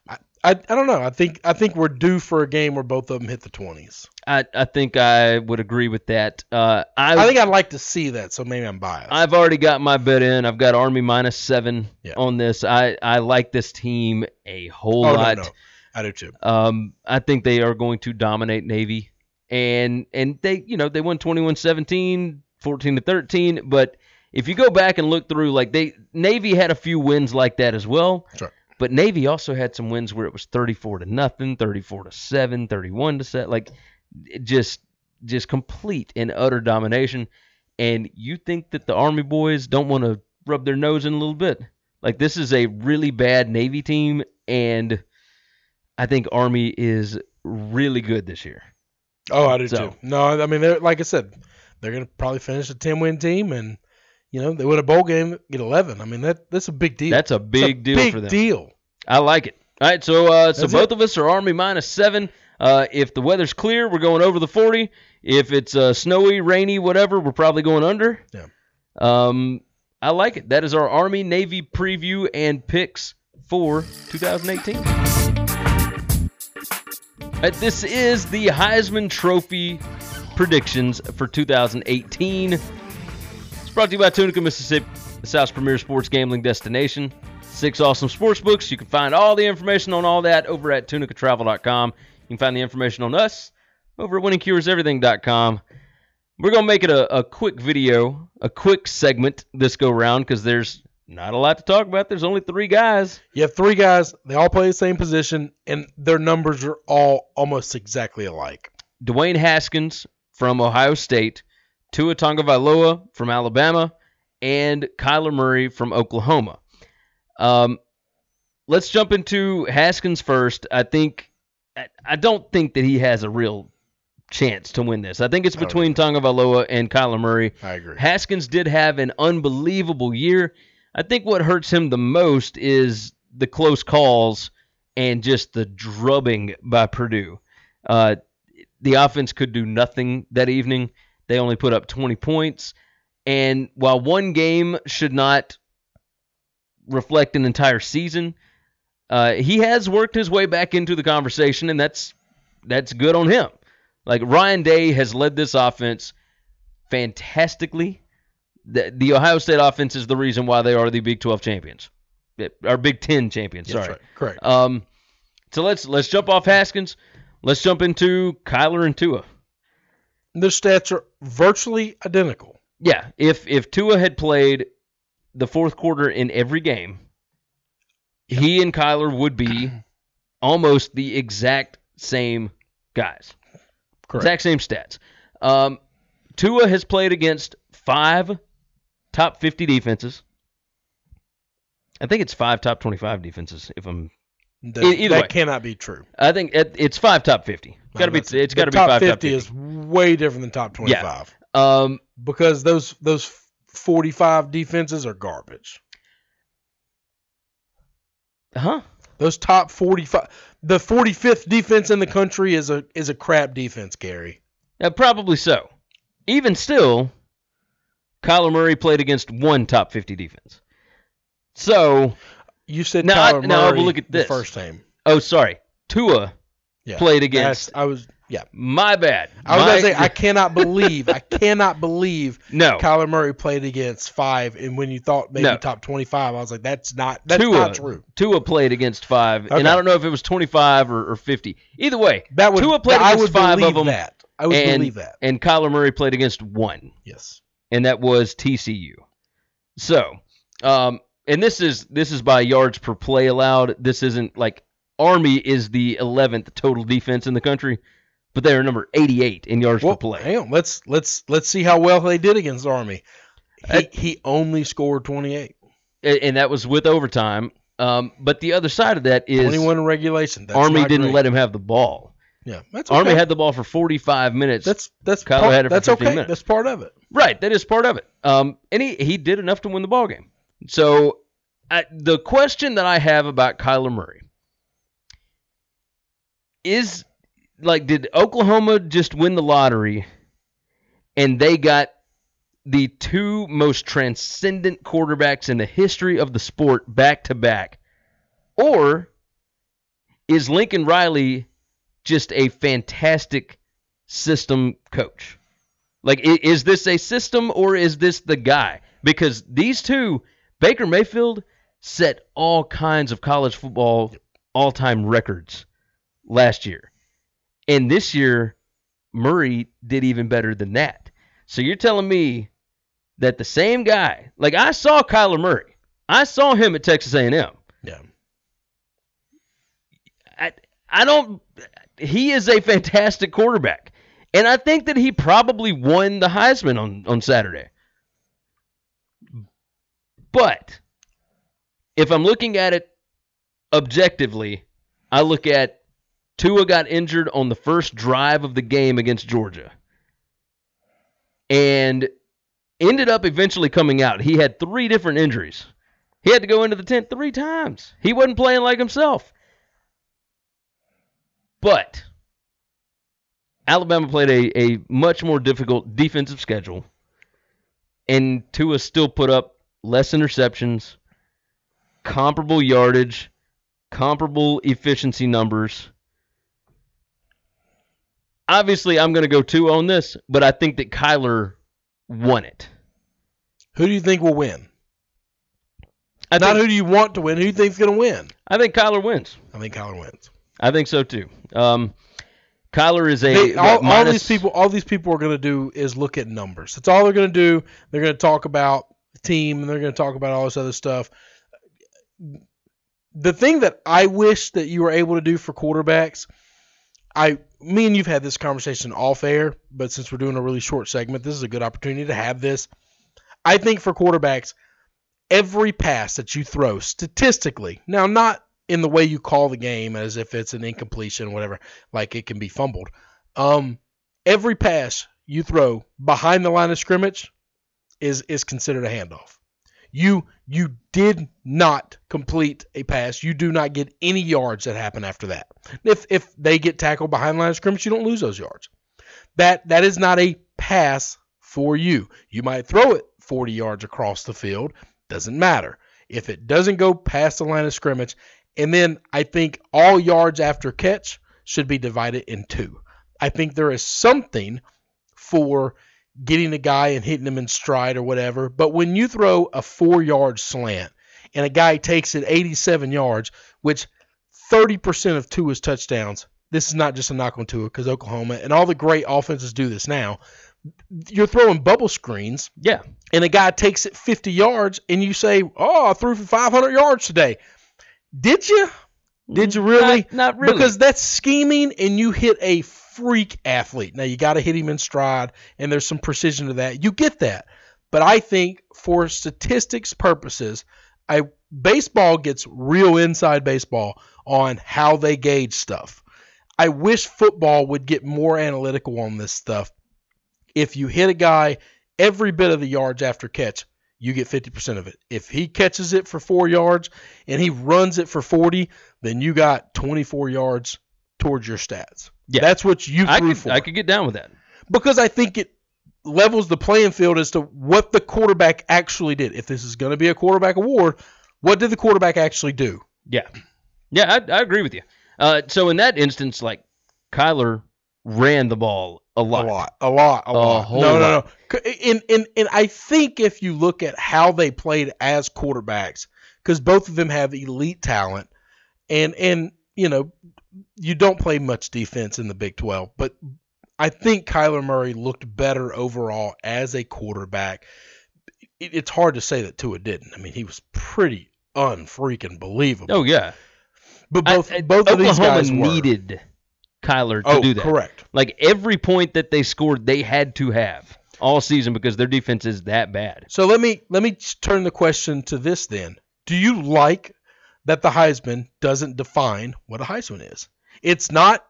I I, I don't know. I think I think we're due for a game where both of them hit the twenties. I, I think I would agree with that. Uh, I, I think I'd like to see that, so maybe I'm biased. I've already got my bet in. I've got Army minus seven Yeah. on this. I, I like this team a whole oh lot. no, no, I do too. Um, I think they are going to dominate Navy, and and they you know they won 21-17, 14 to 13. But if you go back and look through, like they Navy had a few wins like that as well. That's right. But Navy also had some wins where it was 34 to nothing, 34 to 7, 31 to 7, like it just just complete and utter domination. And you think that the Army boys don't want to rub their nose in a little bit? Like this is a really bad Navy team, and I think Army is really good this year. Oh, I do So- too. No, I mean, they're, like I said, they're gonna probably finish a ten win team, and you know they win a bowl game, get eleven. I mean, that that's a big deal. That's a It's a big deal big for them. Deal. I like it. All right, so uh, so That's both of us are Army minus seven. Uh, if the weather's clear, we're going over the forty. If it's uh, snowy, rainy, whatever, we're probably going under. Yeah. Um, I like it. That is our Army Navy preview and picks for 2018. Alright, this is the Heisman Trophy predictions for 2018. It's brought to you by Tunica, Mississippi, the South's premier sports gambling destination. Six awesome sports books. You can find all the information on all that over at tunicatravel.com. You can find the information on us over at winningcureseverything.com. We're going to make it a, a quick video, a quick segment this go round because there's not a lot to talk about. There's only three guys. You have three guys, they all play the same position, and their numbers are all almost exactly alike. Dwayne Haskins from Ohio State, Tua Tagovailoa from Alabama, and Kyler Murray from Oklahoma. Um, let's jump into Haskins first. I think I- I don't think that he has a real chance to win this. I think it's I don't between Tagovailoa and Kyler Murray. I agree. Haskins did have an unbelievable year. I think what hurts him the most is the close calls and just the drubbing by Purdue. Uh, the offense could do nothing that evening. They only put up 20 points. And while one game should not reflect an entire season, uh, he has worked his way back into the conversation, and that's that's good on him. Like Ryan Day has led this offense fantastically. The, the Ohio State offense is the reason why they are the Big 12 champions, or Big 10 champions. That's sorry. right. Correct. Um, so let's let's jump off Haskins. Let's jump into Kyler and Tua. Their stats are virtually identical. Yeah, if if Tua had played the fourth quarter in every game, he and Kyler would be almost the exact same guys. Correct. Exact same stats. Um, Tua has played against five top 50 defenses. I think it's five top 25 defenses, if I'm That, E- either that way. cannot be true. I think it, it's five top fifty. It's got to be. That's it. It's got to The be five top fifty. is way different than top twenty-five um, because those those forty-five defenses are garbage. huh? Those top forty-five, the forty-fifth defense in the country is a is a crap defense, Gary. Yeah, Uh, probably so. Even still, Kyler Murray played against one top fifty defense. So, You said Now I- Kyler now I will Murray look at the this. first time. oh, sorry, Tua Yeah. played against. That's- I was yeah. my bad. I was My- gonna say I cannot believe I cannot believe no. Kyler Murray played against five, and when you thought maybe No. top twenty-five, I was like, that's not that's Tua, not true. Tua played against five, and Okay. I don't know if it was twenty-five or, or fifty. Either way, That would Tua played I against would five believe of them, That I would and believe that. and Kyler Murray played against one. Yes. and that was TCU. So, um, and this is this is by yards per play allowed. This isn't like Army is the 11th total defense in the country, but they are number 88 in yards Well, per play. hang on. Let's let's let's see how well they did against Army. He, Uh, he only scored 28, A- and that was with overtime. Um, but the other side of that is 21 in regulation. That's Army not didn't great. let him have the ball. Yeah, that's okay. Army had the ball for 45 minutes. that's that's Kyler part, had it for that's 15 okay. minutes. That's part of it. Right, that is part of it. Um, and he, he did enough to win the ball game. So, I, the question that I have about Kyler Murray is like, did Oklahoma just win the lottery, and they got the two most transcendent quarterbacks in the history of the sport back to back, or is Lincoln Riley just a fantastic system coach? Like, i- is this a system or is this the guy? Because these two, Baker Mayfield, set all kinds of college football all time records last year. And this year, Murray did even better than that. So you're telling me that the same guy, like I saw Kyler Murray, I saw him at Texas A&M. Yeah. I, I don't. He is a fantastic quarterback, and I think that he probably won the Heisman on on Saturday. But if I'm looking at it objectively, I look at Tua got injured on the first drive of the game against Georgia, and ended up eventually coming out. He had three different injuries. He had to go into the tent three times. He wasn't playing like himself. But Alabama played a, a much more difficult defensive schedule, and Tua still put up less interceptions, comparable yardage, comparable efficiency numbers. Obviously, I'm going to go two on this, but I think that Kyler won it. Who do you think will win? I Not think, who do you want to win. Who do you think's going to win? I think Kyler wins. I think Kyler wins. I think so too. Um, Kyler is a They, all, what, all minus- these people, all these people are going to do is look at numbers. That's all they're going to do. They're going to talk about the team and they're going to talk about all this other stuff. The thing that I wish that you were able to do for quarterbacks, I, me and you've had this conversation off air, but since we're doing a really short segment, this is a good opportunity to have this. I think for quarterbacks, every pass that you throw statistically, now not in the way you call the game as if it's an incompletion, whatever, like it can be fumbled. Um, every pass you throw behind the line of scrimmage is is considered a handoff. You you did not complete a pass. You do not get any yards that happen after that. If if they get tackled behind the line of scrimmage, you don't lose those yards. That that is not a pass for you. You might throw it 40 yards across the field, doesn't matter. If it doesn't go past the line of scrimmage, and then I think all yards after catch should be divided in two. I think there is something for getting a guy and hitting him in stride or whatever. But when you throw a four yard slant and a guy takes it 87 yards, which 30% of Tua's touchdowns, this is not just a knock on Tua because Oklahoma and all the great offenses do this now. You're throwing bubble screens Yeah, and a guy takes it 50 yards and you say, Oh, I threw for 500 yards today. Did you? Did you really? Mm-hmm. Not, not really. Because that's scheming, and you hit a freak athlete. Now you got to hit him in stride, and there's some precision to that. You get that, but I think for statistics purposes, I baseball gets real inside baseball on how they gauge stuff. I wish football would get more analytical on this stuff. If you hit a guy every bit of the yards after catch, you get 50% of it. If he catches it for four yards and he runs it for 40, then you got 24 yards towards your stats. Yeah. That's what you I threw could, for. I could get down with that. because I think it levels the playing field as to what the quarterback actually did. If this is going to be a quarterback award, what did the quarterback actually do? Yeah, yeah, I, I agree with you. Uh, so in that instance, like Kyler ran the ball a lot. A lot, a lot, a, lot. whole no, lot. no, no. C- And, and, and I think if you look at how they played as quarterbacks, because both of them have elite talent, and and you know, you don't play much defense in the Big 12, but I think Kyler Murray looked better overall as a quarterback. It, it's hard to say that Tua didn't. I mean, he was pretty unfreaking believable. Oh yeah, but both I- I- both of Oklahoma these guys were. needed Kyler to oh, do that. correct. Like every point that they scored, they had to have all season because their defense is that bad. So let me let me turn the question to this then. Do you like that the Heisman doesn't define what a Heisman is? It's not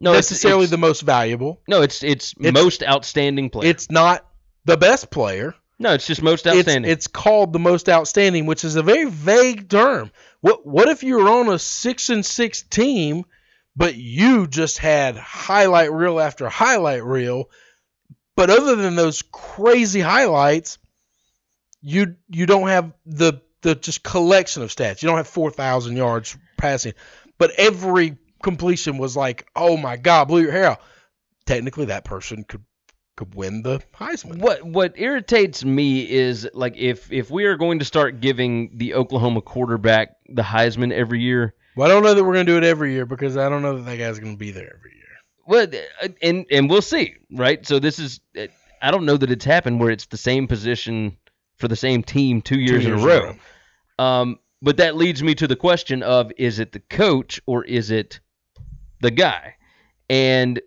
No, it's- necessarily it's, the most valuable. no, it's, it's it's- most outstanding player. It's not the best player. no, it's just most It's, outstanding. it's called the most outstanding, which is a very vague term. What what if you were on a six and six team, but you just had highlight reel after highlight reel, but other than those crazy highlights, you you don't have the the just collection of stats. You don't have four thousand yards passing, but every completion was like, oh my god, blew your hair out. Technically, that person could could win the Heisman. what what irritates me is like if if we are going to start giving the Oklahoma quarterback the Heisman every year, Well, I don't know that we're going to do it every year because I don't know that that guy's going to be there every year. well, uh, and and we'll see, right? So this is uh, I don't know that it's happened where it's the same position for the same team two years, in years a row. Um, but that leads me to the question of is it the coach or is it the guy? And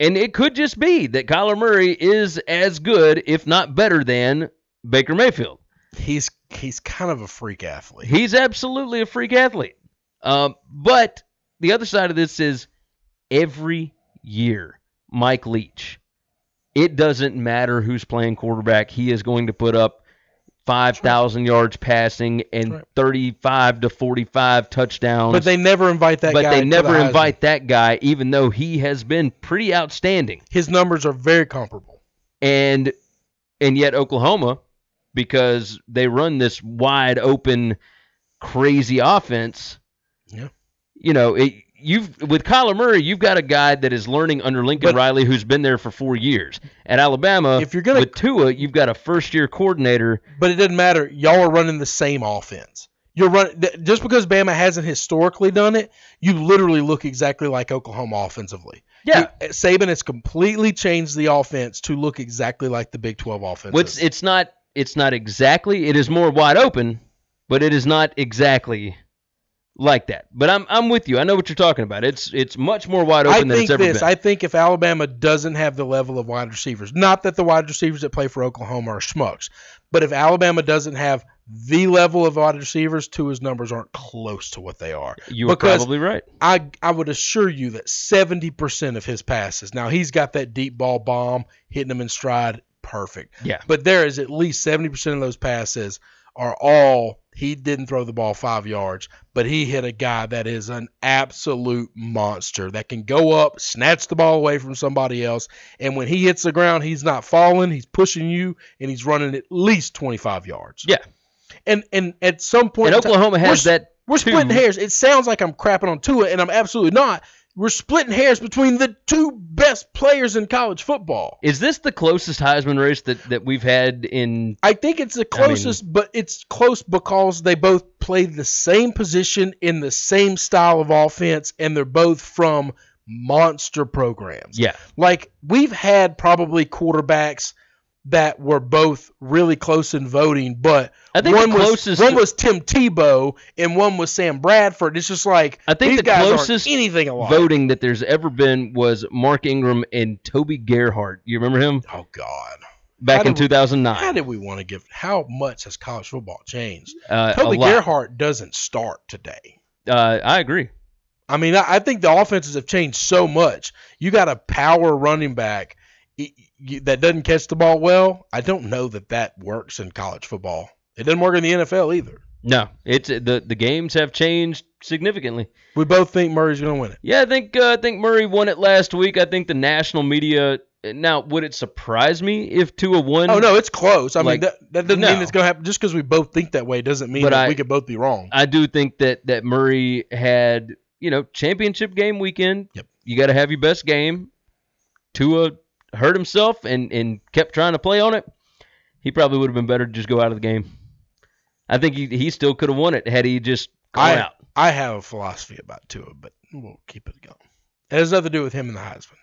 and it could just be that Kyler Murray is as good, if not better than Baker Mayfield. He's he's kind of a freak athlete. He's absolutely a freak athlete. Um, but the other side of this is every year, Mike Leach, it doesn't matter who's playing quarterback, he is going to put up 5,000 yards passing and That's right. 35 to 45 touchdowns. But they never invite that But guy. they to the never Heisman. invite that guy, even though he has been pretty outstanding. His numbers are very comparable. And and yet Oklahoma because they run this wide open, crazy offense. Yeah. You know, it, you've with Kyler Murray, you've got a guy that is learning under Lincoln But- Riley who's been there for four years. At Alabama, If you're gonna- with Tua, you've got a first year coordinator. But it doesn't matter. Y'all are running the same offense. You're running just because Bama hasn't historically done it. You literally look exactly like Oklahoma offensively. Yeah. You- Saban has completely changed the offense to look exactly like the Big Twelve offense. What's it's not it's not exactly it is more wide open, but it is not exactly like that. But I'm I'm with you. I know what you're talking about. It's it's much more wide I open than think it's ever this. been. I think if Alabama doesn't have the level of wide receivers, not that the wide receivers that play for Oklahoma are schmucks, but if Alabama doesn't have the level of wide receivers, Tua's numbers aren't close to what they are. you are because probably right. I I would assure you that 70% of his passes. Now he's got that deep ball bomb hitting him in stride, perfect. Yeah. But there is at least 70% of those passes are all he didn't throw the ball 5 yards, but he hit a guy that is an absolute monster that can go up, snatch the ball away from somebody else, and when he hits the ground, he's not falling, he's pushing you and he's running at least 25 yards. Yeah. And and at some point And in time- Oklahoma we're has that we're two- splitting hairs. It sounds like I'm crapping on Tua, and I'm absolutely not. We're splitting hairs between the two best players in college football. Is this the closest Heisman race that, that we've had in I think it's the closest, but it's close because they both play the same position in the same style of offense, and they're both from monster programs. yeah. Like we've had probably quarterbacks that were both really close in voting, but I think one the was closest one was Tim Tebow and one was Sam Bradford. It's just like I think these the guys aren't closest anything alike. voting that there's ever been was Mark Ingram and Toby Gerhart. You remember him Oh God! back How in did we- How 2009? did we want to give? How much has college football changed? uh, a Toby lot. Gerhart doesn't start today. Uh, I agree. I mean, I, I think the offenses have changed so much. You got a power running back y- y- that doesn't catch the ball well. I don't know that that works in college football. It doesn't work in the NFL either. No, it's the the games have changed significantly. We both think Murray's going to win it. Yeah, I think uh, I think Murray won it last week. I think the national media. Now, would it surprise me if Tua won? Oh no, it's close. I Like, mean, that, that doesn't no. mean it's going to happen. Just because we both think that way doesn't mean But that I- we could both be wrong. I do think that that Murray had you know championship game weekend. Yep. You got to have your best game. Tua hurt himself and and kept trying to play on it. He probably would have been better to just go out of the game. I think he he still could have won it had he just gone I, out. I have a philosophy about Tua, but we'll keep it going. It has nothing to do with him and the Heisman.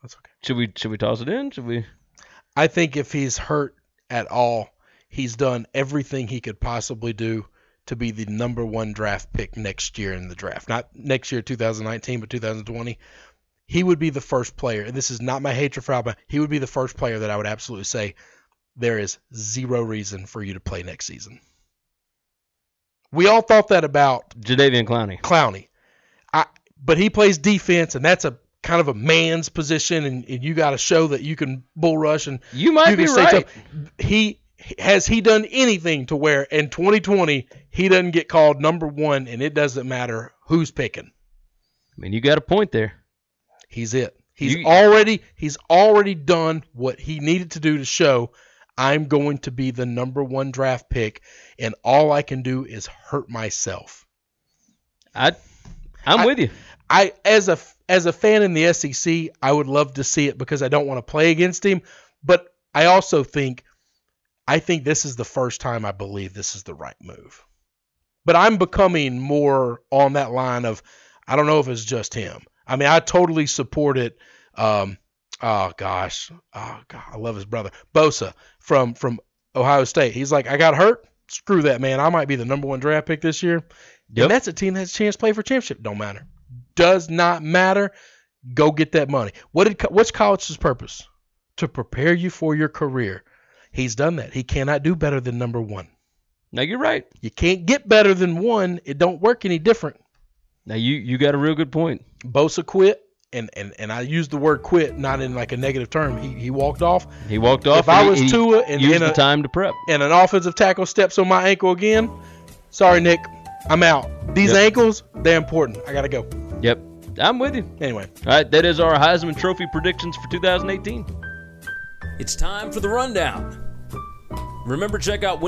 That's okay. Should we should we toss it in? Should we? I think if he's hurt at all, he's done everything he could possibly do to be the number one draft pick next year in the draft. Not next year, 2019, but 2020. He would be the first player, and this is not my hatred for Alabama. He would be the first player that I would absolutely say there is zero reason for you to play next season. We all thought that about Jadavian Clowney. Clowney. I but he plays defense, and that's a kind of a man's position, and, and you got to show that you can bull rush and You might you be can stay right. tough. He has he done anything to where in 2020 he doesn't get called number one, and it doesn't matter who's picking. I mean, you got a point there. He's it. He's You- already he's already done what he needed to do to show I'm going to be the number one draft pick, and all I can do is hurt myself. I, I'm I- with you. I as a as a fan in the SEC, I would love to see it because I don't want to play against him, but I also think I think this is the first time I believe this is the right move. But I'm becoming more on that line of I don't know if it's just him. I mean, I totally support it. Um, oh gosh, oh god, I love his brother Bosa from from Ohio State. He's like, I got hurt. Screw that, man. I might be the number one draft pick this year. Yep. And that's a team that has a chance to play for championship. Don't matter. Does not matter. Go get that money. What did co- what's college's purpose? To prepare you for your career. He's done that. He cannot do better than number one. Now you're right. You can't get better than one. It don't work any different. Now you you got a real good point. Bosa quit, and and, and I use the word quit not in like a negative term. He he walked off. He walked off. if I and was he, he Tua and, uh, used and, the a, time to prep. and an offensive tackle steps on my ankle again, sorry Nick, I'm out. These Yep. ankles, they're important. I gotta go. Yep. I'm with you. Anyway. All right, that is our Heisman Trophy predictions for 2018. It's time for the rundown. Remember, check out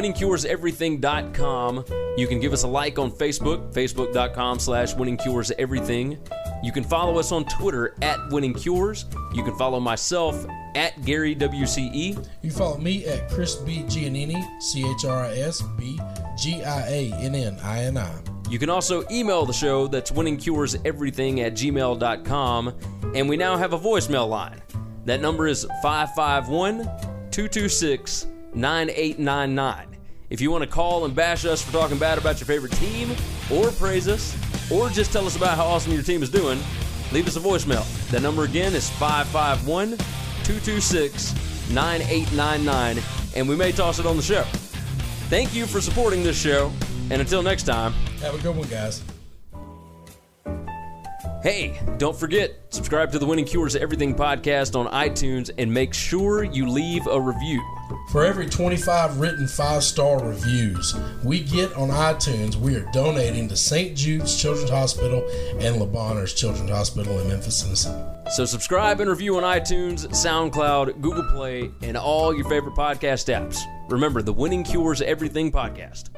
winningcureseverything.com. You can give us a like on Facebook, facebook.com slash winningcureseverything. You can follow us on Twitter at winningcures. You can follow myself at Gary E. WCE. You follow me at Chris B. Giannini, C H R I S B G I A N N I N I. You can also email the show that's winningcureseverything at gmail.com. And we now have a voicemail line. That number is 551 226 9899. If you want to call and bash us for talking bad about your favorite team, or praise us, or just tell us about how awesome your team is doing, leave us a voicemail. That number again is 551 226 9899. And we may toss it on the show. Thank you for supporting this show, and until next time, Have a good one, guys. hey, don't forget, subscribe to the Winning Cures Everything podcast on iTunes and make sure you leave a review. For every 25 written five star reviews we get on iTunes, we are donating to St. Jude's Children's Hospital and LeBonner's Children's Hospital in Memphis, Tennessee. So subscribe and review on iTunes, SoundCloud, Google Play, and all your favorite podcast apps. Remember, the Winning Cures Everything podcast.